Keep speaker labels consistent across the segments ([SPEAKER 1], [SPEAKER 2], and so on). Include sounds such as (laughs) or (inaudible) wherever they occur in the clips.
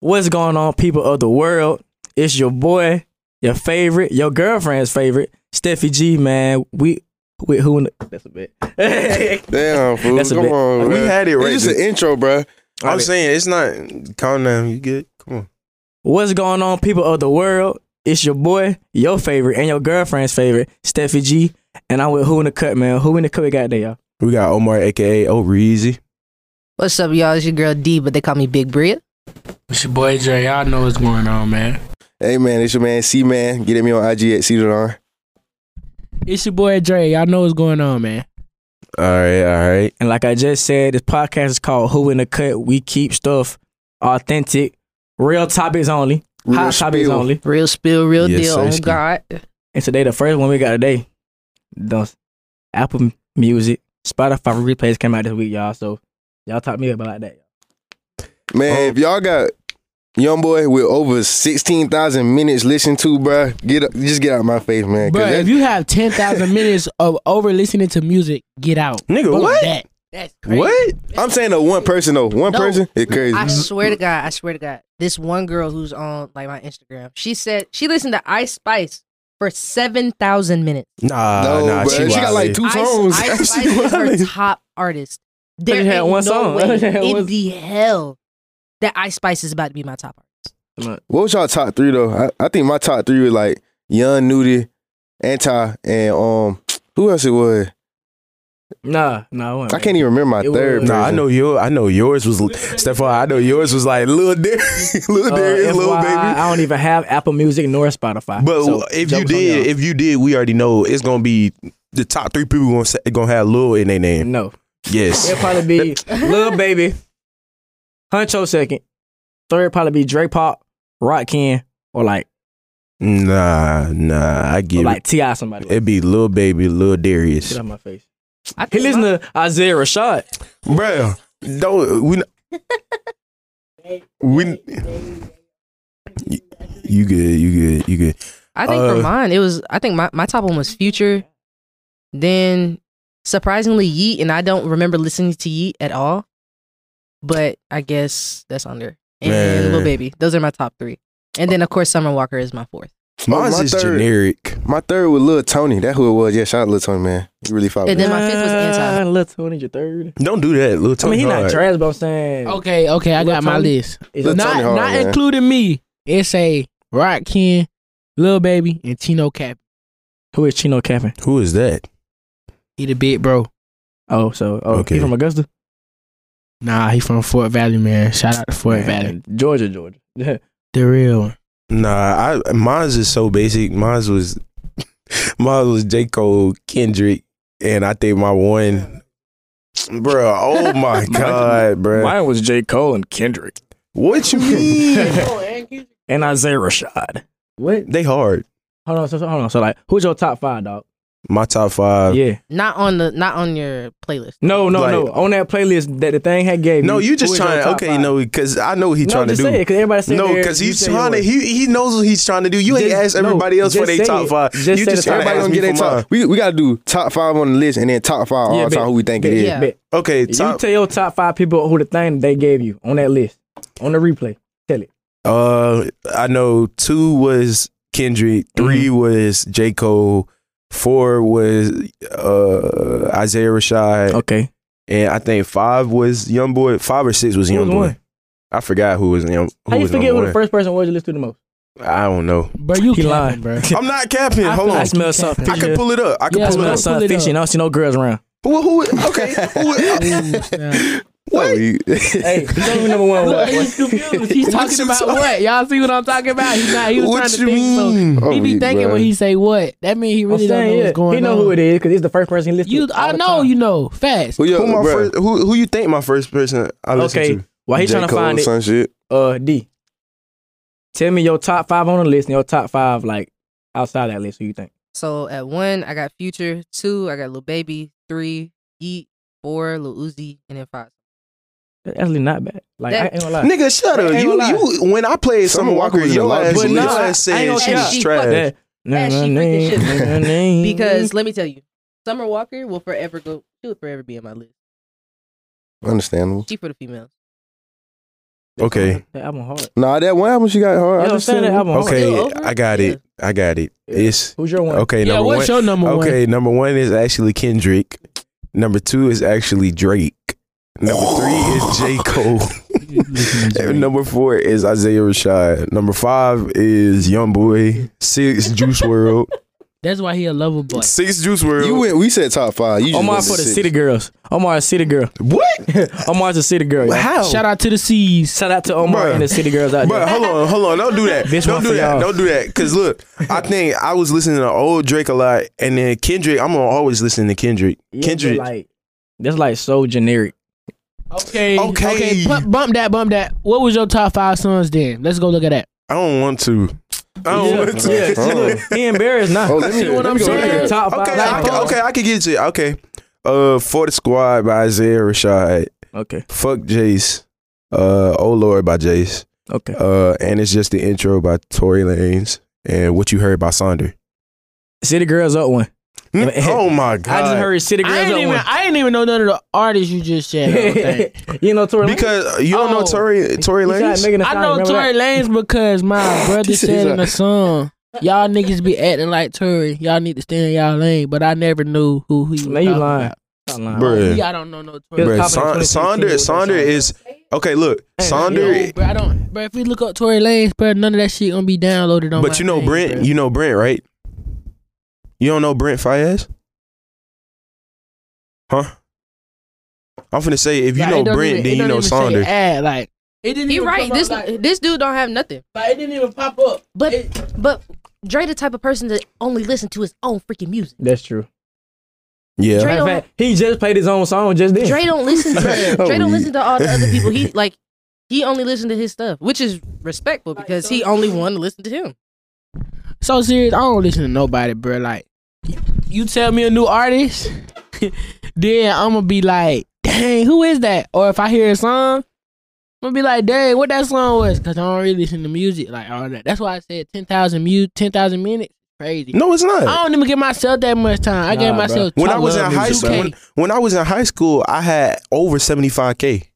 [SPEAKER 1] What's going on, people of the world? It's your boy, your favorite, your girlfriend's favorite, Steffi G. Man, we with who? In the, that's a bit. (laughs)
[SPEAKER 2] Damn, fool.
[SPEAKER 1] That's a
[SPEAKER 2] Come
[SPEAKER 1] bit-
[SPEAKER 2] on,
[SPEAKER 3] We
[SPEAKER 2] bruh.
[SPEAKER 3] had it right.
[SPEAKER 2] It's just an intro, bruh.
[SPEAKER 3] I'm
[SPEAKER 1] Okay.
[SPEAKER 3] saying it's not calm down. You good? Come on.
[SPEAKER 1] What's going on, people of the world? It's your boy, your favorite, and your girlfriend's favorite, Steffi G. And I'm with who in the cut, man. Who in the cut we got there, y'all?
[SPEAKER 3] We got Omar, aka O'Reezy.
[SPEAKER 4] What's up, y'all? It's your girl D, but they call me Big Bria.
[SPEAKER 5] It's your boy Dre. Y'all know what's going on, man.
[SPEAKER 2] Hey, man, it's your man C Man. Get at me on IG at Cedar
[SPEAKER 5] It's your boy Dre. Y'all know what's going on, man.
[SPEAKER 3] All right, all right.
[SPEAKER 1] And like I just said, this podcast is called Who in the Cut. We keep stuff authentic, real topics only, hot topics only.
[SPEAKER 4] Real spill, real
[SPEAKER 3] Yes,
[SPEAKER 4] deal.
[SPEAKER 3] sirski.
[SPEAKER 4] Oh God.
[SPEAKER 1] And today, the first one we got today, the Apple Music, Spotify replays came out this week, y'all. So y'all talk me about that.
[SPEAKER 2] Man,
[SPEAKER 3] Oh.
[SPEAKER 2] if y'all got young boy with over 16,000 minutes listened to, bruh, get up, just get out of my face, man. 'cause
[SPEAKER 5] Bro,
[SPEAKER 2] that-
[SPEAKER 5] if you have 10,000 minutes of over listening to music, get out.
[SPEAKER 3] Nigga,
[SPEAKER 5] Fuck
[SPEAKER 3] what?
[SPEAKER 5] That. That's crazy.
[SPEAKER 3] What?
[SPEAKER 2] I'm saying though, one person though, one
[SPEAKER 4] No.
[SPEAKER 2] person, it crazy.
[SPEAKER 4] I swear to God, I swear to God. This one girl who's on like my Instagram, she said she listened to Ice Spice for seven thousand minutes.
[SPEAKER 3] Nah,
[SPEAKER 2] No,
[SPEAKER 3] nah.
[SPEAKER 2] bruh,
[SPEAKER 3] She,
[SPEAKER 2] she got
[SPEAKER 3] wildin'.
[SPEAKER 2] like two
[SPEAKER 4] Ice,
[SPEAKER 2] songs. (laughs)
[SPEAKER 4] Ice
[SPEAKER 2] She
[SPEAKER 4] Spice is her
[SPEAKER 2] wildin'.
[SPEAKER 4] top artist. There
[SPEAKER 1] just had
[SPEAKER 4] ain't
[SPEAKER 1] one
[SPEAKER 4] no
[SPEAKER 1] song. (laughs) I
[SPEAKER 4] way
[SPEAKER 1] just had
[SPEAKER 4] in
[SPEAKER 1] one-
[SPEAKER 4] the hell that Ice Spice is about to be my top artist.
[SPEAKER 2] What was y'all top three though? I, I think my top three was like Young Nudie, Anti, and um who else it was?
[SPEAKER 1] Nah, nah,
[SPEAKER 2] I can't even remember my
[SPEAKER 1] It
[SPEAKER 2] third.
[SPEAKER 1] was-
[SPEAKER 2] person.
[SPEAKER 3] Nah, I know your. I know yours was Stephon. I know yours was like little (laughs) Darius, little Darius, little baby.
[SPEAKER 1] Uh, I don't even have Apple Music nor Spotify.
[SPEAKER 3] But
[SPEAKER 1] So,
[SPEAKER 3] if you
[SPEAKER 1] joke's on
[SPEAKER 3] did,
[SPEAKER 1] y'all.
[SPEAKER 3] if you did, we already know it's gonna be the top three people gonna say, gonna have Lil in their name.
[SPEAKER 1] no,
[SPEAKER 3] Yes.
[SPEAKER 1] it'll probably
[SPEAKER 3] (laughs)
[SPEAKER 1] be Lil Baby, Huncho second, third probably be Drake Pop, Rockin, or like
[SPEAKER 3] Nah, nah. I
[SPEAKER 1] or
[SPEAKER 3] give
[SPEAKER 1] like
[SPEAKER 3] it.
[SPEAKER 1] Ti somebody.
[SPEAKER 3] It'd be Lil Baby, Lil Darius.
[SPEAKER 1] Get out my face.
[SPEAKER 4] I
[SPEAKER 1] He
[SPEAKER 4] think
[SPEAKER 1] listen
[SPEAKER 4] my-
[SPEAKER 1] to Isaiah Rashad.
[SPEAKER 3] Bruh, don't we? we you, you good? You good? You good?
[SPEAKER 4] I think
[SPEAKER 3] uh,
[SPEAKER 4] for mine, it was. I think my, my top one was Future, then surprisingly Yeet, and I don't remember listening to Yeet at all. But I guess that's under and
[SPEAKER 3] Man.
[SPEAKER 4] Lil Baby. Those are my top three, and then of course Summer Walker is my fourth.
[SPEAKER 3] Mine's
[SPEAKER 2] my
[SPEAKER 3] is
[SPEAKER 2] third.
[SPEAKER 3] generic.
[SPEAKER 2] My third was Lil Tony. That's who it was. Yeah, shout out Lil Tony, man. You really followed
[SPEAKER 4] And
[SPEAKER 2] me.
[SPEAKER 4] then my fifth was Anti.
[SPEAKER 1] Ah, Lil Tony, your third.
[SPEAKER 3] Don't do that, Lil
[SPEAKER 1] I
[SPEAKER 3] Tony.
[SPEAKER 1] mean, he not
[SPEAKER 3] Hard.
[SPEAKER 1] trash, but I'm saying
[SPEAKER 5] Okay, okay. I
[SPEAKER 1] Lil
[SPEAKER 5] got my
[SPEAKER 1] Tony?
[SPEAKER 5] list.
[SPEAKER 1] It's
[SPEAKER 2] Lil
[SPEAKER 1] not-
[SPEAKER 5] not
[SPEAKER 2] Tony hard,
[SPEAKER 5] not
[SPEAKER 2] man.
[SPEAKER 5] including me. It's a Rock Ken, Lil Baby, and Tino Cap.
[SPEAKER 1] who is Chino Capping?
[SPEAKER 3] Who is that?
[SPEAKER 5] He the big bro.
[SPEAKER 1] Oh, so oh,
[SPEAKER 3] Okay.
[SPEAKER 1] he from Augusta,
[SPEAKER 5] Nah, he from Fort Valley, man. Shout out to Fort Valley.
[SPEAKER 1] Georgia, Georgia. (laughs) Yeah.
[SPEAKER 5] The real one.
[SPEAKER 3] Nah, I mine's is so basic. Mine's was (laughs) mine was J Cole, Kendrick, and I think my one. Bruh,
[SPEAKER 1] (laughs)
[SPEAKER 3] oh my god, bruh.
[SPEAKER 1] Mine was J Cole and Kendrick
[SPEAKER 3] What you
[SPEAKER 1] (laughs)
[SPEAKER 3] mean?
[SPEAKER 1] and Isaiah Rashad. What?
[SPEAKER 3] they hard.
[SPEAKER 1] Hold on, so, so- hold on. So like, who's your top five, dog?
[SPEAKER 3] My top five.
[SPEAKER 1] yeah.
[SPEAKER 4] Not on the not on your playlist.
[SPEAKER 1] No, no,
[SPEAKER 3] Like-
[SPEAKER 1] no. On that playlist that the thing had gave.
[SPEAKER 3] No,
[SPEAKER 1] you,
[SPEAKER 3] you just
[SPEAKER 1] who is your
[SPEAKER 3] trying.
[SPEAKER 1] top
[SPEAKER 3] Okay,
[SPEAKER 1] five?
[SPEAKER 3] no, because I know what he
[SPEAKER 1] no,
[SPEAKER 3] trying to
[SPEAKER 1] just
[SPEAKER 3] do.
[SPEAKER 1] say because everybody said
[SPEAKER 3] No, because he's trying to. He he knows what he's trying to do. You ain't
[SPEAKER 1] Just-
[SPEAKER 3] ask everybody
[SPEAKER 1] no,
[SPEAKER 3] else
[SPEAKER 1] just
[SPEAKER 3] for their
[SPEAKER 1] say
[SPEAKER 3] top
[SPEAKER 1] it.
[SPEAKER 3] five.
[SPEAKER 1] Just
[SPEAKER 3] you
[SPEAKER 1] say
[SPEAKER 3] just
[SPEAKER 1] the
[SPEAKER 3] trying to
[SPEAKER 2] Everybody
[SPEAKER 3] ask
[SPEAKER 2] gonna
[SPEAKER 3] me
[SPEAKER 2] get
[SPEAKER 3] for
[SPEAKER 2] their
[SPEAKER 3] mine.
[SPEAKER 2] top. We, we gotta do top five on the list and then top five all time who we think it is.
[SPEAKER 4] Yeah.
[SPEAKER 3] Okay,
[SPEAKER 1] You
[SPEAKER 3] top.
[SPEAKER 1] tell your top five people who the thing they gave you on that list on the replay. Tell it.
[SPEAKER 3] Uh, I know two was Kendrick, 3 was J Cole, four was uh Isaiah Rashad,
[SPEAKER 1] Okay.
[SPEAKER 3] and I think five was Young Boy. Five or six was
[SPEAKER 1] Who was
[SPEAKER 3] Young Boy.
[SPEAKER 1] one?
[SPEAKER 3] I forgot who was Young. Who
[SPEAKER 1] How you
[SPEAKER 3] was
[SPEAKER 1] forget who
[SPEAKER 3] number
[SPEAKER 1] the
[SPEAKER 3] one.
[SPEAKER 1] first person was you listened to the most?
[SPEAKER 3] I don't know.
[SPEAKER 5] Bro, you
[SPEAKER 1] He lying.
[SPEAKER 5] lying, bro.
[SPEAKER 3] I'm not capping.
[SPEAKER 5] I
[SPEAKER 3] Hold on.
[SPEAKER 5] feel
[SPEAKER 1] I
[SPEAKER 5] like-
[SPEAKER 1] smell something.
[SPEAKER 3] I can pull it up. I can
[SPEAKER 5] Yeah,
[SPEAKER 3] pull it
[SPEAKER 5] man.
[SPEAKER 3] up.
[SPEAKER 1] some
[SPEAKER 5] Pull it
[SPEAKER 1] fish
[SPEAKER 5] up.
[SPEAKER 1] and I don't see no girls around.
[SPEAKER 3] Who? Who?
[SPEAKER 2] (laughs)
[SPEAKER 3] Okay. Who?
[SPEAKER 2] Oh, you-
[SPEAKER 1] Hey, tell me who number one
[SPEAKER 5] Look,
[SPEAKER 1] was.
[SPEAKER 5] (laughs) he's
[SPEAKER 1] (laughs)
[SPEAKER 5] confused. He's
[SPEAKER 3] What
[SPEAKER 5] talking
[SPEAKER 3] you
[SPEAKER 5] about
[SPEAKER 3] talking-
[SPEAKER 5] what? Y'all see what I'm talking about? He's not. He was
[SPEAKER 3] what you
[SPEAKER 5] trying to think. so-
[SPEAKER 3] mean?
[SPEAKER 2] Oh,
[SPEAKER 5] he be
[SPEAKER 2] you,
[SPEAKER 5] thinking
[SPEAKER 2] bruh.
[SPEAKER 5] when he say what. That mean he
[SPEAKER 1] I'm
[SPEAKER 5] really don't know
[SPEAKER 1] saying,
[SPEAKER 5] what's
[SPEAKER 1] yeah.
[SPEAKER 5] going
[SPEAKER 1] He know
[SPEAKER 5] on.
[SPEAKER 1] who it is because it's the first person he listened
[SPEAKER 5] You,
[SPEAKER 1] to. all
[SPEAKER 5] I
[SPEAKER 1] the
[SPEAKER 5] know
[SPEAKER 1] time.
[SPEAKER 5] you know fast.
[SPEAKER 2] Who, your,
[SPEAKER 3] Who my
[SPEAKER 2] Oh, bruh?
[SPEAKER 3] first? Who? Who you think my first person I listen
[SPEAKER 1] Okay.
[SPEAKER 3] to?
[SPEAKER 1] While he's
[SPEAKER 2] J.
[SPEAKER 1] trying to
[SPEAKER 2] Cole,
[SPEAKER 1] find it,
[SPEAKER 2] some shit.
[SPEAKER 1] uh, D. Tell me your top five on the list and your top five like outside that list. Who you think?
[SPEAKER 4] So at one, I got Future. Two, I got Lil Baby. Three, Yeet. Four, Lil Uzi, and then five.
[SPEAKER 1] That's actually not bad. Like I
[SPEAKER 4] That-
[SPEAKER 1] ain't gonna lie.
[SPEAKER 3] Nigga, shut
[SPEAKER 1] I
[SPEAKER 3] up.
[SPEAKER 1] ain't
[SPEAKER 3] You,
[SPEAKER 1] gonna lie.
[SPEAKER 3] you, when I played
[SPEAKER 2] Summer
[SPEAKER 3] Summer
[SPEAKER 2] Walker
[SPEAKER 3] Walker,
[SPEAKER 2] was in a
[SPEAKER 3] your
[SPEAKER 2] lot of
[SPEAKER 3] ass, your
[SPEAKER 2] But nah,
[SPEAKER 1] I ain't
[SPEAKER 3] ass
[SPEAKER 1] gonna
[SPEAKER 3] said she
[SPEAKER 1] cap.
[SPEAKER 3] was
[SPEAKER 4] She
[SPEAKER 3] trash.
[SPEAKER 1] That-
[SPEAKER 4] Yeah, she freaking shit. Mm-hmm.
[SPEAKER 1] Na-na-na-na-na.
[SPEAKER 4] Because let me tell you, Summer Walker will forever go. She will forever be in my list.
[SPEAKER 2] Understandable.
[SPEAKER 4] She for the females.
[SPEAKER 3] Okay.
[SPEAKER 1] That album hard.
[SPEAKER 2] Nah, that one album she got hard.
[SPEAKER 1] Yeah,
[SPEAKER 2] I
[SPEAKER 1] I'm
[SPEAKER 2] just
[SPEAKER 1] saying
[SPEAKER 2] seen
[SPEAKER 1] that
[SPEAKER 2] it.
[SPEAKER 1] album hard.
[SPEAKER 3] Okay,
[SPEAKER 4] Still over?
[SPEAKER 3] I got it. I got it. It's
[SPEAKER 1] Who's your one?
[SPEAKER 3] okay.
[SPEAKER 5] yeah,
[SPEAKER 3] Number one.
[SPEAKER 5] what's your number one?
[SPEAKER 3] Okay, number one is actually Kendrick. Number two is actually Drake. Number three is (laughs) J. Cole. (laughs) And number four is Isaiah Rashad. Number five is Young Boy. Six Juice (laughs) World.
[SPEAKER 5] That's why he a lover boy.
[SPEAKER 3] Six Juice World.
[SPEAKER 2] You went. We said top five. You just
[SPEAKER 1] Omar
[SPEAKER 2] went to
[SPEAKER 1] for the
[SPEAKER 2] six.
[SPEAKER 1] City Girls. Omar is City Girl.
[SPEAKER 3] what?
[SPEAKER 1] Omar's a City Girl. y'all.
[SPEAKER 3] How?
[SPEAKER 5] Shout out to the C's.
[SPEAKER 1] Shout out to Omar
[SPEAKER 3] Bruh.
[SPEAKER 1] and the City Girls out
[SPEAKER 3] But
[SPEAKER 1] there.
[SPEAKER 3] hold on, hold on. Don't do that.
[SPEAKER 1] This
[SPEAKER 3] don't
[SPEAKER 1] one
[SPEAKER 3] do
[SPEAKER 1] for
[SPEAKER 3] that.
[SPEAKER 1] y'all.
[SPEAKER 3] Don't do that. Cause look, I (laughs) think I was listening to old Drake a lot, and then Kendrick. I'm gonna always listen to Kendrick.
[SPEAKER 1] Yeah,
[SPEAKER 3] Kendrick.
[SPEAKER 1] but like that's like so generic.
[SPEAKER 5] Okay.
[SPEAKER 3] Okay.
[SPEAKER 5] Bump, bump that, bump that. What was your top five songs then? Let's go look at that.
[SPEAKER 3] I don't want to. I don't
[SPEAKER 1] yeah,
[SPEAKER 3] want to.
[SPEAKER 1] yeah,
[SPEAKER 2] Hold
[SPEAKER 1] look, he embarrassed now.
[SPEAKER 2] Oh, let me-
[SPEAKER 1] See what
[SPEAKER 2] let
[SPEAKER 1] I'm
[SPEAKER 2] me go
[SPEAKER 1] saying?
[SPEAKER 2] look at it.
[SPEAKER 1] Top five.
[SPEAKER 3] Okay,
[SPEAKER 1] like,
[SPEAKER 3] I can,
[SPEAKER 1] pause.
[SPEAKER 3] okay, I can get you. Okay, uh, for the squad by Isaiah Rashad.
[SPEAKER 1] okay,
[SPEAKER 3] Fuck Jace. Uh, oh Lord by Jace.
[SPEAKER 1] okay.
[SPEAKER 3] Uh, and it's just the intro by Tory Lanez and what you heard by Sonder.
[SPEAKER 1] City Girls up one.
[SPEAKER 3] oh my god!
[SPEAKER 1] I just heard City Girls
[SPEAKER 5] I
[SPEAKER 1] up
[SPEAKER 5] didn't even.
[SPEAKER 1] one.
[SPEAKER 5] I didn't even know none of the artists you just said. I
[SPEAKER 1] (laughs)
[SPEAKER 5] don't think.
[SPEAKER 1] you know Tory Lanez?
[SPEAKER 3] because you don't know
[SPEAKER 5] Oh.
[SPEAKER 3] Tory Tory
[SPEAKER 1] He tried
[SPEAKER 3] Lanez.
[SPEAKER 1] making a
[SPEAKER 5] I
[SPEAKER 1] song,
[SPEAKER 5] know
[SPEAKER 1] remember
[SPEAKER 5] Tory
[SPEAKER 1] that?
[SPEAKER 5] Lanez
[SPEAKER 3] (laughs)
[SPEAKER 5] because my brother
[SPEAKER 2] He said
[SPEAKER 5] said
[SPEAKER 2] he's
[SPEAKER 5] in the song, "Y'all niggas be acting like Tory. Y'all need to stay in y'all lane." But I never knew who he. was
[SPEAKER 1] Man, you
[SPEAKER 5] talking
[SPEAKER 1] lying.
[SPEAKER 5] about. Oh,
[SPEAKER 1] Stop lying.
[SPEAKER 3] Bruh.
[SPEAKER 5] Yeah, I don't know no Tory.
[SPEAKER 1] He was
[SPEAKER 3] Bruh,
[SPEAKER 1] popping in
[SPEAKER 3] Son-
[SPEAKER 1] 2015
[SPEAKER 3] Sonder,
[SPEAKER 1] with that
[SPEAKER 3] Sonder
[SPEAKER 1] song.
[SPEAKER 3] is okay. Look,
[SPEAKER 1] Hey,
[SPEAKER 3] Sonder,
[SPEAKER 5] Yo, bro, I don't, bro. If we look up Tory Lanez, bro, none of that shit gonna be downloaded on.
[SPEAKER 3] but
[SPEAKER 5] my
[SPEAKER 3] you know
[SPEAKER 5] thing,
[SPEAKER 3] Brent.
[SPEAKER 5] bro.
[SPEAKER 3] You know Brent, right? You don't know Brent Fayez, huh? I'm finna say if you
[SPEAKER 5] Like, it
[SPEAKER 3] know
[SPEAKER 5] don't
[SPEAKER 3] Brent,
[SPEAKER 5] even-
[SPEAKER 3] then
[SPEAKER 5] it
[SPEAKER 3] you
[SPEAKER 5] don't
[SPEAKER 3] know
[SPEAKER 5] even say
[SPEAKER 3] Sonder.
[SPEAKER 5] Ad, like it didn't.
[SPEAKER 4] He
[SPEAKER 5] even
[SPEAKER 4] right.
[SPEAKER 5] come
[SPEAKER 4] This (laughs)
[SPEAKER 5] up, like,
[SPEAKER 4] this dude don't have nothing.
[SPEAKER 5] like, it didn't even pop up.
[SPEAKER 4] But
[SPEAKER 5] It-
[SPEAKER 4] but Dre the type of person that only listen to his own freaking music.
[SPEAKER 1] That's true.
[SPEAKER 3] Yeah,
[SPEAKER 4] Drake-
[SPEAKER 1] Matter of (laughs) fact, he just played his own song just then.
[SPEAKER 4] Dre don't listen
[SPEAKER 1] (laughs)
[SPEAKER 4] to
[SPEAKER 2] Oh,
[SPEAKER 4] Dre don't
[SPEAKER 2] yeah.
[SPEAKER 4] listen to all the other people. He like he only listened to his stuff, which is respectful because he only wanted to listen to him.
[SPEAKER 5] so serious. I don't listen to nobody, bro. Like, y- you tell me a new artist, (laughs) then I'm gonna be like, dang, who is that? Or if I hear a song, I'm gonna be like, dang, what that song was? Cause I don't really listen to music like all that. That's why I said ten thousand mu, ten thousand minutes, crazy.
[SPEAKER 3] no, it's not.
[SPEAKER 5] I don't even give myself that much time. Oh, I gave
[SPEAKER 1] Nah, bruh.
[SPEAKER 5] myself
[SPEAKER 3] When
[SPEAKER 5] two-
[SPEAKER 3] I, was in
[SPEAKER 1] love
[SPEAKER 3] high
[SPEAKER 1] music,
[SPEAKER 3] school,
[SPEAKER 1] bro.
[SPEAKER 3] when, when I was in high school, I had over 75k.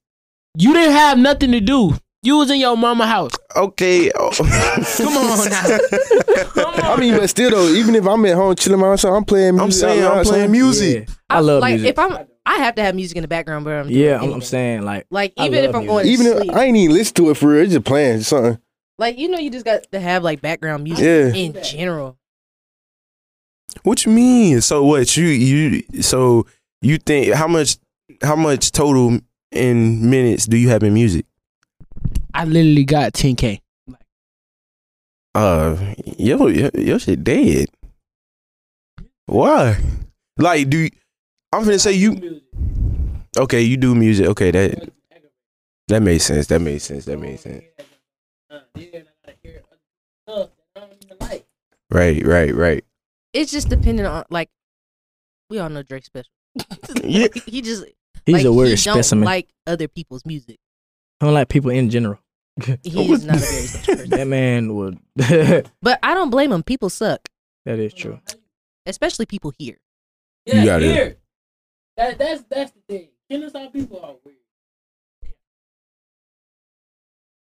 [SPEAKER 5] You didn't have nothing to do. You was in your mama house.
[SPEAKER 3] Okay, oh.
[SPEAKER 5] (laughs) Come on now.
[SPEAKER 2] I mean, but still though, even if I'm at home chilling my myself, I'm
[SPEAKER 3] (laughs)
[SPEAKER 2] playing.
[SPEAKER 3] I'm
[SPEAKER 2] Music
[SPEAKER 3] saying
[SPEAKER 2] out
[SPEAKER 3] I'm
[SPEAKER 2] loud,
[SPEAKER 3] playing
[SPEAKER 2] son.
[SPEAKER 3] music.
[SPEAKER 1] Yeah. I love
[SPEAKER 4] like
[SPEAKER 1] music.
[SPEAKER 4] if I'm I have to have music in the background, bro. I'm doing
[SPEAKER 1] yeah, I'm, I'm
[SPEAKER 4] anything.
[SPEAKER 1] saying like
[SPEAKER 4] Like
[SPEAKER 1] I
[SPEAKER 4] even if
[SPEAKER 1] love
[SPEAKER 4] I'm going
[SPEAKER 2] Even
[SPEAKER 4] to
[SPEAKER 2] if
[SPEAKER 4] sleep,
[SPEAKER 2] I ain't even listen to it for real, it's just playing something.
[SPEAKER 4] like you know, you just got to have like background music
[SPEAKER 2] Yeah.
[SPEAKER 4] in general.
[SPEAKER 3] What you mean? So what you you so you think how much how much total in minutes do you have in music?
[SPEAKER 5] I literally got 10k.
[SPEAKER 3] Uh, yo, yo, yo shit dead. Why? Like, do you, I'm finna say you? Okay, you do music. Okay, that that made sense. That made sense. That made sense. Right, right, right.
[SPEAKER 4] It's just dependent on like we all know Drake special.
[SPEAKER 5] (laughs)
[SPEAKER 3] Yeah.
[SPEAKER 4] he just
[SPEAKER 1] he's
[SPEAKER 4] like,
[SPEAKER 1] a
[SPEAKER 4] he
[SPEAKER 1] weird
[SPEAKER 4] don't
[SPEAKER 1] specimen.
[SPEAKER 4] Like other people's music,
[SPEAKER 1] I don't like people in general.
[SPEAKER 4] he is not a very special person.
[SPEAKER 1] That man would. (laughs) that
[SPEAKER 4] But I don't blame him. People suck,
[SPEAKER 1] is true.
[SPEAKER 4] especially people here.
[SPEAKER 3] You got it.
[SPEAKER 5] That, that's that's the thing. Kennesaw people are weird.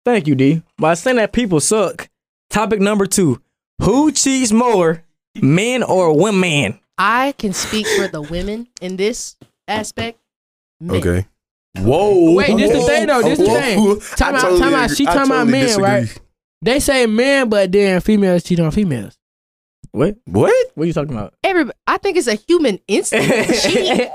[SPEAKER 1] Thank you, D. By saying that people suck. Topic number two: Who cheats more, men or women?
[SPEAKER 4] I can speak for the women in this aspect. Men.
[SPEAKER 3] Okay. Whoa.
[SPEAKER 5] Wait, this the thing, though. This the
[SPEAKER 3] Whoa.
[SPEAKER 5] thing.
[SPEAKER 3] I
[SPEAKER 5] Time out,
[SPEAKER 3] totally
[SPEAKER 5] time out.
[SPEAKER 3] agree.
[SPEAKER 5] She
[SPEAKER 3] I
[SPEAKER 5] talking about
[SPEAKER 3] totally
[SPEAKER 5] men, right?
[SPEAKER 3] disagree.
[SPEAKER 5] They say men, but then females cheat on females.
[SPEAKER 1] What?
[SPEAKER 3] What?
[SPEAKER 1] What are you talking about? (laughs)
[SPEAKER 4] Everybody, I think it's a human instinct to cheat.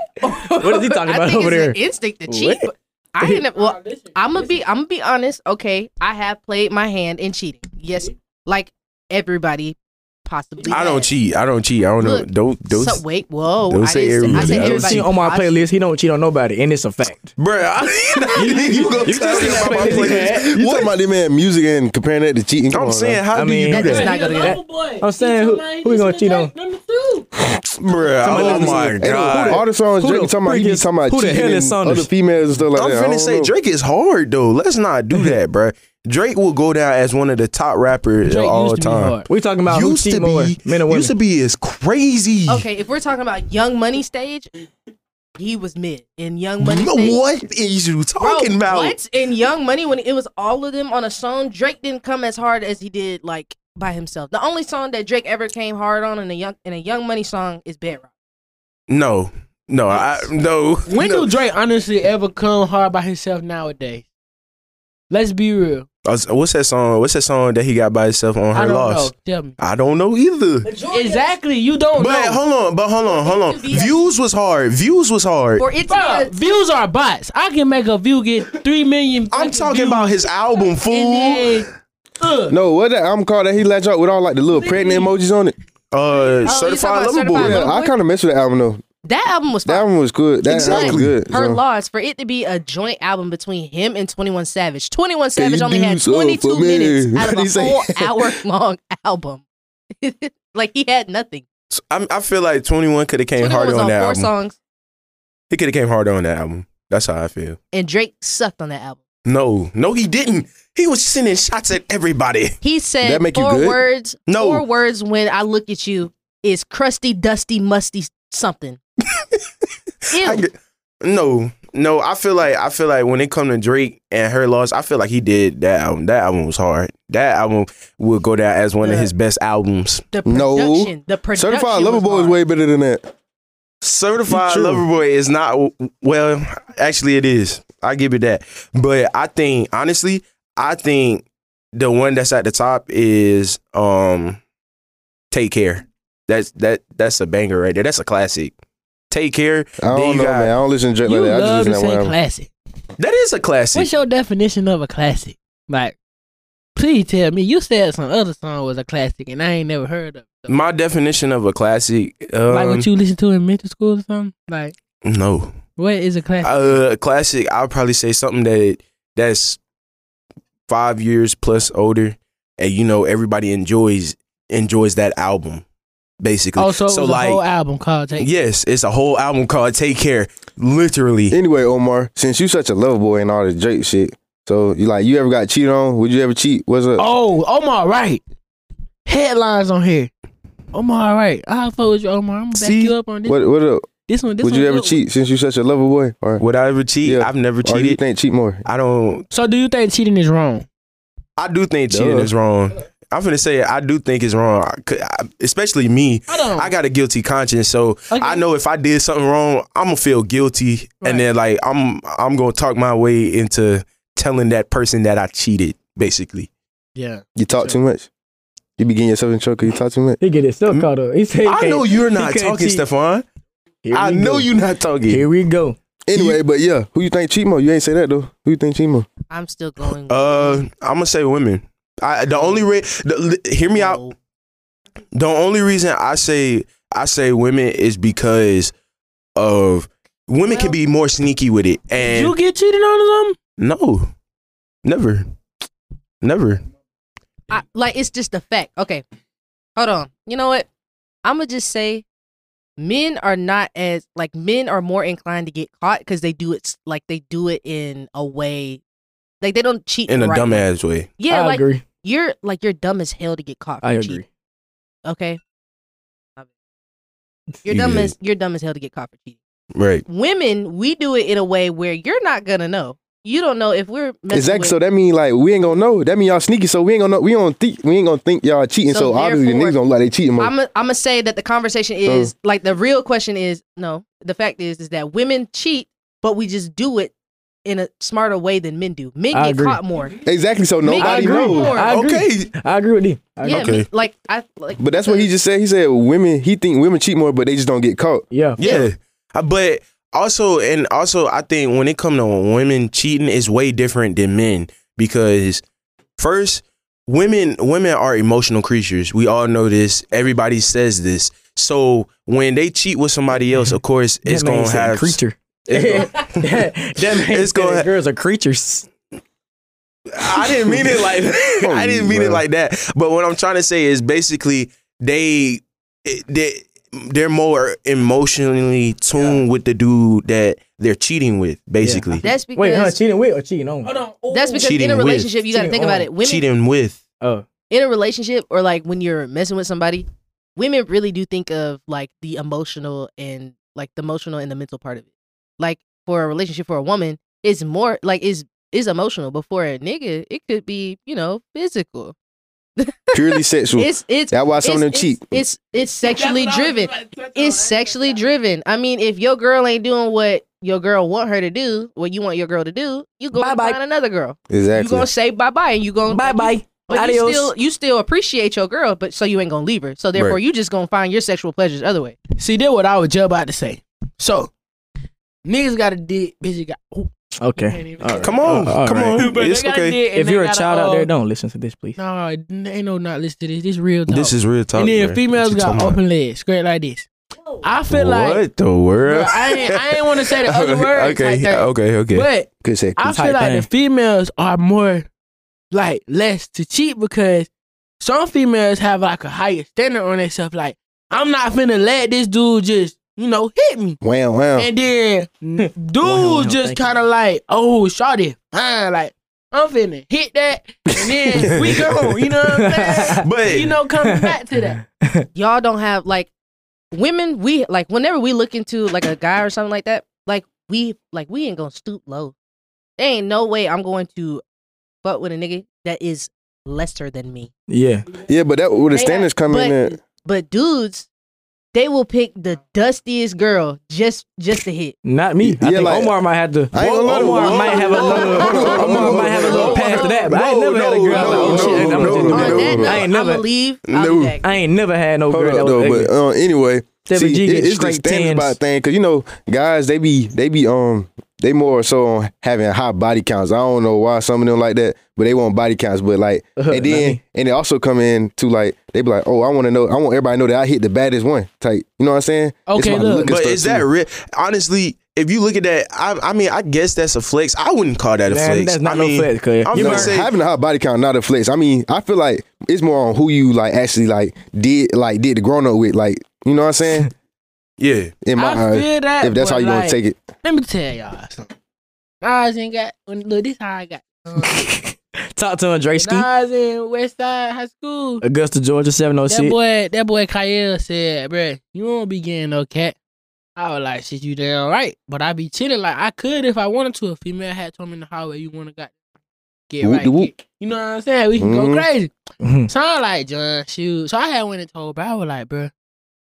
[SPEAKER 1] what is he talking
[SPEAKER 4] I
[SPEAKER 1] about
[SPEAKER 4] think
[SPEAKER 1] over
[SPEAKER 4] it's
[SPEAKER 1] there?
[SPEAKER 4] An instinct to cheat.
[SPEAKER 1] What?
[SPEAKER 4] but I didn't. Well, I'm gonna be. I'm gonna be honest. Okay, I have played my hand in cheating. Yes, like everybody possibly.
[SPEAKER 3] I don't
[SPEAKER 4] has.
[SPEAKER 3] cheat. I don't cheat. I don't
[SPEAKER 4] Look,
[SPEAKER 3] know. Don't don't.
[SPEAKER 4] so, wait, whoa!
[SPEAKER 3] don't
[SPEAKER 4] I
[SPEAKER 3] say
[SPEAKER 4] didn't I
[SPEAKER 3] everybody.
[SPEAKER 4] said
[SPEAKER 1] You
[SPEAKER 4] everybody.
[SPEAKER 1] see on my
[SPEAKER 4] I-
[SPEAKER 1] playlist, he don't cheat on nobody, and it's a fact.
[SPEAKER 3] Bruh, I, you, you, go
[SPEAKER 1] you just
[SPEAKER 3] tell me
[SPEAKER 1] said
[SPEAKER 3] about my
[SPEAKER 1] that.
[SPEAKER 3] playlist.
[SPEAKER 2] You talking about this man music and comparing that to cheating? Come
[SPEAKER 3] I'm
[SPEAKER 2] on,
[SPEAKER 3] saying,
[SPEAKER 2] now.
[SPEAKER 3] how
[SPEAKER 1] I
[SPEAKER 3] do
[SPEAKER 1] mean-
[SPEAKER 3] you do
[SPEAKER 4] That's
[SPEAKER 3] that,
[SPEAKER 4] not gonna that.
[SPEAKER 1] I'm saying, who, who we gonna cheat on?
[SPEAKER 3] bruh? Oh
[SPEAKER 1] Somebody
[SPEAKER 3] my
[SPEAKER 1] listen.
[SPEAKER 2] Hey, look,
[SPEAKER 3] god!
[SPEAKER 2] all the songs
[SPEAKER 1] Who
[SPEAKER 2] Drake
[SPEAKER 1] the
[SPEAKER 2] be talking about, he
[SPEAKER 1] freak
[SPEAKER 2] be
[SPEAKER 1] is-
[SPEAKER 2] talking about
[SPEAKER 1] who the hell
[SPEAKER 2] cheating
[SPEAKER 1] is
[SPEAKER 2] and
[SPEAKER 1] Saunders?
[SPEAKER 2] other females and stuff like
[SPEAKER 3] I'm
[SPEAKER 2] that. I
[SPEAKER 3] finna
[SPEAKER 2] don't
[SPEAKER 3] say
[SPEAKER 2] know.
[SPEAKER 3] Drake is hard though. Let's not do that, bruh. Drake will go down as one of the top rappers of
[SPEAKER 5] Drake
[SPEAKER 3] all
[SPEAKER 5] used to be
[SPEAKER 3] time.
[SPEAKER 5] hard.
[SPEAKER 1] We talking about who
[SPEAKER 3] Used
[SPEAKER 1] cheat
[SPEAKER 3] to
[SPEAKER 1] more,
[SPEAKER 3] be,
[SPEAKER 1] men or women?
[SPEAKER 3] used to be is crazy.
[SPEAKER 4] Okay, if we're talking about Young Money stage, He was mid in Young Money.
[SPEAKER 3] No,
[SPEAKER 4] said-
[SPEAKER 3] what is you
[SPEAKER 4] Bro,
[SPEAKER 3] talking about?
[SPEAKER 4] What in Young Money when it was all of them on a song? Drake didn't come as hard as he did like by himself. The only song that Drake ever came hard on in a Young in a Young Money song is Bedrock.
[SPEAKER 3] No, no, I no.
[SPEAKER 5] When
[SPEAKER 3] no.
[SPEAKER 5] do Drake honestly ever come hard by himself nowadays? Let's be real.
[SPEAKER 3] I was- uh, what's that song? What's that song that he got by himself on
[SPEAKER 5] I
[SPEAKER 3] her
[SPEAKER 5] don't
[SPEAKER 3] loss?
[SPEAKER 5] know. Tell me.
[SPEAKER 3] I don't know either.
[SPEAKER 5] Exactly. You don't
[SPEAKER 3] But
[SPEAKER 5] know.
[SPEAKER 3] hold on, but hold on, hold on. Views was hard. Views was hard.
[SPEAKER 4] For it to
[SPEAKER 5] Bruh,
[SPEAKER 4] be a-
[SPEAKER 5] views are bots. I can make a view get three million.
[SPEAKER 3] I'm
[SPEAKER 5] fucking
[SPEAKER 3] talking
[SPEAKER 5] views
[SPEAKER 3] about his album, fool.
[SPEAKER 5] and then, uh,
[SPEAKER 2] No, what that album called that he let out with all like the little pregnant emojis on it?
[SPEAKER 3] Uh,
[SPEAKER 4] talking
[SPEAKER 3] certified
[SPEAKER 4] about
[SPEAKER 3] lover
[SPEAKER 4] Certified
[SPEAKER 3] boy.
[SPEAKER 4] Lover
[SPEAKER 2] Yeah, I kind of messed with that album though.
[SPEAKER 4] that album was
[SPEAKER 2] That
[SPEAKER 4] fire.
[SPEAKER 2] album was good. That album
[SPEAKER 3] Exactly.
[SPEAKER 2] was good.
[SPEAKER 4] her
[SPEAKER 2] so.
[SPEAKER 4] loss for it to be a joint album between him and 21 Savage. 21
[SPEAKER 2] Can
[SPEAKER 4] Savage
[SPEAKER 2] you
[SPEAKER 4] only
[SPEAKER 2] do
[SPEAKER 4] had
[SPEAKER 2] something
[SPEAKER 4] 22
[SPEAKER 2] for me?
[SPEAKER 4] minutes out
[SPEAKER 2] (laughs) What
[SPEAKER 4] of
[SPEAKER 2] he
[SPEAKER 4] a
[SPEAKER 2] say?
[SPEAKER 4] whole hour long album. (laughs) like he had nothing.
[SPEAKER 3] I, I feel like 21 could have came
[SPEAKER 4] 21
[SPEAKER 3] harder
[SPEAKER 4] was
[SPEAKER 3] on
[SPEAKER 4] on
[SPEAKER 3] that
[SPEAKER 4] four
[SPEAKER 3] album.
[SPEAKER 4] songs
[SPEAKER 3] He could have came harder on that album. That's how I feel.
[SPEAKER 4] and Drake sucked on that album.
[SPEAKER 3] No, no, he didn't. He was sending shots at everybody.
[SPEAKER 4] He said
[SPEAKER 2] That make you
[SPEAKER 4] four
[SPEAKER 2] good?
[SPEAKER 4] words.
[SPEAKER 3] No.
[SPEAKER 4] Four words when I look at you is crusty, dusty, musty
[SPEAKER 2] (laughs)
[SPEAKER 4] something. Ew.
[SPEAKER 3] I get- no, no. I feel like I feel like when it come to Drake and her loss, I feel like he did that album. That album was hard. That album will go down as one of
[SPEAKER 4] Yeah.
[SPEAKER 3] his best albums.
[SPEAKER 4] the
[SPEAKER 2] No.
[SPEAKER 4] production. The production.
[SPEAKER 2] Certified Lover
[SPEAKER 4] was
[SPEAKER 2] Boy is
[SPEAKER 4] hard.
[SPEAKER 2] way better than that.
[SPEAKER 3] Certified
[SPEAKER 2] True.
[SPEAKER 3] Lover Boy is not well. Actually, it is. I give you that. But I think honestly, I think the one that's at the top is um, Take Care. That's that that's a banger right there. That's a classic. Take Care.
[SPEAKER 2] I
[SPEAKER 3] Then you
[SPEAKER 2] don't know,
[SPEAKER 3] got-
[SPEAKER 2] man. I don't listen to Drake
[SPEAKER 5] you
[SPEAKER 2] like that. I just
[SPEAKER 5] love
[SPEAKER 2] listen to that
[SPEAKER 5] to say
[SPEAKER 2] one album.
[SPEAKER 5] classic.
[SPEAKER 3] That is a classic.
[SPEAKER 5] What's your definition of a classic? Like, please tell me. You said some other song was a classic, and I ain't never heard of. it.
[SPEAKER 3] My definition of a classic. Mm, Um,
[SPEAKER 5] like what you listen to in middle school or something. Like,
[SPEAKER 3] No.
[SPEAKER 5] what is a classic?
[SPEAKER 3] Uh, a classic. I'll probably say something that that's five years plus older, and you know everybody enjoys enjoys that album. Basically,
[SPEAKER 5] Oh, so, it was
[SPEAKER 3] like
[SPEAKER 5] a whole album called. Take-
[SPEAKER 3] yes, it's a whole album called "Take Care." Literally,
[SPEAKER 2] Anyway, Omar, since you such a lover boy and all this Drake shit, so you like you ever got cheated on? Would you ever cheat? What's up?
[SPEAKER 5] Oh, Omar, right? Headlines on here. Omar, right? I fuck with you, Omar. I'm gonna back
[SPEAKER 3] See?
[SPEAKER 5] you up on this.
[SPEAKER 2] What what up?
[SPEAKER 5] This one, this
[SPEAKER 2] Would
[SPEAKER 5] one.
[SPEAKER 2] you ever
[SPEAKER 5] good one.
[SPEAKER 2] cheat since you such a lover boy? Or,
[SPEAKER 3] would I ever cheat?
[SPEAKER 2] Yeah.
[SPEAKER 3] I've never
[SPEAKER 2] or you
[SPEAKER 3] cheated.
[SPEAKER 2] think cheat more?
[SPEAKER 3] I don't.
[SPEAKER 5] So, do you think cheating is wrong?
[SPEAKER 3] I do think cheating
[SPEAKER 2] Duh.
[SPEAKER 3] is wrong. I'm gonna say I do think it's wrong, I could- I- especially me.
[SPEAKER 5] I don't.
[SPEAKER 3] I got a guilty conscience, so
[SPEAKER 5] Okay.
[SPEAKER 3] I know if I did something wrong, I'm gonna feel guilty,
[SPEAKER 5] Right.
[SPEAKER 3] and then like I'm I'm gonna talk my way into telling that person that I cheated. Basically,
[SPEAKER 5] Yeah.
[SPEAKER 2] You talk too much. You be getting yourself in trouble. You talk too much.
[SPEAKER 1] He get himself caught up. He said,
[SPEAKER 3] Mm. I know you're not
[SPEAKER 1] can't
[SPEAKER 3] talking,
[SPEAKER 1] cheat.
[SPEAKER 3] Stefan.
[SPEAKER 1] Here
[SPEAKER 3] I
[SPEAKER 1] we
[SPEAKER 3] know
[SPEAKER 1] go.
[SPEAKER 3] you're not talking.
[SPEAKER 1] Here we go.
[SPEAKER 2] Anyway, but yeah, who you think cheat more? You ain't say that though. Who you think cheat more?
[SPEAKER 4] I'm still going. with
[SPEAKER 3] Uh, I'm gonna say women. I the only re- the, li- hear me out.
[SPEAKER 4] no.
[SPEAKER 3] The only reason I say I say women is because of women can
[SPEAKER 4] Well-
[SPEAKER 3] be more sneaky with it, and
[SPEAKER 5] you get cheated on or something?
[SPEAKER 3] no, never, never.
[SPEAKER 4] I, like it's just a fact. Okay, hold on. You know what? I'm gonna just say, men are not as like men are more inclined to get caught because they do it s- like they do it in a way, like they don't cheat
[SPEAKER 3] In a
[SPEAKER 4] the right way.
[SPEAKER 3] dumbass way.
[SPEAKER 4] Yeah,
[SPEAKER 1] I
[SPEAKER 4] like
[SPEAKER 1] agree.
[SPEAKER 4] you're like you're dumb as hell to get caught. For
[SPEAKER 1] I
[SPEAKER 4] Cheating,
[SPEAKER 1] agree.
[SPEAKER 3] (laughs)
[SPEAKER 4] okay. You're
[SPEAKER 3] You
[SPEAKER 4] dumb
[SPEAKER 3] did.
[SPEAKER 4] as you're dumb as hell to get caught for cheating.
[SPEAKER 3] Right.
[SPEAKER 4] Women, we do it in a way where you're not gonna know. You don't know if we're messing
[SPEAKER 2] Exactly.
[SPEAKER 4] With,
[SPEAKER 2] So that mean like we ain't gonna know. That mean y'all sneaky. So we ain't gonna know. We don't think we ain't gonna think y'all cheating. So,
[SPEAKER 4] So
[SPEAKER 2] obviously the
[SPEAKER 4] therefore,
[SPEAKER 2] niggas gonna like they cheating more.
[SPEAKER 4] I'm i I'm gonna say that the conversation is like the real question is no. The fact is is that women cheat, but we just do it in a smarter way than men do. Men
[SPEAKER 1] I
[SPEAKER 4] get
[SPEAKER 1] agree.
[SPEAKER 4] caught more.
[SPEAKER 2] exactly. So
[SPEAKER 4] Me-
[SPEAKER 1] I
[SPEAKER 2] nobody
[SPEAKER 1] agree.
[SPEAKER 2] knows.
[SPEAKER 4] more.
[SPEAKER 1] I agree.
[SPEAKER 3] Okay.
[SPEAKER 1] I agree with you. I agree.
[SPEAKER 4] Yeah,
[SPEAKER 3] Okay.
[SPEAKER 4] me- like I like.
[SPEAKER 2] But that's what he just said. He said women. He think women cheat more, but they just don't get caught.
[SPEAKER 1] Yeah.
[SPEAKER 3] Yeah. Uh, But also and also I think when it comes to women cheating is way different than men because first women women are emotional creatures. We all know this. Everybody says this. So when they cheat with somebody else, of course
[SPEAKER 1] That
[SPEAKER 3] it's
[SPEAKER 1] man
[SPEAKER 3] going to
[SPEAKER 1] said
[SPEAKER 3] have
[SPEAKER 1] creature.
[SPEAKER 3] it's gonna-
[SPEAKER 1] (laughs) that man
[SPEAKER 3] It's
[SPEAKER 1] said
[SPEAKER 3] gonna-
[SPEAKER 1] girls are creatures.
[SPEAKER 3] I didn't mean it like (laughs) I didn't mean it
[SPEAKER 2] Bro.
[SPEAKER 3] like that. But what I'm trying to say is basically they they they're more emotionally tuned with the dude that they're cheating with, basically.
[SPEAKER 4] That's because
[SPEAKER 1] Wait, huh? Cheating with or cheating on?
[SPEAKER 4] that's because
[SPEAKER 3] Cheating
[SPEAKER 4] in a
[SPEAKER 3] with.
[SPEAKER 4] relationship you got to
[SPEAKER 1] Cheating
[SPEAKER 4] think about
[SPEAKER 1] on.
[SPEAKER 4] it. Women
[SPEAKER 3] cheating with.
[SPEAKER 1] Oh,
[SPEAKER 4] in a relationship or like when you're messing with somebody, women really do think of like the emotional and like the emotional and the mental part of it. like for a relationship for a woman is more like is is emotional, but for a nigga, it could be you know physical.
[SPEAKER 2] Purely (laughs) sexual.
[SPEAKER 4] It's it's
[SPEAKER 2] That's why some of them
[SPEAKER 4] it's,
[SPEAKER 2] cheap.
[SPEAKER 4] It's it's, sexually driven. It's sexually driven. I mean, if your girl ain't doing what your girl want her to do, what you want your girl to do, you go
[SPEAKER 1] Bye-bye.
[SPEAKER 4] find another girl. You
[SPEAKER 2] Exactly.
[SPEAKER 4] gonna say bye bye, and you gonna
[SPEAKER 1] Bye bye.
[SPEAKER 4] But
[SPEAKER 1] Adios.
[SPEAKER 4] you still you still appreciate your girl, but so you ain't gonna leave her. So therefore,
[SPEAKER 3] Right.
[SPEAKER 4] you just gonna find your sexual pleasures other way.
[SPEAKER 5] See, that what I was just about to say. So, niggas got a dick, bitches got. Ooh,
[SPEAKER 1] okay.
[SPEAKER 5] can't even-
[SPEAKER 1] All right.
[SPEAKER 3] Come on,
[SPEAKER 1] All
[SPEAKER 3] come
[SPEAKER 1] right.
[SPEAKER 3] on.
[SPEAKER 5] But they
[SPEAKER 3] It's
[SPEAKER 5] got a
[SPEAKER 3] okay.
[SPEAKER 5] dick and
[SPEAKER 1] If
[SPEAKER 5] they
[SPEAKER 1] you're a
[SPEAKER 5] got
[SPEAKER 1] child out there,
[SPEAKER 5] uh,
[SPEAKER 1] don't listen to this,
[SPEAKER 5] (laughs)
[SPEAKER 1] please.
[SPEAKER 5] Nah, n- ain't no not listen to this. This real talk.
[SPEAKER 3] This is real talk.
[SPEAKER 5] and then
[SPEAKER 3] bruh.
[SPEAKER 5] females
[SPEAKER 3] What you
[SPEAKER 5] got
[SPEAKER 3] talking
[SPEAKER 5] open legs, straight like this. I
[SPEAKER 3] about?
[SPEAKER 5] feel like
[SPEAKER 3] what the world?
[SPEAKER 5] Bruh, I ain't, I ain't want to say the
[SPEAKER 3] (laughs)
[SPEAKER 5] other words
[SPEAKER 3] okay,
[SPEAKER 5] like that,
[SPEAKER 3] okay, okay.
[SPEAKER 5] but
[SPEAKER 2] Good sex.
[SPEAKER 5] I
[SPEAKER 1] type
[SPEAKER 5] feel like the
[SPEAKER 1] thing.
[SPEAKER 5] females are more like less to cheat because some females have like a higher standard on themselves. Like I'm not finna let this dude just you know hit me,
[SPEAKER 2] Wow, wow.
[SPEAKER 5] and then dudes
[SPEAKER 1] Wow, wow,
[SPEAKER 5] just
[SPEAKER 1] thank you.
[SPEAKER 5] kind of like oh shawty fine like. I'm finna hit that, and then we go. You know what I'm
[SPEAKER 2] (laughs)
[SPEAKER 5] saying?
[SPEAKER 3] But-
[SPEAKER 5] you know, coming back to that.
[SPEAKER 4] Y'all don't have like women. We like whenever we look into like a guy or something like that. Like we like we ain't gonna stoop low. There ain't no way I'm going to butt with a nigga that is lesser than me.
[SPEAKER 1] (laughs) Yeah.
[SPEAKER 2] Yeah, but that where the
[SPEAKER 4] They
[SPEAKER 2] standards
[SPEAKER 4] have-
[SPEAKER 2] come in
[SPEAKER 4] but-
[SPEAKER 2] at.
[SPEAKER 4] But dudes, they will pick the dustiest girl just just to hit.
[SPEAKER 1] Not me. I
[SPEAKER 2] Yeah,
[SPEAKER 1] think
[SPEAKER 2] like-
[SPEAKER 1] Omar might have to.
[SPEAKER 2] I ain't gonna lie to
[SPEAKER 1] Omar
[SPEAKER 2] you.
[SPEAKER 1] might have a
[SPEAKER 2] Hold on, (laughs)
[SPEAKER 1] little.
[SPEAKER 2] hold on, hold on,
[SPEAKER 1] Omar might have a
[SPEAKER 2] hold
[SPEAKER 1] little
[SPEAKER 2] on,
[SPEAKER 1] pass to that. But I ain't
[SPEAKER 2] no,
[SPEAKER 1] never had a girl.
[SPEAKER 2] no,
[SPEAKER 1] like, oh
[SPEAKER 2] no,
[SPEAKER 1] shit,
[SPEAKER 2] no,
[SPEAKER 1] I'm
[SPEAKER 2] no,
[SPEAKER 1] gonna
[SPEAKER 2] no,
[SPEAKER 1] just do
[SPEAKER 4] On that
[SPEAKER 1] that. I
[SPEAKER 2] no.
[SPEAKER 4] note,
[SPEAKER 1] ain't
[SPEAKER 4] I'ma
[SPEAKER 1] never.
[SPEAKER 4] leave. I'll
[SPEAKER 2] No.
[SPEAKER 4] be
[SPEAKER 1] (laughs)
[SPEAKER 4] back.
[SPEAKER 1] I ain't never had no
[SPEAKER 2] Hold
[SPEAKER 1] girl that
[SPEAKER 2] up,
[SPEAKER 1] was
[SPEAKER 2] though.
[SPEAKER 1] ugly.
[SPEAKER 2] But uh, anyway,
[SPEAKER 1] Stephen G
[SPEAKER 2] See, it-
[SPEAKER 1] gets
[SPEAKER 2] it's the
[SPEAKER 1] straight
[SPEAKER 2] standards
[SPEAKER 1] tens.
[SPEAKER 2] by thing because you know guys they be they be um they more so on having high body counts. I don't know why some of them like that, but they want body counts. But like
[SPEAKER 1] Uh-huh,
[SPEAKER 2] and
[SPEAKER 1] not
[SPEAKER 2] then
[SPEAKER 1] me.
[SPEAKER 2] and they also come in to like they be like, oh, I want to know, I want everybody to know that I hit the baddest one type. You know what I'm saying? It's
[SPEAKER 5] Okay,
[SPEAKER 2] my
[SPEAKER 5] look,
[SPEAKER 2] and
[SPEAKER 3] But
[SPEAKER 2] stuff,
[SPEAKER 3] is that
[SPEAKER 2] too.
[SPEAKER 3] real? Honestly, if you look at that, I, I mean, I guess that's a flex. I wouldn't call that a
[SPEAKER 1] Man,
[SPEAKER 3] flex.
[SPEAKER 1] that's not
[SPEAKER 3] I
[SPEAKER 1] no
[SPEAKER 3] mean,
[SPEAKER 1] flex, cuz.
[SPEAKER 3] I'm
[SPEAKER 1] You
[SPEAKER 2] You
[SPEAKER 3] gonna
[SPEAKER 2] know,
[SPEAKER 3] say,
[SPEAKER 2] having a high body count not a flex. I mean, I feel like it's more on who you like actually like did like did the grown up with. Like you know what I'm saying?
[SPEAKER 3] yeah,
[SPEAKER 2] In my
[SPEAKER 5] (laughs) I
[SPEAKER 2] eyes,
[SPEAKER 5] feel that.
[SPEAKER 2] if that's how
[SPEAKER 5] but,
[SPEAKER 2] you
[SPEAKER 5] like,
[SPEAKER 2] want to take it.
[SPEAKER 5] Let me tell y'all something. Nas ain't got look. This how I got. Um,
[SPEAKER 1] (laughs) Talk to Andreski,
[SPEAKER 5] Nas in West Side High School.
[SPEAKER 1] Augusta, Georgia, seven oh
[SPEAKER 5] That
[SPEAKER 1] six.
[SPEAKER 5] boy, that boy Kyle said, "Bruh, you won't be getting no cat." I was like, "Shit, you damn right." But I be chilling like I could if I wanted to. A female had told me in the hallway, "You wanna got get
[SPEAKER 2] Whoop
[SPEAKER 5] right."
[SPEAKER 2] de whoop.
[SPEAKER 5] get- you know what I'm saying? We can
[SPEAKER 2] Mhm.
[SPEAKER 5] go crazy.
[SPEAKER 1] Mhm.
[SPEAKER 5] So I like John shoot. So I had went and told, bro. I was like, bruh,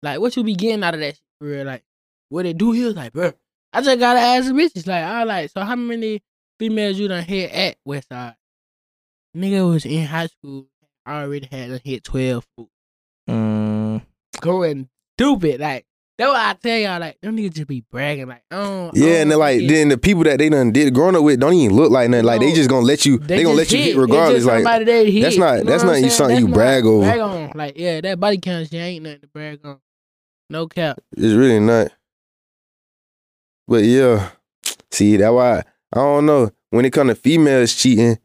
[SPEAKER 5] like what you be getting out of that shit, bruh? Like, what it do? He was like, bruh, I just gotta ask the bitches. Like, I was like, so how many females you done hit at Westside? Nigga was in high school. I already had done hit twelve. fool.
[SPEAKER 1] Mm,
[SPEAKER 5] Going stupid. Like that's what I tell y'all. Like them niggas just be bragging. Like, oh,
[SPEAKER 2] Yeah, and then like then the people that they done did growing up with don't even look like nothing. Like
[SPEAKER 5] No.
[SPEAKER 2] they just gonna let you. They, gonna let
[SPEAKER 5] just
[SPEAKER 2] you hit
[SPEAKER 5] It's just
[SPEAKER 2] regardless. Like
[SPEAKER 5] somebody they hit.
[SPEAKER 2] that's not-
[SPEAKER 5] You know
[SPEAKER 2] that's
[SPEAKER 5] what
[SPEAKER 2] not
[SPEAKER 5] I'm
[SPEAKER 2] you-
[SPEAKER 5] saying?
[SPEAKER 2] something
[SPEAKER 5] That's
[SPEAKER 2] you
[SPEAKER 5] not
[SPEAKER 2] brag over.
[SPEAKER 5] Brag on. Like yeah, that body count shit ain't nothing to brag on. No cap.
[SPEAKER 2] it's really not. But yeah, see that why I don't know when it come to females cheating.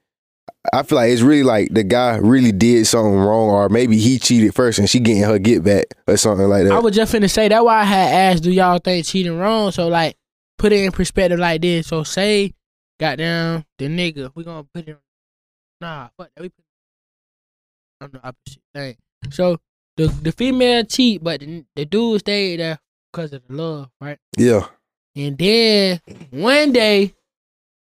[SPEAKER 2] I feel like it's really like the guy really did something wrong, or maybe he cheated first and she getting her get back or something like
[SPEAKER 5] I
[SPEAKER 2] that.
[SPEAKER 5] was just finna say that why I had asked, do y'all think cheating wrong? So like, put it in perspective like this. So say, goddamn, the nigga, we gonna put it. Nah, fuck that. We put on the opposite thing. So the the female cheat, but the, the dude stayed there because of the love, right?
[SPEAKER 2] Yeah,
[SPEAKER 5] And then one day,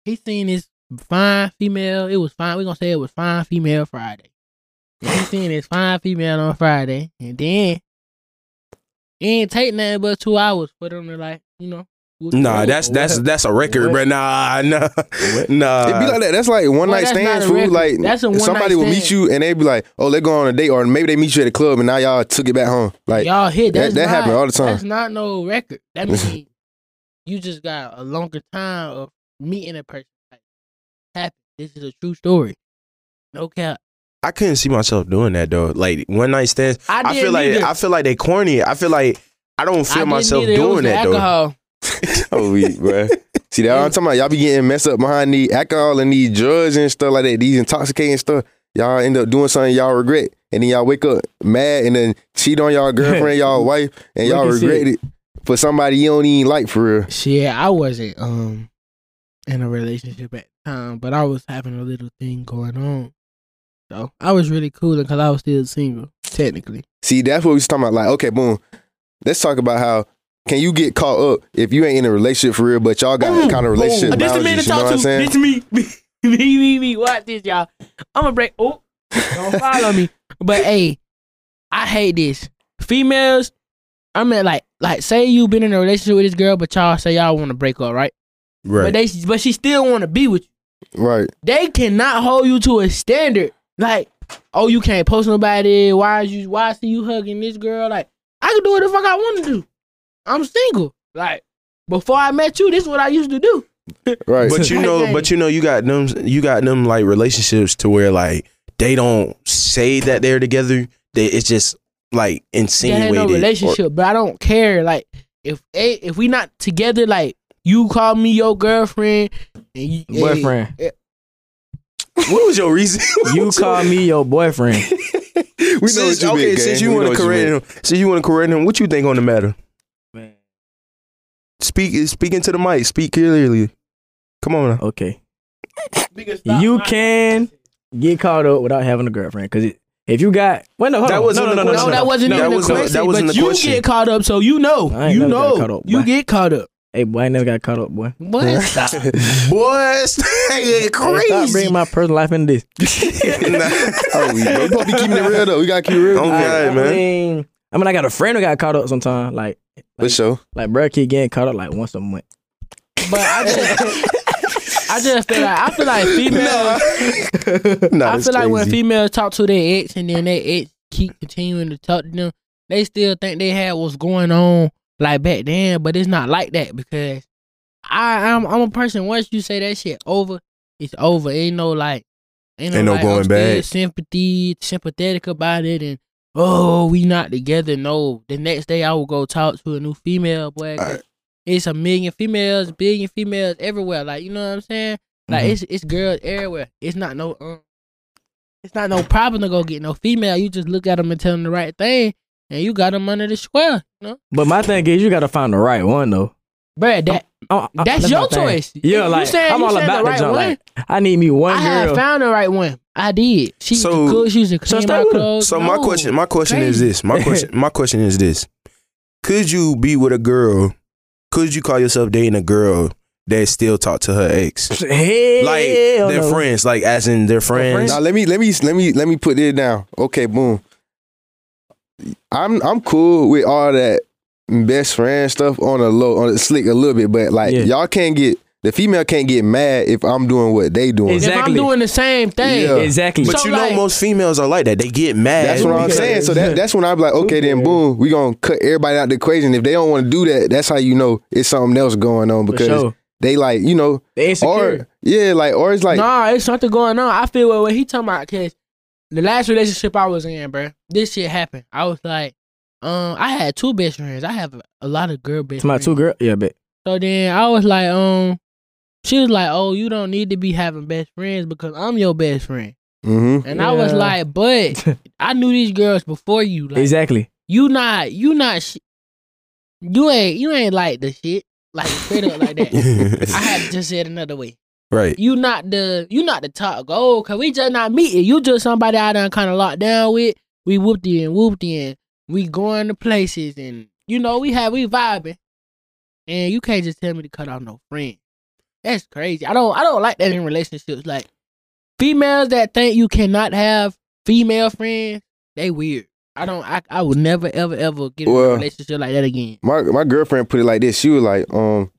[SPEAKER 5] he seen this fine female. It was fine. We're gonna say it was fine female Friday. And he seen this fine female on Friday. And then it ain't take nothing but two hours for them to like, you know. whoop
[SPEAKER 3] nah,
[SPEAKER 5] the
[SPEAKER 3] that's
[SPEAKER 5] whoop.
[SPEAKER 3] that's that's a record,
[SPEAKER 1] What?
[SPEAKER 3] bruh. Nah, nah, (laughs) nah.
[SPEAKER 2] it be like that. That's like one
[SPEAKER 5] Boy,
[SPEAKER 2] night
[SPEAKER 5] that's
[SPEAKER 2] stands,
[SPEAKER 5] not a
[SPEAKER 2] food.
[SPEAKER 5] record.
[SPEAKER 2] Like
[SPEAKER 5] That's a one-night
[SPEAKER 2] somebody will meet
[SPEAKER 5] stand.
[SPEAKER 2] you and they be like, "Oh, they going on a date," or maybe they meet you at the club and now y'all took it back home. Like
[SPEAKER 5] y'all hit.
[SPEAKER 2] that-
[SPEAKER 5] That's
[SPEAKER 2] that
[SPEAKER 5] not,
[SPEAKER 2] happen all the time.
[SPEAKER 5] That's not no record. That means you just got a longer time of meeting a person. Like, happen. This is a true story. No cap.
[SPEAKER 3] I couldn't see myself doing that though. Like one night stands. I,
[SPEAKER 5] didn't
[SPEAKER 3] feel like
[SPEAKER 5] either.
[SPEAKER 3] I feel like they corny. I feel like I don't feel
[SPEAKER 5] didn't
[SPEAKER 3] myself
[SPEAKER 5] either. It was
[SPEAKER 3] doing
[SPEAKER 5] the
[SPEAKER 3] that
[SPEAKER 5] alcohol.
[SPEAKER 2] (laughs) Oh,
[SPEAKER 5] (laughs)
[SPEAKER 2] weak, bro. See that I'm talking about. Y'all be getting messed up behind the alcohol and these drugs and stuff like that. These intoxicating stuff. Y'all end up doing something y'all regret, and then y'all wake up mad and then cheat on
[SPEAKER 5] (laughs)
[SPEAKER 2] y'all girlfriend, y'all wife, and y'all
[SPEAKER 1] Look at shit.
[SPEAKER 2] regret it for somebody you don't even like for real.
[SPEAKER 5] Shit, I wasn't um in a relationship at the time, but I was having a little thing going on. So I was really cool because I was still single, technically.
[SPEAKER 2] See, that's what we was talking about. Like, okay, boom. Let's talk about how can you get caught up if you ain't in a relationship for real, but y'all got that kind of relationship
[SPEAKER 5] This the man
[SPEAKER 2] boundaries,
[SPEAKER 5] to
[SPEAKER 2] you know
[SPEAKER 5] talk
[SPEAKER 2] what
[SPEAKER 5] to.
[SPEAKER 2] I'm saying?
[SPEAKER 5] This me. me, (laughs) me, me. Watch this, y'all. I'm gonna break. Oh, don't follow
[SPEAKER 3] (laughs)
[SPEAKER 5] me. But hey, I hate this. Females. I mean, like, like, say you been in a relationship with this girl, but y'all say y'all want to break up, right? But
[SPEAKER 3] Right.
[SPEAKER 5] they, but she still want to be with you.
[SPEAKER 2] Right.
[SPEAKER 5] They cannot hold you to a standard. Like, oh, you can't post nobody. Why is you? Why see you hugging this girl? Like, I can do what the fuck I want to do. I'm single. Like, before I met you, this is what I used to do.
[SPEAKER 2] Right.
[SPEAKER 3] But
[SPEAKER 5] (laughs)
[SPEAKER 3] you
[SPEAKER 5] Like,
[SPEAKER 3] know,
[SPEAKER 5] hey.
[SPEAKER 3] but you know, you got them, you got them like relationships to where like they don't say that they're together. They it's just like
[SPEAKER 5] That
[SPEAKER 3] insinuated.
[SPEAKER 5] ain't no
[SPEAKER 3] or-
[SPEAKER 5] relationship, but I don't care. Like if eh, if we not together, like you call me your girlfriend and you, eh,
[SPEAKER 1] Boyfriend.
[SPEAKER 3] (laughs) what was your
[SPEAKER 5] (laughs)
[SPEAKER 3] reason? What
[SPEAKER 1] You
[SPEAKER 3] was
[SPEAKER 1] call
[SPEAKER 3] (laughs) your-
[SPEAKER 1] me your boyfriend.
[SPEAKER 3] (laughs)
[SPEAKER 2] we know
[SPEAKER 3] Since,
[SPEAKER 2] what you
[SPEAKER 3] okay,
[SPEAKER 2] mean,
[SPEAKER 3] since
[SPEAKER 2] gang.
[SPEAKER 3] you
[SPEAKER 2] We
[SPEAKER 3] want
[SPEAKER 2] know
[SPEAKER 3] to
[SPEAKER 2] what you
[SPEAKER 3] correct
[SPEAKER 2] mean.
[SPEAKER 3] him, since you want to correct him, what you think on the matter?
[SPEAKER 1] Man.
[SPEAKER 3] Speak, speaking to the mic. Speak clearly. Come on. Now.
[SPEAKER 1] Okay. You can get caught up without having a girlfriend. Cause it, if you got well no, hold
[SPEAKER 3] That
[SPEAKER 1] on.
[SPEAKER 3] wasn't
[SPEAKER 1] no,
[SPEAKER 3] the
[SPEAKER 1] no, no,
[SPEAKER 3] question.
[SPEAKER 1] no,
[SPEAKER 5] no,
[SPEAKER 1] no,
[SPEAKER 5] that wasn't
[SPEAKER 3] That
[SPEAKER 5] even
[SPEAKER 3] was
[SPEAKER 5] the
[SPEAKER 3] no-
[SPEAKER 5] question.
[SPEAKER 3] that wasn't
[SPEAKER 5] but
[SPEAKER 3] the
[SPEAKER 5] you
[SPEAKER 3] question.
[SPEAKER 5] get caught up, so you know,
[SPEAKER 1] I ain't
[SPEAKER 5] you
[SPEAKER 1] never got
[SPEAKER 5] know,
[SPEAKER 1] caught up,
[SPEAKER 5] you
[SPEAKER 1] boy.
[SPEAKER 5] get caught up.
[SPEAKER 1] Hey boy, I never got caught up,
[SPEAKER 3] (laughs)
[SPEAKER 1] boy.
[SPEAKER 5] What? Stop.
[SPEAKER 3] Boy, stay
[SPEAKER 1] Hey, stop bringing my personal life into
[SPEAKER 3] (laughs)
[SPEAKER 1] this.
[SPEAKER 2] (laughs)
[SPEAKER 1] (laughs)
[SPEAKER 2] Oh, we we supposed to be keeping it real though. We gotta keep it real.
[SPEAKER 3] Oh,
[SPEAKER 1] I-
[SPEAKER 3] God,
[SPEAKER 1] I
[SPEAKER 3] man.
[SPEAKER 1] mean, I mean, I got a friend who got caught up sometime. Like,
[SPEAKER 2] For sure.
[SPEAKER 1] like, bro, keep getting caught up like once a month.
[SPEAKER 5] but I just, I just feel like I feel like females.
[SPEAKER 3] nah,
[SPEAKER 5] I
[SPEAKER 3] that's
[SPEAKER 5] feel like when
[SPEAKER 3] crazy.
[SPEAKER 5] females talk to their ex and then their ex keep continuing to talk to them, they still think they had what's going on like back then, but it's not like that because I I'm I'm a person once you say that shit over, it's over. Ain't no like ain't no,
[SPEAKER 3] Ain't no
[SPEAKER 5] like,
[SPEAKER 3] going
[SPEAKER 5] I'm still
[SPEAKER 3] back.
[SPEAKER 5] sympathy sympathetic about it and oh we not together. No. The next day I will go talk to a new female boy. 'cause
[SPEAKER 3] Alright.
[SPEAKER 5] It's a million females, billion females everywhere. Like you know what I'm saying? Like
[SPEAKER 3] Mm-hmm.
[SPEAKER 1] Mhm.
[SPEAKER 5] it's it's girls everywhere. It's not no um, it's not no problem to go get no female. You just look at them and tell them the right thing, and you got them under the square. You know,
[SPEAKER 1] But my thing is, you gotta find the right one though.
[SPEAKER 5] Bruh, that
[SPEAKER 1] I- I-
[SPEAKER 5] that's
[SPEAKER 1] my
[SPEAKER 5] your
[SPEAKER 1] thing.
[SPEAKER 5] choice.
[SPEAKER 1] Yeah,
[SPEAKER 5] You
[SPEAKER 1] like
[SPEAKER 5] said-
[SPEAKER 1] I'm
[SPEAKER 5] you
[SPEAKER 1] all
[SPEAKER 5] said
[SPEAKER 1] about
[SPEAKER 5] the
[SPEAKER 1] the
[SPEAKER 5] right
[SPEAKER 1] jump.
[SPEAKER 5] one.
[SPEAKER 1] Like, I need me one
[SPEAKER 5] I had
[SPEAKER 1] girl.
[SPEAKER 5] found the right one. I did. She used
[SPEAKER 3] So-
[SPEAKER 5] to cook. She used to
[SPEAKER 1] so
[SPEAKER 5] clean
[SPEAKER 1] stay
[SPEAKER 5] my
[SPEAKER 1] with her.
[SPEAKER 5] clothes.
[SPEAKER 3] So my
[SPEAKER 5] No.
[SPEAKER 3] question, my question is
[SPEAKER 5] Crazy.
[SPEAKER 3] this. My question, my question is this. Could you be with a girl? Could you call yourself dating a girl that still talk to her
[SPEAKER 1] (laughs)
[SPEAKER 3] ex?
[SPEAKER 1] Hell
[SPEAKER 3] Like they're
[SPEAKER 1] no.
[SPEAKER 3] friends, like as in they're friends.
[SPEAKER 2] Now let me let me let me let me put it down. Okay, boom. I'm I'm cool with all that best friend stuff on a low on a slick a little bit, but like
[SPEAKER 1] Yeah.
[SPEAKER 2] y'all can't get the female can't get mad if I'm doing what they doing.
[SPEAKER 1] Exactly.
[SPEAKER 5] If I'm doing the same thing,
[SPEAKER 2] Yeah.
[SPEAKER 1] Exactly.
[SPEAKER 3] But
[SPEAKER 5] So,
[SPEAKER 3] you
[SPEAKER 5] like-
[SPEAKER 3] know, most females are like that. They get mad.
[SPEAKER 2] That's what I'm
[SPEAKER 3] because- (laughs)
[SPEAKER 2] saying. So that, that's when I'm like, okay, then boom, we gonna cut everybody out the equation. If they don't want to do that, that's how you know it's something else going on
[SPEAKER 1] For
[SPEAKER 2] because
[SPEAKER 1] sure.
[SPEAKER 2] they like you know,
[SPEAKER 1] They insecure.
[SPEAKER 2] or yeah, like or it's like
[SPEAKER 5] nah, it's something going on. I feel what, what he talking about because the last relationship I was in, bruh, this shit happened. I was like, um, I had two best friends. I have a lot of girl best
[SPEAKER 1] to my
[SPEAKER 5] friends.
[SPEAKER 1] two girl. Yeah, bet.
[SPEAKER 5] So then I was like, um, she was like, oh, you don't need to be having best friends because I'm your best friend.
[SPEAKER 2] hmm
[SPEAKER 5] And I was
[SPEAKER 1] Yeah.
[SPEAKER 5] like, but I knew these girls before you. Like,
[SPEAKER 1] exactly.
[SPEAKER 5] you not, you not, sh- you ain't, you ain't like the shit. Like straight up
[SPEAKER 3] (laughs)
[SPEAKER 5] like that. I had to just say it another way.
[SPEAKER 3] right.
[SPEAKER 5] You not the, you not the top goal because we just not meeting. You just somebody I done kind of locked down with. We whooped in, whooped in. We going to places and you know we have we vibing. And you can't just tell me to cut off no friend. That's crazy. I don't I don't like that in relationships. Like females that think you cannot have female friends, they weird. I don't I I would never ever ever get in
[SPEAKER 2] Well-
[SPEAKER 5] a relationship like that again.
[SPEAKER 2] my my girlfriend put it like this. She was like, um,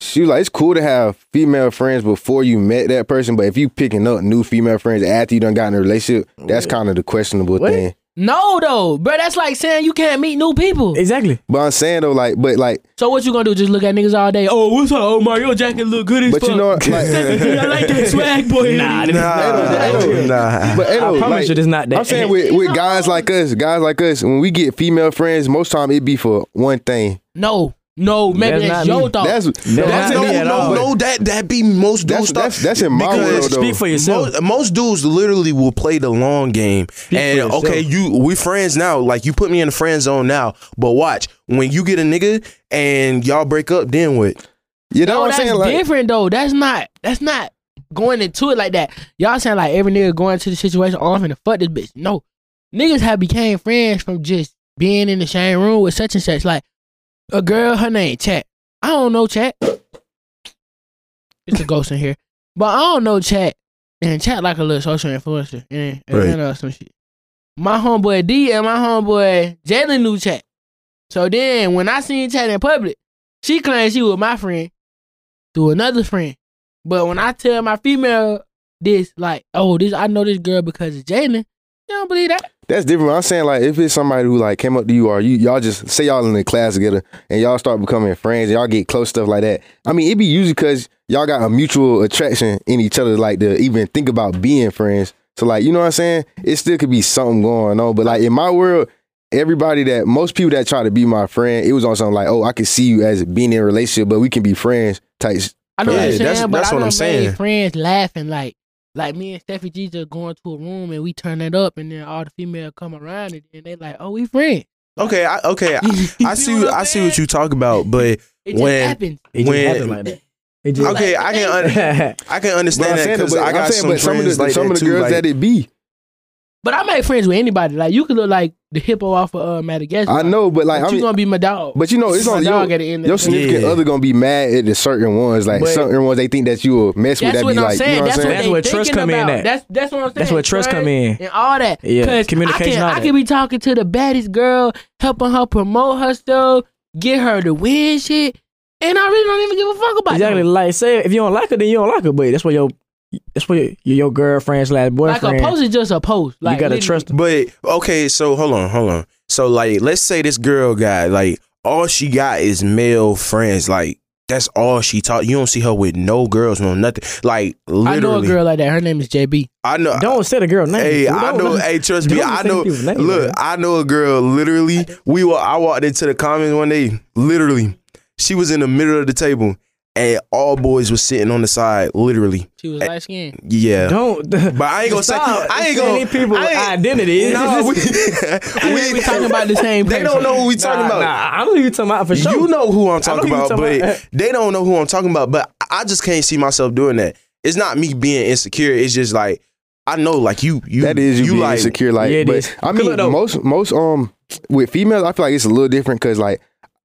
[SPEAKER 2] she was like, it's cool to have female friends before you met that person, but if you picking up new female friends after you done got in a relationship, that's kind of the questionable
[SPEAKER 1] What?
[SPEAKER 2] thing.
[SPEAKER 5] No though, bro, that's like saying you can't meet new people.
[SPEAKER 1] Exactly.
[SPEAKER 2] But I'm saying though, like, but like,
[SPEAKER 5] So what you gonna do? Just look at niggas all day. Oh, what's up? Oh my, your jacket look good as
[SPEAKER 2] but
[SPEAKER 5] fuck.
[SPEAKER 2] you
[SPEAKER 5] (laughs)
[SPEAKER 2] know, like,
[SPEAKER 1] (laughs)
[SPEAKER 5] I like that swag boy.
[SPEAKER 1] Nah,
[SPEAKER 3] Nah,
[SPEAKER 2] Nah.
[SPEAKER 3] nah.
[SPEAKER 2] but you know,
[SPEAKER 1] I promise
[SPEAKER 2] like,
[SPEAKER 1] you, it's not that. (laughs)
[SPEAKER 2] I'm saying with, with guys like us, guys like us, when we get female friends, most time it be for one thing.
[SPEAKER 5] No, no, maybe
[SPEAKER 1] That's
[SPEAKER 5] that's,
[SPEAKER 1] not
[SPEAKER 5] your
[SPEAKER 1] me.
[SPEAKER 5] thought.
[SPEAKER 2] That's
[SPEAKER 1] That's
[SPEAKER 2] that's
[SPEAKER 1] Oh. not
[SPEAKER 3] no,
[SPEAKER 1] me at all.
[SPEAKER 3] no, no. That that be most
[SPEAKER 2] That's
[SPEAKER 3] dudes. stop-
[SPEAKER 2] that's that's in my
[SPEAKER 3] because-
[SPEAKER 2] world though.
[SPEAKER 1] Speak for yourself.
[SPEAKER 3] Most, most dudes literally will play the long game.
[SPEAKER 1] for
[SPEAKER 3] and
[SPEAKER 1] yourself.
[SPEAKER 3] okay, you we friends now. Like you put me in the friend zone now. But watch, when you get a nigga and y'all break up, then what?
[SPEAKER 2] you know
[SPEAKER 5] No,
[SPEAKER 2] what I'm
[SPEAKER 5] that's
[SPEAKER 2] saying? Like,
[SPEAKER 5] different though. That's not. That's not going into it like that. Y'all saying like every nigga going to the situation. Oh, I'm finna fuck this bitch. No, niggas have became friends from just being in the same room with such and such. Like a girl, her name Chat. I don't know Chat. It's a ghost in here, (laughs) but I don't know Chat. And Chat like a little social influencer and, and
[SPEAKER 3] Right.
[SPEAKER 5] uh, some shit. My homeboy D and my homeboy Jalen knew Chat. So then when I seen Chat in public, she claimed she was my friend through another friend. But when I tell my female this, like, oh, this I know this girl because of Jalen, they don't believe that.
[SPEAKER 2] That's different. I'm saying like if it's somebody who like came up to you or you y'all just say y'all in the class together and y'all start becoming friends, y'all get close stuff like that. I mean, it be usually because y'all got a mutual attraction in each other, like to even think about being friends. So like you know what I'm saying? It still could be something going on. But like in my world, everybody that most people that try to be my friend, it was on something like, oh, I can see you as being in a relationship, but we can be friends type. s-
[SPEAKER 5] I know
[SPEAKER 3] Yeah,
[SPEAKER 5] what you're
[SPEAKER 3] that's-
[SPEAKER 5] saying, but
[SPEAKER 3] that's
[SPEAKER 5] I
[SPEAKER 3] what I'm
[SPEAKER 5] done made
[SPEAKER 3] saying.
[SPEAKER 5] Friends laughing like, like me and Steffi G just going to a room and we turn it up, and then all the female come around and then they like, oh, we friends.
[SPEAKER 3] Okay, I,
[SPEAKER 5] (laughs)
[SPEAKER 3] okay, I, I see,
[SPEAKER 5] what I'm
[SPEAKER 3] I see what
[SPEAKER 5] saying?
[SPEAKER 3] you talk about, but
[SPEAKER 5] It just
[SPEAKER 3] when-
[SPEAKER 5] happens.
[SPEAKER 1] It just
[SPEAKER 3] When-
[SPEAKER 1] happened like that. It just
[SPEAKER 3] okay, I can, un- I can
[SPEAKER 2] But I'm
[SPEAKER 3] understand that
[SPEAKER 2] saying,
[SPEAKER 3] because
[SPEAKER 2] but
[SPEAKER 3] I
[SPEAKER 2] I'm
[SPEAKER 3] got
[SPEAKER 2] saying,
[SPEAKER 3] some
[SPEAKER 2] but
[SPEAKER 3] friends
[SPEAKER 2] some of the,
[SPEAKER 3] like
[SPEAKER 2] some
[SPEAKER 3] that
[SPEAKER 2] of the
[SPEAKER 3] too,
[SPEAKER 2] girls
[SPEAKER 3] like-
[SPEAKER 2] that it be.
[SPEAKER 5] But I make friends with anybody. Like you could look like the hippo off of uh, Madagascar.
[SPEAKER 2] I know, but like
[SPEAKER 5] but
[SPEAKER 2] I'm.
[SPEAKER 5] you gonna be my dog.
[SPEAKER 2] but you know,
[SPEAKER 5] You
[SPEAKER 2] it's
[SPEAKER 5] my
[SPEAKER 2] on your,
[SPEAKER 5] dog at the end.
[SPEAKER 2] Your
[SPEAKER 5] Of the day.
[SPEAKER 2] significant
[SPEAKER 3] Yeah.
[SPEAKER 2] other gonna be mad at the certain ones, like
[SPEAKER 1] But-
[SPEAKER 2] certain ones they think that you will mess with.
[SPEAKER 5] That's
[SPEAKER 2] That
[SPEAKER 5] what
[SPEAKER 2] be
[SPEAKER 5] I'm
[SPEAKER 2] like,
[SPEAKER 5] saying.
[SPEAKER 2] you know what I'm
[SPEAKER 5] that's
[SPEAKER 2] saying?
[SPEAKER 5] what
[SPEAKER 1] That's
[SPEAKER 5] they
[SPEAKER 1] where
[SPEAKER 5] thinking
[SPEAKER 1] trust come in
[SPEAKER 5] about.
[SPEAKER 1] at.
[SPEAKER 5] That's that's what I'm saying.
[SPEAKER 1] (laughs) That's where trust come in.
[SPEAKER 5] and all that.
[SPEAKER 1] Yeah,
[SPEAKER 5] 'Cause
[SPEAKER 1] communication,
[SPEAKER 5] I can,
[SPEAKER 1] all
[SPEAKER 5] I
[SPEAKER 1] that.
[SPEAKER 5] can be talking to the baddest girl, helping her promote her stuff, get her to win shit, and I really don't even give a fuck about
[SPEAKER 1] exactly.
[SPEAKER 5] them.
[SPEAKER 1] Like say if you don't like her, then you don't like her. But that's what your that's what your, your girlfriend slash
[SPEAKER 5] Like a
[SPEAKER 1] boyfriend.
[SPEAKER 5] post is just a post. Like
[SPEAKER 1] you gotta
[SPEAKER 5] literally.
[SPEAKER 1] trust them.
[SPEAKER 3] But okay, so hold on, hold on. So like, let's say this girl got like all she got is male friends. Like that's all she talk. You don't see her with no girls, no nothing. Like
[SPEAKER 5] I know a
[SPEAKER 3] literally,
[SPEAKER 5] girl like that. Her name is JB.
[SPEAKER 3] I know.
[SPEAKER 1] Don't say the girl name.
[SPEAKER 3] Hey,
[SPEAKER 1] We
[SPEAKER 3] I
[SPEAKER 1] don't
[SPEAKER 3] know.
[SPEAKER 1] know-
[SPEAKER 3] Hey, trust me,
[SPEAKER 1] don't
[SPEAKER 3] I
[SPEAKER 1] say
[SPEAKER 3] know.
[SPEAKER 1] people's names,
[SPEAKER 3] Look,
[SPEAKER 1] man.
[SPEAKER 3] I know a girl. Literally, we were. I walked into the comments one day. Literally, she was in the middle of the table, and all boys was sitting on the side. Literally,
[SPEAKER 5] She
[SPEAKER 1] Eh.
[SPEAKER 5] was light skinned.
[SPEAKER 1] (laughs)
[SPEAKER 3] yeah.
[SPEAKER 1] Don't.
[SPEAKER 3] But I ain't gonna say.
[SPEAKER 1] Stop
[SPEAKER 3] I ain't
[SPEAKER 1] saying
[SPEAKER 3] gonna.
[SPEAKER 1] these people's
[SPEAKER 3] I ain't-
[SPEAKER 1] identities. (laughs)
[SPEAKER 3] Nah, we, (laughs)
[SPEAKER 5] We we talking about the same.
[SPEAKER 3] They
[SPEAKER 5] person.
[SPEAKER 3] don't know who we talking
[SPEAKER 1] nah,
[SPEAKER 3] about.
[SPEAKER 1] Nah, I know who you talking about for sure.
[SPEAKER 3] You know who I'm talking
[SPEAKER 1] who you
[SPEAKER 3] about,
[SPEAKER 1] talking
[SPEAKER 3] but
[SPEAKER 1] about.
[SPEAKER 3] they don't know who I'm talking about. But I just can't see myself doing that. It's not me being insecure. It's just like I know, like you, you,
[SPEAKER 2] that is you, being
[SPEAKER 3] like,
[SPEAKER 2] insecure. Like,
[SPEAKER 1] Yeah, it
[SPEAKER 2] but
[SPEAKER 1] is.
[SPEAKER 2] I
[SPEAKER 1] Cause
[SPEAKER 2] mean,
[SPEAKER 1] look, though-
[SPEAKER 2] most most um with females, I feel like it's a little different because like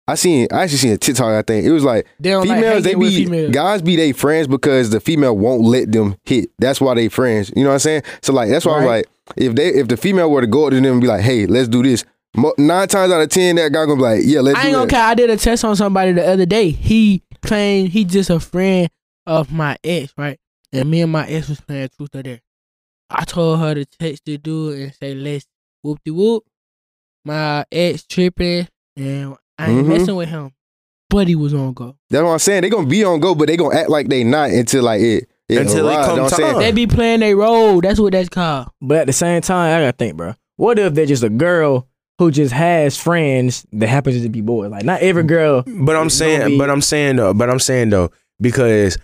[SPEAKER 2] I seen I actually seen a TikTok. I think it was like
[SPEAKER 5] They don't like
[SPEAKER 2] females they
[SPEAKER 5] hanging with
[SPEAKER 2] be
[SPEAKER 5] females.
[SPEAKER 2] guys be they friends because the female won't let them hit. That's why they friends. You know what I'm saying? So like that's why I was
[SPEAKER 5] Right.
[SPEAKER 2] like, if they if the female were to go up to them and be like, hey, let's do this. mo- Nine times out of ten, that guy gonna be like, "Yeah, let's."
[SPEAKER 5] I ain't
[SPEAKER 2] do
[SPEAKER 5] gonna
[SPEAKER 2] that.
[SPEAKER 5] care. I did a test on somebody the other day. He claimed he just a friend of my ex, right? And me and my ex was playing truth or dare. I told her to text the dude and say, "Let's whoop de whoop." My ex tripping, and I ain't
[SPEAKER 2] Mhm.
[SPEAKER 5] messing with him. But he was on go.
[SPEAKER 2] That's what I'm saying. They gonna be on go, but they gonna act like they not until like it. it
[SPEAKER 3] Until it
[SPEAKER 2] arrives.
[SPEAKER 3] come
[SPEAKER 2] You know what I'm
[SPEAKER 3] time.
[SPEAKER 2] saying?
[SPEAKER 5] They be playing their role. That's what that's called.
[SPEAKER 1] But at the same time, I gotta think, bro. What if they're just a girl who just has friends that happens to be boys? Like not every girl.
[SPEAKER 3] But I'm
[SPEAKER 1] Don't
[SPEAKER 3] saying,
[SPEAKER 1] be-
[SPEAKER 3] but I'm saying though, but I'm saying though, because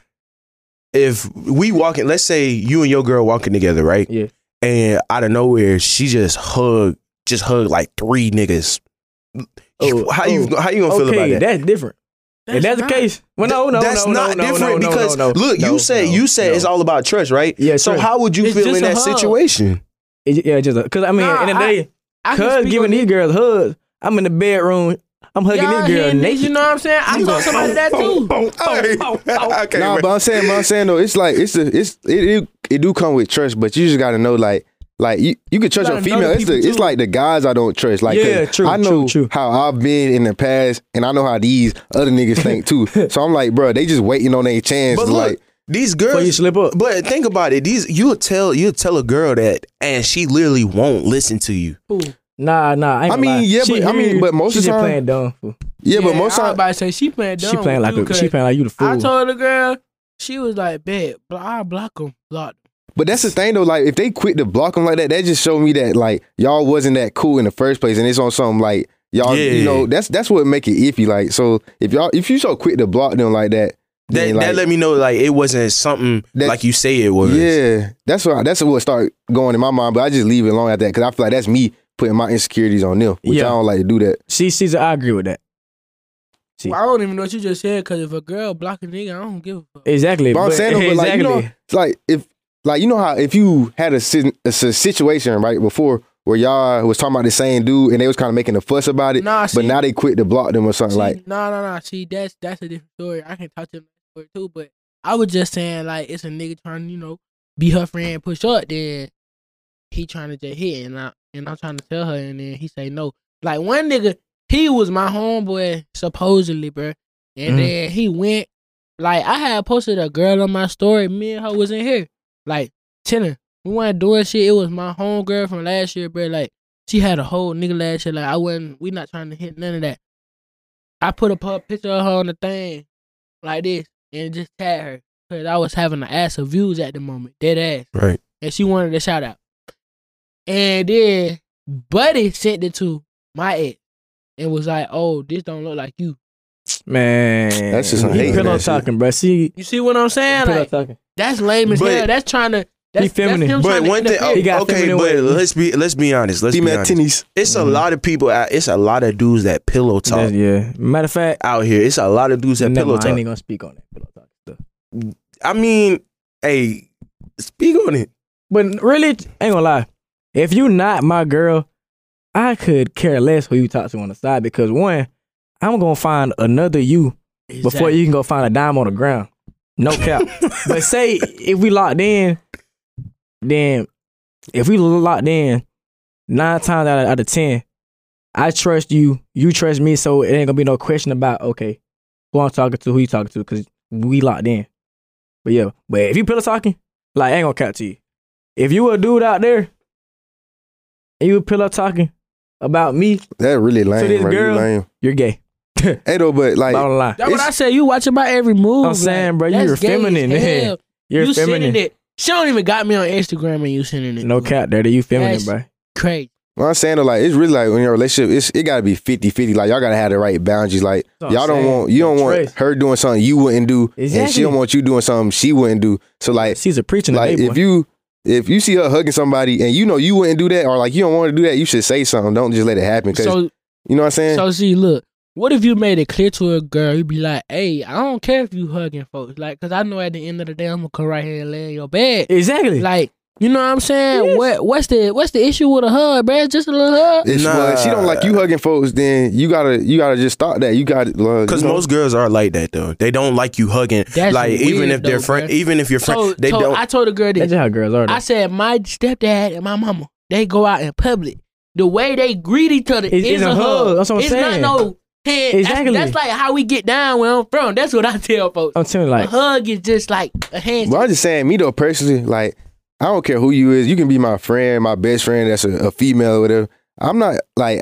[SPEAKER 3] if we walking, let's say you and your girl walking together, right?
[SPEAKER 1] Yeah.
[SPEAKER 3] And out of nowhere, she just hug, just hug like three niggas.
[SPEAKER 1] Oh,
[SPEAKER 3] how you
[SPEAKER 1] oh,
[SPEAKER 3] how you gonna feel about
[SPEAKER 1] okay,
[SPEAKER 3] that?
[SPEAKER 1] that's different. if that's
[SPEAKER 5] not-
[SPEAKER 1] the case, well, no, no,
[SPEAKER 3] that's
[SPEAKER 1] no, no,
[SPEAKER 3] not
[SPEAKER 1] no,
[SPEAKER 3] different
[SPEAKER 1] no, no,
[SPEAKER 3] because
[SPEAKER 1] no, no,
[SPEAKER 3] look,
[SPEAKER 1] no,
[SPEAKER 3] you said
[SPEAKER 1] no,
[SPEAKER 3] you said
[SPEAKER 1] no.
[SPEAKER 3] it's all about trust, right?
[SPEAKER 1] Yeah,
[SPEAKER 3] so
[SPEAKER 1] trust.
[SPEAKER 3] how would you
[SPEAKER 5] It's
[SPEAKER 3] feel
[SPEAKER 5] just
[SPEAKER 3] in
[SPEAKER 5] a
[SPEAKER 3] that
[SPEAKER 5] hug.
[SPEAKER 3] situation?
[SPEAKER 1] It- yeah, just because I mean,
[SPEAKER 5] Nah,
[SPEAKER 1] in the
[SPEAKER 5] I-
[SPEAKER 1] day,
[SPEAKER 5] I can
[SPEAKER 1] cuz
[SPEAKER 5] speak
[SPEAKER 1] giving
[SPEAKER 5] on
[SPEAKER 1] these girls hugs. I'm in the bedroom. I'm hugging
[SPEAKER 5] Y'all
[SPEAKER 1] this girl
[SPEAKER 5] hearing this,
[SPEAKER 1] naked.
[SPEAKER 5] you know what I'm saying? I told somebody that too.
[SPEAKER 3] (laughs) Oh, Okay,
[SPEAKER 2] Nah, but I'm saying, but I'm saying though, it's like it's a, it's it, it it do come with trust, but you just gotta know like like you, you can trust
[SPEAKER 1] gotta
[SPEAKER 2] a
[SPEAKER 1] know
[SPEAKER 2] female.
[SPEAKER 1] the
[SPEAKER 2] It's the,
[SPEAKER 1] people,
[SPEAKER 2] it's
[SPEAKER 1] too.
[SPEAKER 2] like the guys I don't trust. Like 'cause
[SPEAKER 1] Yeah, true,
[SPEAKER 2] I
[SPEAKER 1] true,
[SPEAKER 2] know
[SPEAKER 1] true.
[SPEAKER 2] how I've been in the past, and I know how these other niggas
[SPEAKER 1] (laughs)
[SPEAKER 2] think too. So I'm like, bro, they just waiting on their chance.
[SPEAKER 3] But
[SPEAKER 2] to,
[SPEAKER 3] look,
[SPEAKER 2] like
[SPEAKER 3] these
[SPEAKER 1] Before you
[SPEAKER 3] girls.
[SPEAKER 1] slip up.
[SPEAKER 3] But think about it. These you'll tell you'll tell a girl that, and she literally won't listen to you.
[SPEAKER 1] Nah, nah. I, ain't
[SPEAKER 2] I
[SPEAKER 1] gonna
[SPEAKER 2] mean,
[SPEAKER 1] lie.
[SPEAKER 2] yeah,
[SPEAKER 1] She
[SPEAKER 2] but- I mean,
[SPEAKER 1] weird.
[SPEAKER 2] but most
[SPEAKER 1] she
[SPEAKER 2] of the
[SPEAKER 1] just
[SPEAKER 2] time-
[SPEAKER 1] playing dumb. fool.
[SPEAKER 2] (laughs) yeah, but most
[SPEAKER 5] Yeah, I was
[SPEAKER 2] time,
[SPEAKER 5] about to say she playing dumb.
[SPEAKER 1] She playing like
[SPEAKER 5] too,
[SPEAKER 1] a,
[SPEAKER 5] 'cause
[SPEAKER 1] she playing like you the fool.
[SPEAKER 5] I told the girl, she was like, "Bet, bl- I block him, block." 'em."
[SPEAKER 2] but that's the thing though. Like if they quit to block them like that, that just showed me that like y'all wasn't that cool in the first place, and it's on something like y'all,
[SPEAKER 3] Yeah.
[SPEAKER 2] you know, that's that's what make it iffy. Like so, if y'all if you so quick to block them like that,
[SPEAKER 3] That
[SPEAKER 2] then, like,
[SPEAKER 3] that let me know like it wasn't something
[SPEAKER 2] That-
[SPEAKER 3] like you say it was.
[SPEAKER 2] Yeah, that's what that's what start going in my mind, but I just leave it alone at that because I feel like that's me putting my insecurities on them, which
[SPEAKER 1] Yeah.
[SPEAKER 2] I don't like to do that.
[SPEAKER 1] she sees it. I agree with that. See.
[SPEAKER 5] Well, I don't even know what you just said because if a girl block a nigga, I don't give a fuck.
[SPEAKER 1] Exactly.
[SPEAKER 2] But I'm
[SPEAKER 1] but- (laughs)
[SPEAKER 2] saying, though, but like
[SPEAKER 1] exactly.
[SPEAKER 2] you know, it's like if like you know how if you had a, sit- a s- situation right before where y'all was talking about the same dude and they was kind of making a fuss about it,
[SPEAKER 5] Nah, see,
[SPEAKER 2] but now they quit to block them or something
[SPEAKER 5] see,
[SPEAKER 2] like.
[SPEAKER 5] no, no, no. See, that's that's a different story. I can talk to him about it too, but I was just saying like it's a nigga trying to you know be her friend, push up, then he trying to just hit, and I and I'm trying to tell her, and then he say no. Like one nigga, he was my homeboy supposedly, bro, and
[SPEAKER 2] Mm-hmm.
[SPEAKER 1] Mhm.
[SPEAKER 5] then he went. Like I had posted a girl on my story, me and her was in here, like chilling. We weren't doing shit. It was my homegirl from last year, bro. Like she had a whole nigga last year. Like I wasn't. We not trying to hit none of that. I put a pu- picture of her on the thing like this and just tag her because I was having an ass of views at the moment, dead ass.
[SPEAKER 3] Right.
[SPEAKER 5] And she wanted a shout out. And then Buddy sent it to my ex and was like, oh, this don't look like you.
[SPEAKER 1] Man,
[SPEAKER 2] That's just some
[SPEAKER 1] he
[SPEAKER 2] hate,
[SPEAKER 1] pillow
[SPEAKER 2] man, shit.
[SPEAKER 1] talking, bro. See,
[SPEAKER 5] You see what I'm saying?
[SPEAKER 1] pillow
[SPEAKER 5] Like,
[SPEAKER 1] talking.
[SPEAKER 5] that's lame as
[SPEAKER 3] But-
[SPEAKER 5] hell. That's trying to.
[SPEAKER 1] He
[SPEAKER 5] That's, that's
[SPEAKER 1] feminine.
[SPEAKER 5] him
[SPEAKER 3] But
[SPEAKER 5] trying to
[SPEAKER 3] one thing, oh,
[SPEAKER 5] interfere.
[SPEAKER 1] He got
[SPEAKER 3] okay,
[SPEAKER 1] feminine
[SPEAKER 3] but
[SPEAKER 1] ways.
[SPEAKER 3] let's be let's be honest. Let's be
[SPEAKER 2] Female Mm-hmm.
[SPEAKER 3] honest.
[SPEAKER 2] tennies.
[SPEAKER 3] It's a
[SPEAKER 1] Mhm.
[SPEAKER 3] lot of people. Out, it's a lot of dudes that pillow talk
[SPEAKER 1] That's- yeah. Matter of fact,
[SPEAKER 3] out here. It's a lot of dudes that
[SPEAKER 1] never
[SPEAKER 3] pillow
[SPEAKER 1] mind, I ain't
[SPEAKER 3] talk.
[SPEAKER 1] even gonna speak on that pillow talk stuff.
[SPEAKER 3] I mean, hey, speak on it.
[SPEAKER 1] But really, ain't gonna lie. If you not my girl, I could care less who you talk to on the side because one, I'm gonna find another you before you can go find a dime on the ground. No cap. but say if we locked in, then if we locked in, nine times out of, out of ten, I trust you, you trust me, so it ain't gonna be no question about okay, who I'm talking to, who you talking to, because we locked in. But yeah, but if you pillow talking, like I ain't gonna cap to you. If you a dude out there and you pillow talking about me,
[SPEAKER 2] That really lame,
[SPEAKER 1] this
[SPEAKER 2] bro. You
[SPEAKER 1] girl-
[SPEAKER 2] lame.
[SPEAKER 1] you're gay.
[SPEAKER 2] Hey though, but like,
[SPEAKER 1] Bottom line,
[SPEAKER 5] That's what
[SPEAKER 2] It's-
[SPEAKER 5] I said. You watching my every move.
[SPEAKER 1] I'm saying, bro,
[SPEAKER 5] that's
[SPEAKER 1] you're
[SPEAKER 5] gay as
[SPEAKER 1] feminine, man.
[SPEAKER 5] hell.
[SPEAKER 1] you're
[SPEAKER 5] you
[SPEAKER 1] feminine.
[SPEAKER 5] sending it. She don't even got me on Instagram and you sending it.
[SPEAKER 1] No
[SPEAKER 5] cap.
[SPEAKER 1] cap, daddy. You feminine,
[SPEAKER 5] That's-
[SPEAKER 1] bro.
[SPEAKER 5] Crazy.
[SPEAKER 2] what I'm saying though, like, it's really like when your relationship, it's it gotta be 50-50. Like y'all gotta have the right boundaries. Like
[SPEAKER 1] That's what I'm
[SPEAKER 2] y'all don't
[SPEAKER 1] saying.
[SPEAKER 2] want you don't want
[SPEAKER 1] Trace.
[SPEAKER 2] her doing something you wouldn't do, and she
[SPEAKER 1] Exactly.
[SPEAKER 2] don't want you doing something she wouldn't do. So like,
[SPEAKER 1] She's a preaching
[SPEAKER 2] like
[SPEAKER 1] today,
[SPEAKER 2] if
[SPEAKER 1] boy.
[SPEAKER 2] you if you see her hugging somebody and you know you wouldn't do that, or like you don't want to do that, you should say something. Don't just let it happen. Cause
[SPEAKER 5] So
[SPEAKER 2] you know what I'm saying.
[SPEAKER 1] Eh.
[SPEAKER 5] So see, look, what if you made it clear to a girl? You'd be like, "Hey, I don't care if you hugging folks, like, cause I know at the end of the day, I'm gonna come right here and lay in your bed,
[SPEAKER 1] exactly.
[SPEAKER 5] like, you know what I'm saying?
[SPEAKER 1] Yes.
[SPEAKER 5] What what's the what's the issue with a hug, bruh? It's Just a little hug.
[SPEAKER 2] if
[SPEAKER 3] Nah.
[SPEAKER 2] she don't like you hugging folks, then you gotta you gotta just stop that. You gotta
[SPEAKER 3] Because most girls are like that though. They don't like you hugging.
[SPEAKER 5] That's
[SPEAKER 3] like even
[SPEAKER 5] weird,
[SPEAKER 3] if they're
[SPEAKER 5] though,
[SPEAKER 3] friend,
[SPEAKER 5] bruh.
[SPEAKER 3] even if you're friend,
[SPEAKER 5] So,
[SPEAKER 3] they
[SPEAKER 5] so
[SPEAKER 3] don't.
[SPEAKER 5] I told a girl
[SPEAKER 1] That's
[SPEAKER 5] this.
[SPEAKER 1] just how girls are.
[SPEAKER 5] I
[SPEAKER 1] though.
[SPEAKER 5] said my stepdad and my mama, they go out in public. The way they greet each other
[SPEAKER 1] It's-
[SPEAKER 5] is
[SPEAKER 1] it's
[SPEAKER 5] a, hug.
[SPEAKER 1] That's what I'm
[SPEAKER 5] it's
[SPEAKER 1] saying.
[SPEAKER 5] not no hand.
[SPEAKER 1] Exactly.
[SPEAKER 5] Exactly. That's, like how we get down where I'm from. That's what I tell folks.
[SPEAKER 1] I'm telling you,
[SPEAKER 5] a
[SPEAKER 1] like,
[SPEAKER 5] hug is just like a handshake.
[SPEAKER 2] But I'm just saying, me though personally, like I don't care who you is. You can be my friend, my best friend. That's a, a female or whatever. I'm not like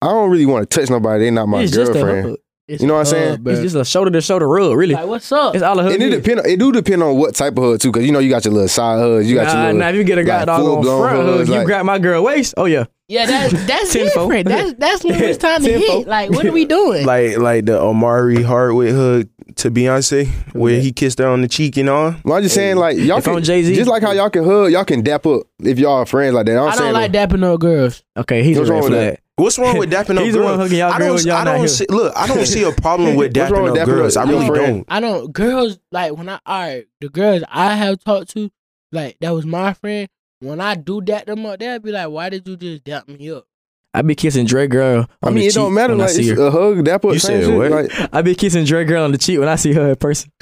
[SPEAKER 2] I don't really want to touch nobody. They not my
[SPEAKER 1] it's just a
[SPEAKER 2] girlfriend.
[SPEAKER 1] hug.
[SPEAKER 5] It's
[SPEAKER 2] You know
[SPEAKER 5] a
[SPEAKER 2] what I'm saying?
[SPEAKER 5] hug, bruh.
[SPEAKER 1] It's just a shoulder to shoulder rub, really.
[SPEAKER 5] Like, what's up?
[SPEAKER 1] it's all a hug.
[SPEAKER 2] And it
[SPEAKER 1] is.
[SPEAKER 2] depend. It do depend on what type of hug too, because you know you got your little side hugs. You got
[SPEAKER 1] nah,
[SPEAKER 2] your little,
[SPEAKER 1] nah, if you get a guy
[SPEAKER 2] like,
[SPEAKER 1] dog on
[SPEAKER 2] full-blown
[SPEAKER 1] front hug,
[SPEAKER 2] hugs,
[SPEAKER 1] you
[SPEAKER 2] like-
[SPEAKER 1] grab my girl waist. Oh yeah,
[SPEAKER 2] (laughs)
[SPEAKER 5] Yeah, that's that's
[SPEAKER 1] Tenfold.
[SPEAKER 5] different. That's that's when it's time to
[SPEAKER 1] Tenfold.
[SPEAKER 5] hit. Like, what
[SPEAKER 2] (laughs)
[SPEAKER 5] are we doing?
[SPEAKER 3] like like the Omari Hardwick hug to Beyonce, where he kissed her on the cheek and all.
[SPEAKER 2] Well, I'm just saying, like y'all
[SPEAKER 1] If I'm
[SPEAKER 2] can,
[SPEAKER 1] Jay-Z-
[SPEAKER 2] just like how y'all can hug, y'all can dap up if y'all are friends like that. I'm
[SPEAKER 5] I
[SPEAKER 2] saying,
[SPEAKER 5] don't like dapping up girls.
[SPEAKER 1] okay, he's
[SPEAKER 2] What's
[SPEAKER 1] a red
[SPEAKER 2] wrong with
[SPEAKER 1] flag.
[SPEAKER 3] What's wrong with
[SPEAKER 1] (laughs)
[SPEAKER 2] (laughs)
[SPEAKER 3] dapping up
[SPEAKER 1] He's the one
[SPEAKER 3] girls?
[SPEAKER 1] hugging y'all
[SPEAKER 3] I
[SPEAKER 1] girl
[SPEAKER 3] don't.
[SPEAKER 1] when y'all
[SPEAKER 3] I
[SPEAKER 1] not
[SPEAKER 3] don't
[SPEAKER 1] here.
[SPEAKER 3] see, look. I don't see a problem with
[SPEAKER 2] (laughs) What's wrong
[SPEAKER 3] dapping
[SPEAKER 2] with
[SPEAKER 3] up
[SPEAKER 2] dapping
[SPEAKER 3] girls. I
[SPEAKER 2] up your
[SPEAKER 3] really
[SPEAKER 2] friend?
[SPEAKER 3] don't.
[SPEAKER 5] I don't girls like when I all right, the girls I have talked to, like that was my friend. When I do dap them up, they'll be like, "Why did you just dap me up?"
[SPEAKER 1] I be kissing Dre girl.
[SPEAKER 2] I
[SPEAKER 1] on
[SPEAKER 2] mean,
[SPEAKER 1] the
[SPEAKER 2] it don't
[SPEAKER 1] cheek
[SPEAKER 2] matter.
[SPEAKER 1] when I
[SPEAKER 2] Like
[SPEAKER 1] see
[SPEAKER 2] it's uh,
[SPEAKER 1] her.
[SPEAKER 2] a hug, dap up.
[SPEAKER 3] You
[SPEAKER 2] same
[SPEAKER 3] said
[SPEAKER 2] shit,
[SPEAKER 3] what?
[SPEAKER 2] Like,
[SPEAKER 1] I be kissing Dre girl on the cheek when I see her in
[SPEAKER 2] (laughs)
[SPEAKER 1] person.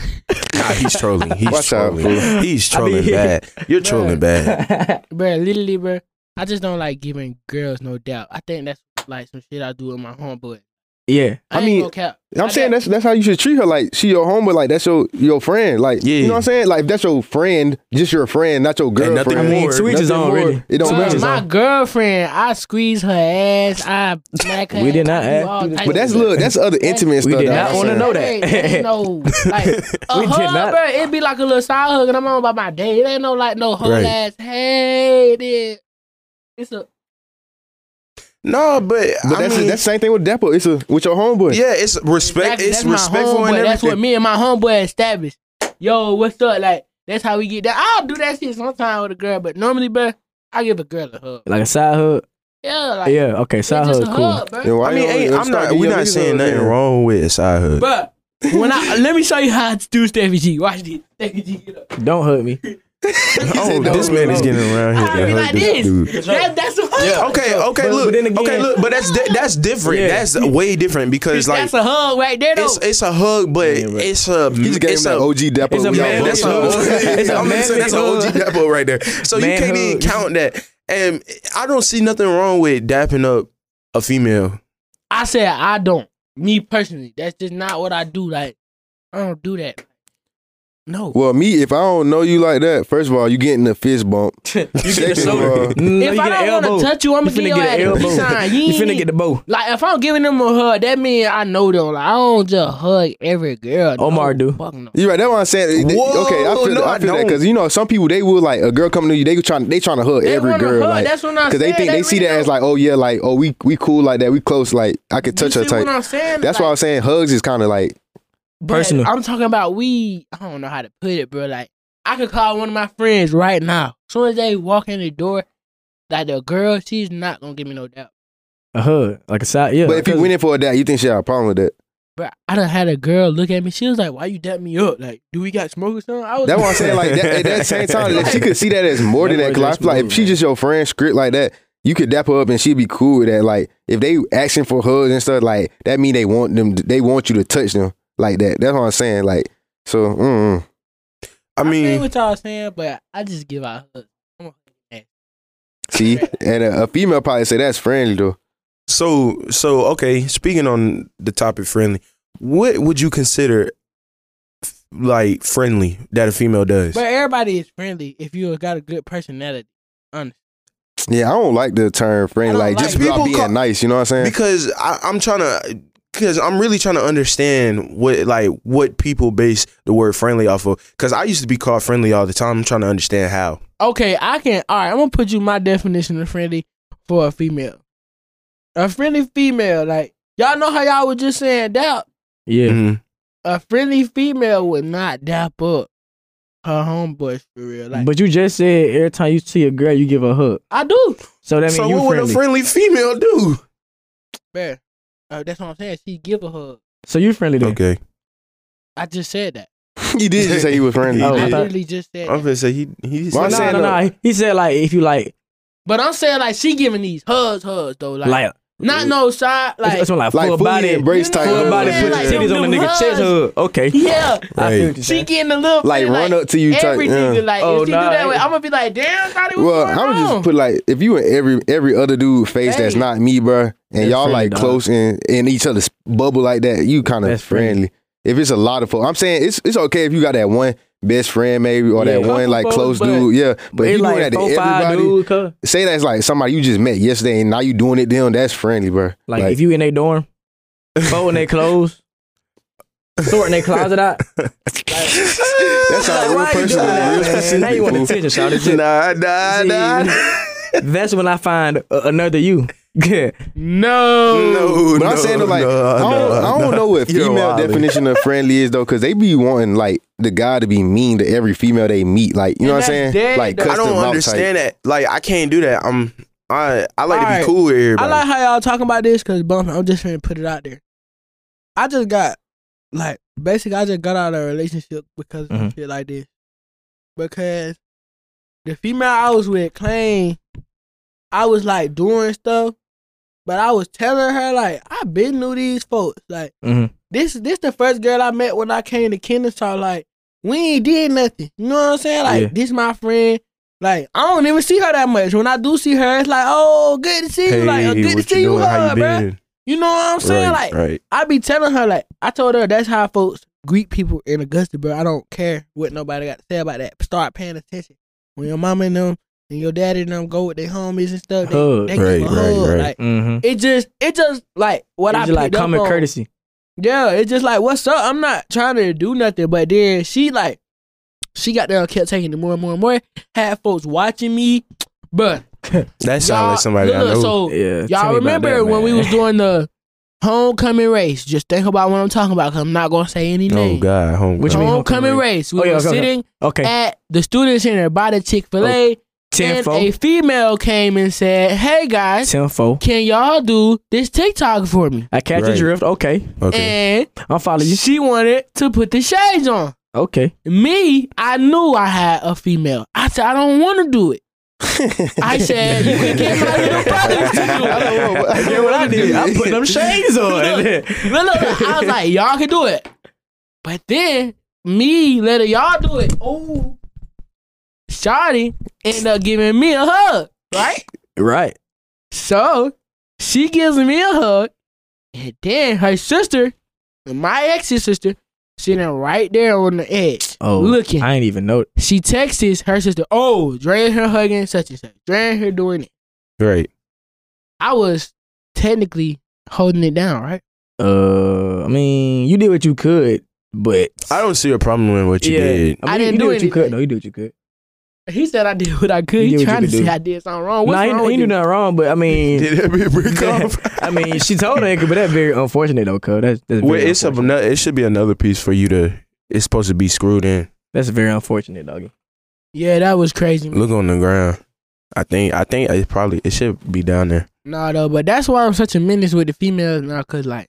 [SPEAKER 3] Nah, he's trolling. He's
[SPEAKER 2] Watch out,
[SPEAKER 3] trolling.
[SPEAKER 2] fool.
[SPEAKER 3] He's
[SPEAKER 1] I mean-
[SPEAKER 3] trolling bad. You're
[SPEAKER 2] (laughs)
[SPEAKER 5] Bruh.
[SPEAKER 3] trolling bad.
[SPEAKER 5] Bruh, literally, bruh. I just don't like giving girls no doubt. I think that's like some shit I do with my homeboy.
[SPEAKER 1] yeah,
[SPEAKER 5] I,
[SPEAKER 2] I
[SPEAKER 5] ain't
[SPEAKER 2] mean,
[SPEAKER 5] gonna cap.
[SPEAKER 2] I'm
[SPEAKER 5] I
[SPEAKER 2] saying
[SPEAKER 5] got-
[SPEAKER 2] that's that's how you should treat her. Like she your homeboy, like that's your your friend. Like
[SPEAKER 3] Yeah.
[SPEAKER 2] you know what I'm saying? Like if that's your friend, just your friend, not your
[SPEAKER 3] Ain't
[SPEAKER 2] girlfriend.
[SPEAKER 3] nothing
[SPEAKER 1] I mean,
[SPEAKER 3] more.
[SPEAKER 1] to each his
[SPEAKER 2] Nothing
[SPEAKER 1] own,
[SPEAKER 2] more.
[SPEAKER 1] really.
[SPEAKER 2] It don't
[SPEAKER 5] Bruh,
[SPEAKER 2] matter.
[SPEAKER 5] my girlfriend, I squeeze her ass,
[SPEAKER 2] (laughs)
[SPEAKER 5] I smack her.
[SPEAKER 1] We did
[SPEAKER 5] ass,
[SPEAKER 1] not
[SPEAKER 5] I do
[SPEAKER 1] ask
[SPEAKER 5] all
[SPEAKER 1] you to
[SPEAKER 5] types
[SPEAKER 2] But that's
[SPEAKER 5] of-
[SPEAKER 2] look, that's other intimate
[SPEAKER 1] We
[SPEAKER 2] stuff.
[SPEAKER 1] did
[SPEAKER 2] that
[SPEAKER 1] not
[SPEAKER 2] I'm
[SPEAKER 1] wanna
[SPEAKER 2] saying.
[SPEAKER 1] know that.
[SPEAKER 5] It
[SPEAKER 1] (laughs)
[SPEAKER 5] ain't no like a
[SPEAKER 1] We did
[SPEAKER 5] hug,
[SPEAKER 1] not-
[SPEAKER 5] bro. It'd be like a little side hug, and I'm on about my day. It ain't no like no whole
[SPEAKER 3] Right.
[SPEAKER 5] ass. Hey, then it's a
[SPEAKER 3] No, but
[SPEAKER 2] But
[SPEAKER 3] I
[SPEAKER 2] that's
[SPEAKER 3] mean,
[SPEAKER 2] that's the same thing with Depo. It's a with your homeboy.
[SPEAKER 3] yeah, it's respect.
[SPEAKER 5] Exactly,
[SPEAKER 3] It's
[SPEAKER 5] that's my
[SPEAKER 3] respectful
[SPEAKER 5] homeboy.
[SPEAKER 3] and
[SPEAKER 5] That's what
[SPEAKER 3] everything.
[SPEAKER 5] me and my homeboy established. Yo, what's up? Like that's how we get down. I'll do that shit sometime with a girl, but normally, bro, I give a girl a hug.
[SPEAKER 1] like a side hug.
[SPEAKER 5] Yeah, like
[SPEAKER 1] yeah, okay,
[SPEAKER 5] it's
[SPEAKER 1] side
[SPEAKER 5] just
[SPEAKER 1] hug,
[SPEAKER 5] a
[SPEAKER 1] cool.
[SPEAKER 5] hug, bro.
[SPEAKER 2] Then why
[SPEAKER 3] I mean,
[SPEAKER 2] you don't
[SPEAKER 3] ain't-
[SPEAKER 2] start
[SPEAKER 3] I'm not.
[SPEAKER 2] getting
[SPEAKER 3] We're
[SPEAKER 2] your
[SPEAKER 3] not
[SPEAKER 2] niggas
[SPEAKER 3] saying
[SPEAKER 2] hugged
[SPEAKER 3] nothing
[SPEAKER 2] then?
[SPEAKER 3] wrong with a side hug.
[SPEAKER 5] (laughs) Bruh, when I let me show you how to do Steffi G. Watch this. Steffi G get up.
[SPEAKER 1] Don't hug me.
[SPEAKER 3] Oh, this man is getting around here.
[SPEAKER 5] I
[SPEAKER 3] to
[SPEAKER 5] be
[SPEAKER 3] hurt
[SPEAKER 5] like
[SPEAKER 3] this dude.
[SPEAKER 5] this. That, that's a hug.
[SPEAKER 1] Yeah.
[SPEAKER 3] Okay, okay,
[SPEAKER 1] But-
[SPEAKER 3] look,
[SPEAKER 1] but then again-
[SPEAKER 3] okay, look, but that's di- that's different.
[SPEAKER 1] Yeah.
[SPEAKER 3] That's way different because like
[SPEAKER 5] that's a hug right there. Though.
[SPEAKER 3] it's it's a hug, but
[SPEAKER 1] Yeah, right.
[SPEAKER 3] it's a
[SPEAKER 2] He just gave
[SPEAKER 3] it's
[SPEAKER 2] him that
[SPEAKER 3] a
[SPEAKER 2] OG Depot.
[SPEAKER 1] it's a
[SPEAKER 2] we all
[SPEAKER 1] man-
[SPEAKER 3] that's
[SPEAKER 2] bumped
[SPEAKER 1] that's
[SPEAKER 3] a, (laughs)
[SPEAKER 1] hug.
[SPEAKER 2] up.
[SPEAKER 1] It's a
[SPEAKER 3] I'm gonna say
[SPEAKER 1] manly
[SPEAKER 3] that's an
[SPEAKER 1] hug.
[SPEAKER 3] OG Dappo right there. So you
[SPEAKER 1] Man
[SPEAKER 3] can't even
[SPEAKER 1] hug.
[SPEAKER 3] count that. And I don't see nothing wrong with dapping up a female.
[SPEAKER 5] I said I don't. Me personally, that's just not what I do. Like I don't do that. No.
[SPEAKER 2] Well, me, if I don't know you like that, first of all, you getting a fist bump.
[SPEAKER 1] (laughs) you get a
[SPEAKER 2] Second
[SPEAKER 1] shoulder. Mm,
[SPEAKER 2] of
[SPEAKER 1] No, you
[SPEAKER 5] if
[SPEAKER 1] get
[SPEAKER 5] I
[SPEAKER 1] an
[SPEAKER 5] don't want
[SPEAKER 1] elbow.
[SPEAKER 5] to touch you, I'm
[SPEAKER 1] You
[SPEAKER 5] gonna
[SPEAKER 1] finna
[SPEAKER 5] get your
[SPEAKER 1] get an
[SPEAKER 5] ass
[SPEAKER 1] elbow.
[SPEAKER 5] peace sign. You,
[SPEAKER 1] You
[SPEAKER 5] ain't-
[SPEAKER 1] finna get the bow.
[SPEAKER 5] like if I'm giving them a hug, that mean I know them. Like I don't just hug every girl. No,
[SPEAKER 1] Omar do.
[SPEAKER 5] Fuck no.
[SPEAKER 2] You right? That's what I'm saying. They-
[SPEAKER 3] Whoa,
[SPEAKER 2] okay, I feel,
[SPEAKER 3] no,
[SPEAKER 2] that, I
[SPEAKER 3] I
[SPEAKER 2] feel that
[SPEAKER 3] don't.
[SPEAKER 2] because you know some people they will like a girl coming to you, they trying they trying to hug
[SPEAKER 5] They
[SPEAKER 2] every
[SPEAKER 5] wanna
[SPEAKER 2] girl,
[SPEAKER 5] hug.
[SPEAKER 2] like
[SPEAKER 5] that's what I'm
[SPEAKER 2] because
[SPEAKER 5] saying.
[SPEAKER 2] they think they see that
[SPEAKER 5] really
[SPEAKER 2] as like oh yeah, like oh we we cool like that, we close, like I could
[SPEAKER 5] don't-
[SPEAKER 2] touch
[SPEAKER 5] You
[SPEAKER 2] her
[SPEAKER 5] see
[SPEAKER 2] type.
[SPEAKER 5] What I'm saying?
[SPEAKER 2] That's
[SPEAKER 5] Like,
[SPEAKER 2] why I was saying hugs is kind of like
[SPEAKER 5] But
[SPEAKER 1] Personal.
[SPEAKER 5] I'm talking about we. I don't know how to put it, bro. Like I could call one of my friends right now. soon as they walk in the door, like the girl, she's not gonna give me no doubt.
[SPEAKER 1] A hug, like a side. Yeah.
[SPEAKER 2] but if you
[SPEAKER 1] cousin.
[SPEAKER 2] went in for that, you think she had a problem with that?
[SPEAKER 5] Bro, I done had a girl look at me. She was like, "Why you dap me up? Like, do we got smoke or something?"
[SPEAKER 1] Oh.
[SPEAKER 5] I was.
[SPEAKER 2] That's what I'm
[SPEAKER 5] like, (laughs)
[SPEAKER 2] saying. Like that, at that same time, that she could see that as more than
[SPEAKER 1] That
[SPEAKER 2] that.
[SPEAKER 1] boy
[SPEAKER 2] Cause I
[SPEAKER 1] just
[SPEAKER 2] feel like if
[SPEAKER 1] moved,
[SPEAKER 2] she
[SPEAKER 1] man.
[SPEAKER 2] just your friend, script like that, you could dap her up and she'd be cool with that. Like if they asking for hugs and stuff, like that mean they want them. They want you to touch them like that. That's what I'm saying. Like so, mm,
[SPEAKER 3] I
[SPEAKER 5] I mean,
[SPEAKER 3] mean,
[SPEAKER 5] what y'all saying, but I just give out hugs. I'm a-
[SPEAKER 2] see, and a, a female probably say that's friendly though.
[SPEAKER 3] so so okay. Speaking on the topic, friendly. What would you consider f- like friendly that a female does?
[SPEAKER 5] But everybody is friendly if you got a good personality.
[SPEAKER 2] Yeah, I don't like the term
[SPEAKER 5] I
[SPEAKER 2] friend.
[SPEAKER 5] don't
[SPEAKER 2] Like
[SPEAKER 5] like
[SPEAKER 2] just
[SPEAKER 5] it.
[SPEAKER 2] about
[SPEAKER 3] People
[SPEAKER 2] being
[SPEAKER 3] call-
[SPEAKER 2] nice. You know what I'm saying?
[SPEAKER 3] because I, I'm trying to because I'm really trying to understand what like what people base the word friendly off of. Because I used to be called friendly all the time. I'm trying to understand how.
[SPEAKER 5] Okay, I can. All right, I'm gonna put you my definition of friendly for a female. A friendly female, like y'all know how y'all was just saying doubt.
[SPEAKER 1] Yeah.
[SPEAKER 3] Mhm.
[SPEAKER 5] A friendly female would not dap up her homeboys for real. Like
[SPEAKER 1] But you just said every time you see a girl, you give her a hug.
[SPEAKER 5] I do,
[SPEAKER 1] So that means
[SPEAKER 3] so
[SPEAKER 1] you
[SPEAKER 3] what would
[SPEAKER 1] friendly.
[SPEAKER 3] a friendly female do?
[SPEAKER 5] man. Uh, that's what I'm saying. She give a hug.
[SPEAKER 1] so you friendly then.
[SPEAKER 3] Okay,
[SPEAKER 5] I just said that.
[SPEAKER 2] you did just say you was friendly.
[SPEAKER 1] Oh,
[SPEAKER 5] I
[SPEAKER 1] yeah.
[SPEAKER 5] literally just said.
[SPEAKER 3] I'm
[SPEAKER 5] That.
[SPEAKER 3] gonna say he he.
[SPEAKER 1] No,
[SPEAKER 3] said-
[SPEAKER 2] Why I'm saying
[SPEAKER 1] no, no.
[SPEAKER 3] (laughs)
[SPEAKER 2] though-
[SPEAKER 1] He- He said like if you like,
[SPEAKER 5] But I'm saying like she giving these hugs, hugs though. Like,
[SPEAKER 1] like,
[SPEAKER 5] not no side.
[SPEAKER 1] like
[SPEAKER 5] Like
[SPEAKER 1] it's, it's like,
[SPEAKER 2] Like
[SPEAKER 1] full
[SPEAKER 2] fully
[SPEAKER 1] body,
[SPEAKER 2] embrace
[SPEAKER 5] You know
[SPEAKER 2] type.
[SPEAKER 5] what
[SPEAKER 1] full
[SPEAKER 5] I'm
[SPEAKER 1] body,
[SPEAKER 5] saying?
[SPEAKER 1] put
[SPEAKER 5] Like,
[SPEAKER 1] your titties
[SPEAKER 5] them-
[SPEAKER 1] on
[SPEAKER 5] them
[SPEAKER 1] the nigga chest.
[SPEAKER 5] hugs.
[SPEAKER 1] Hug. Okay.
[SPEAKER 5] yeah,
[SPEAKER 1] I feel
[SPEAKER 3] Right.
[SPEAKER 1] what you're
[SPEAKER 5] she
[SPEAKER 1] saying.
[SPEAKER 5] getting a little
[SPEAKER 2] Like
[SPEAKER 5] bit,
[SPEAKER 2] run up to you type.
[SPEAKER 5] every
[SPEAKER 2] yeah.
[SPEAKER 5] nigga. Like
[SPEAKER 1] Oh,
[SPEAKER 5] if she
[SPEAKER 1] nah,
[SPEAKER 5] do that way,
[SPEAKER 1] it-
[SPEAKER 5] I'm gonna be like, damn, Scotty, what's
[SPEAKER 2] Well,
[SPEAKER 5] going
[SPEAKER 2] I'm
[SPEAKER 5] on?
[SPEAKER 2] just put like if you and every every other dude face that's
[SPEAKER 5] Hey.
[SPEAKER 2] not me, bruh, and
[SPEAKER 1] That's
[SPEAKER 2] y'all
[SPEAKER 1] friendly,
[SPEAKER 2] like
[SPEAKER 1] dog.
[SPEAKER 2] close in in each other's bubble like that, you kind of
[SPEAKER 1] That's
[SPEAKER 2] friendly.
[SPEAKER 1] friendly.
[SPEAKER 2] If it's a lot of folks, I'm saying it's it's okay if you got that one best friend maybe or that
[SPEAKER 1] Yeah.
[SPEAKER 2] one like
[SPEAKER 1] Couple
[SPEAKER 2] close
[SPEAKER 1] folks,
[SPEAKER 2] dude, yeah. But
[SPEAKER 1] But
[SPEAKER 2] if
[SPEAKER 1] it's
[SPEAKER 2] you doing
[SPEAKER 1] like
[SPEAKER 2] that to
[SPEAKER 1] four, five
[SPEAKER 2] everybody,
[SPEAKER 1] dudes. cuz.
[SPEAKER 2] say that's like somebody you just met yesterday and now you doing it to them, that's friendly, bruh.
[SPEAKER 1] Like,
[SPEAKER 3] (laughs)
[SPEAKER 1] if you in their dorm, folding their clothes, sorting their closet out.
[SPEAKER 2] that's
[SPEAKER 1] Like,
[SPEAKER 2] how real
[SPEAKER 1] why you
[SPEAKER 2] person,
[SPEAKER 1] doing that,
[SPEAKER 2] real
[SPEAKER 1] man? Now you want
[SPEAKER 2] (laughs) person.
[SPEAKER 1] attention, shout it.
[SPEAKER 3] (laughs) Nah, nah,
[SPEAKER 1] See,
[SPEAKER 3] nah.
[SPEAKER 1] That's when I find a- another you. (laughs)
[SPEAKER 5] No.
[SPEAKER 3] No,
[SPEAKER 2] But
[SPEAKER 3] no,
[SPEAKER 2] I'm saying though, like
[SPEAKER 3] no,
[SPEAKER 2] I don't,
[SPEAKER 3] no,
[SPEAKER 2] I don't
[SPEAKER 3] no.
[SPEAKER 2] know
[SPEAKER 3] (laughs)
[SPEAKER 2] what
[SPEAKER 3] You're
[SPEAKER 2] female
[SPEAKER 3] wildin'.
[SPEAKER 2] definition of friendly is though, because they be wanting like the guy to be mean to every female they meet. Like you know
[SPEAKER 5] And
[SPEAKER 2] what I'm saying?
[SPEAKER 5] that's dead,
[SPEAKER 2] like
[SPEAKER 5] though.
[SPEAKER 2] cuss
[SPEAKER 3] I don't
[SPEAKER 2] them out type.
[SPEAKER 3] understand that. Like I can't do that. I'm I I like to be
[SPEAKER 5] Alright.
[SPEAKER 3] cool with everybody.
[SPEAKER 5] I like how y'all talking about this because bump. I'm just gonna put it out there. I just got like basically I just got out of a relationship because of
[SPEAKER 1] Mhm.
[SPEAKER 5] shit like this. Because the female I was with claimed I was like doing stuff, but I was telling her like I been knew these folks. Like
[SPEAKER 1] Mhm.
[SPEAKER 5] this this the first girl I met when I came to Kennesaw. Like we ain't did nothing. You know what I'm saying? Like
[SPEAKER 1] Yeah.
[SPEAKER 5] this my friend. Like I don't even see her that much. When I do see her, it's like, oh, good to see you. Like, oh, good to see you, hug, bruh. You know what I'm saying? like,
[SPEAKER 3] right.
[SPEAKER 5] I be telling her, like, I told her that's how folks greet people in Augusta, bro. I don't care what nobody got to say about that. Start paying attention when your mama and them and your daddy and them go with their homies and stuff. They,
[SPEAKER 1] Hug.
[SPEAKER 5] they give
[SPEAKER 3] Right,
[SPEAKER 5] a hug.
[SPEAKER 3] right, right.
[SPEAKER 5] Like,
[SPEAKER 1] Mm-hmm.
[SPEAKER 5] it just, it just like what I
[SPEAKER 1] It's just like
[SPEAKER 5] picked up
[SPEAKER 1] common
[SPEAKER 5] on-
[SPEAKER 1] courtesy.
[SPEAKER 5] yeah, it's just like, what's up? I'm not trying to do nothing. But then she like, she got there and kept taking it more and more and more. Had folks watching me, but
[SPEAKER 3] That sounds like somebody I
[SPEAKER 5] look,
[SPEAKER 3] know.
[SPEAKER 5] So
[SPEAKER 1] Yeah. tell
[SPEAKER 5] y'all
[SPEAKER 1] me about
[SPEAKER 5] remember
[SPEAKER 1] that,
[SPEAKER 5] when we
[SPEAKER 1] man.
[SPEAKER 5] was doing the homecoming race? Just think about what I'm talking about. Cause I'm not gonna say any
[SPEAKER 3] oh
[SPEAKER 5] names.
[SPEAKER 3] God, home.
[SPEAKER 1] Which
[SPEAKER 5] homecoming,
[SPEAKER 1] mean homecoming
[SPEAKER 5] race. We
[SPEAKER 1] Oh, yeah,
[SPEAKER 5] were
[SPEAKER 1] okay, okay.
[SPEAKER 5] sitting
[SPEAKER 1] okay?
[SPEAKER 5] at the student center by the Chick Fil A,
[SPEAKER 1] Ten
[SPEAKER 5] and
[SPEAKER 1] four.
[SPEAKER 5] a female came and said, "Hey guys,
[SPEAKER 1] Ten four.
[SPEAKER 5] can y'all do this TikTok for me?"
[SPEAKER 1] I catch
[SPEAKER 3] Right.
[SPEAKER 1] a drift. Okay,
[SPEAKER 3] okay.
[SPEAKER 5] And (laughs)
[SPEAKER 1] I'll follow you.
[SPEAKER 5] she wanted to put the shades on. (laughs)
[SPEAKER 1] Okay.
[SPEAKER 5] Me, I knew I had a female. I said I don't want
[SPEAKER 2] (laughs)
[SPEAKER 5] to do it. I said you can get my little brothers to do
[SPEAKER 2] I
[SPEAKER 5] it.
[SPEAKER 2] don't want- I
[SPEAKER 1] Get
[SPEAKER 2] don't
[SPEAKER 1] what I
[SPEAKER 2] want to do
[SPEAKER 1] did? I put
[SPEAKER 2] (laughs)
[SPEAKER 1] (laughs)
[SPEAKER 2] it.
[SPEAKER 1] them shades on.
[SPEAKER 5] No, no, no. I was like, y'all can do it. But then me letting y'all do it. Oh, Shawty ended up giving me a hug, right?
[SPEAKER 1] right.
[SPEAKER 5] So she gives me a hug, and then her sister, my ex's sister, sitting right there on the edge,
[SPEAKER 1] Oh,
[SPEAKER 5] looking.
[SPEAKER 1] I ain't even know.
[SPEAKER 5] she texts her sister, "Oh, Dre and her hugging such and such. Dre and her doing it."
[SPEAKER 3] Right.
[SPEAKER 5] I was technically holding it down, right?
[SPEAKER 1] Uh, I mean, you did what you could, but
[SPEAKER 3] I don't see a problem with what you
[SPEAKER 1] Yeah.
[SPEAKER 3] did.
[SPEAKER 1] I, mean,
[SPEAKER 5] I
[SPEAKER 1] you- you
[SPEAKER 5] didn't do
[SPEAKER 1] did what you could.
[SPEAKER 5] anything.
[SPEAKER 1] No, you did what you could.
[SPEAKER 5] He said I did what I could.
[SPEAKER 1] You did
[SPEAKER 5] He
[SPEAKER 1] what you
[SPEAKER 5] trying to
[SPEAKER 1] could do.
[SPEAKER 5] say I did something wrong. What's
[SPEAKER 1] Nah, he,
[SPEAKER 5] wrong with
[SPEAKER 1] he
[SPEAKER 5] you?
[SPEAKER 1] knew nothing wrong, but I
[SPEAKER 3] (laughs)
[SPEAKER 1] mean,
[SPEAKER 3] Did that be break off?
[SPEAKER 5] (laughs)
[SPEAKER 1] I mean, she told her, but that's very unfortunate though, cuz that's that's very
[SPEAKER 3] Well, it's a,
[SPEAKER 1] unfortunate.
[SPEAKER 3] no- it should be another piece for you to. It's supposed to be screwed in.
[SPEAKER 1] that's very unfortunate, doggy.
[SPEAKER 5] Yeah, that was crazy. man.
[SPEAKER 3] Look on the ground. I think. I think it probably. It should be down there.
[SPEAKER 5] Nah, though, but that's why I'm such a menace with the females now, cause like,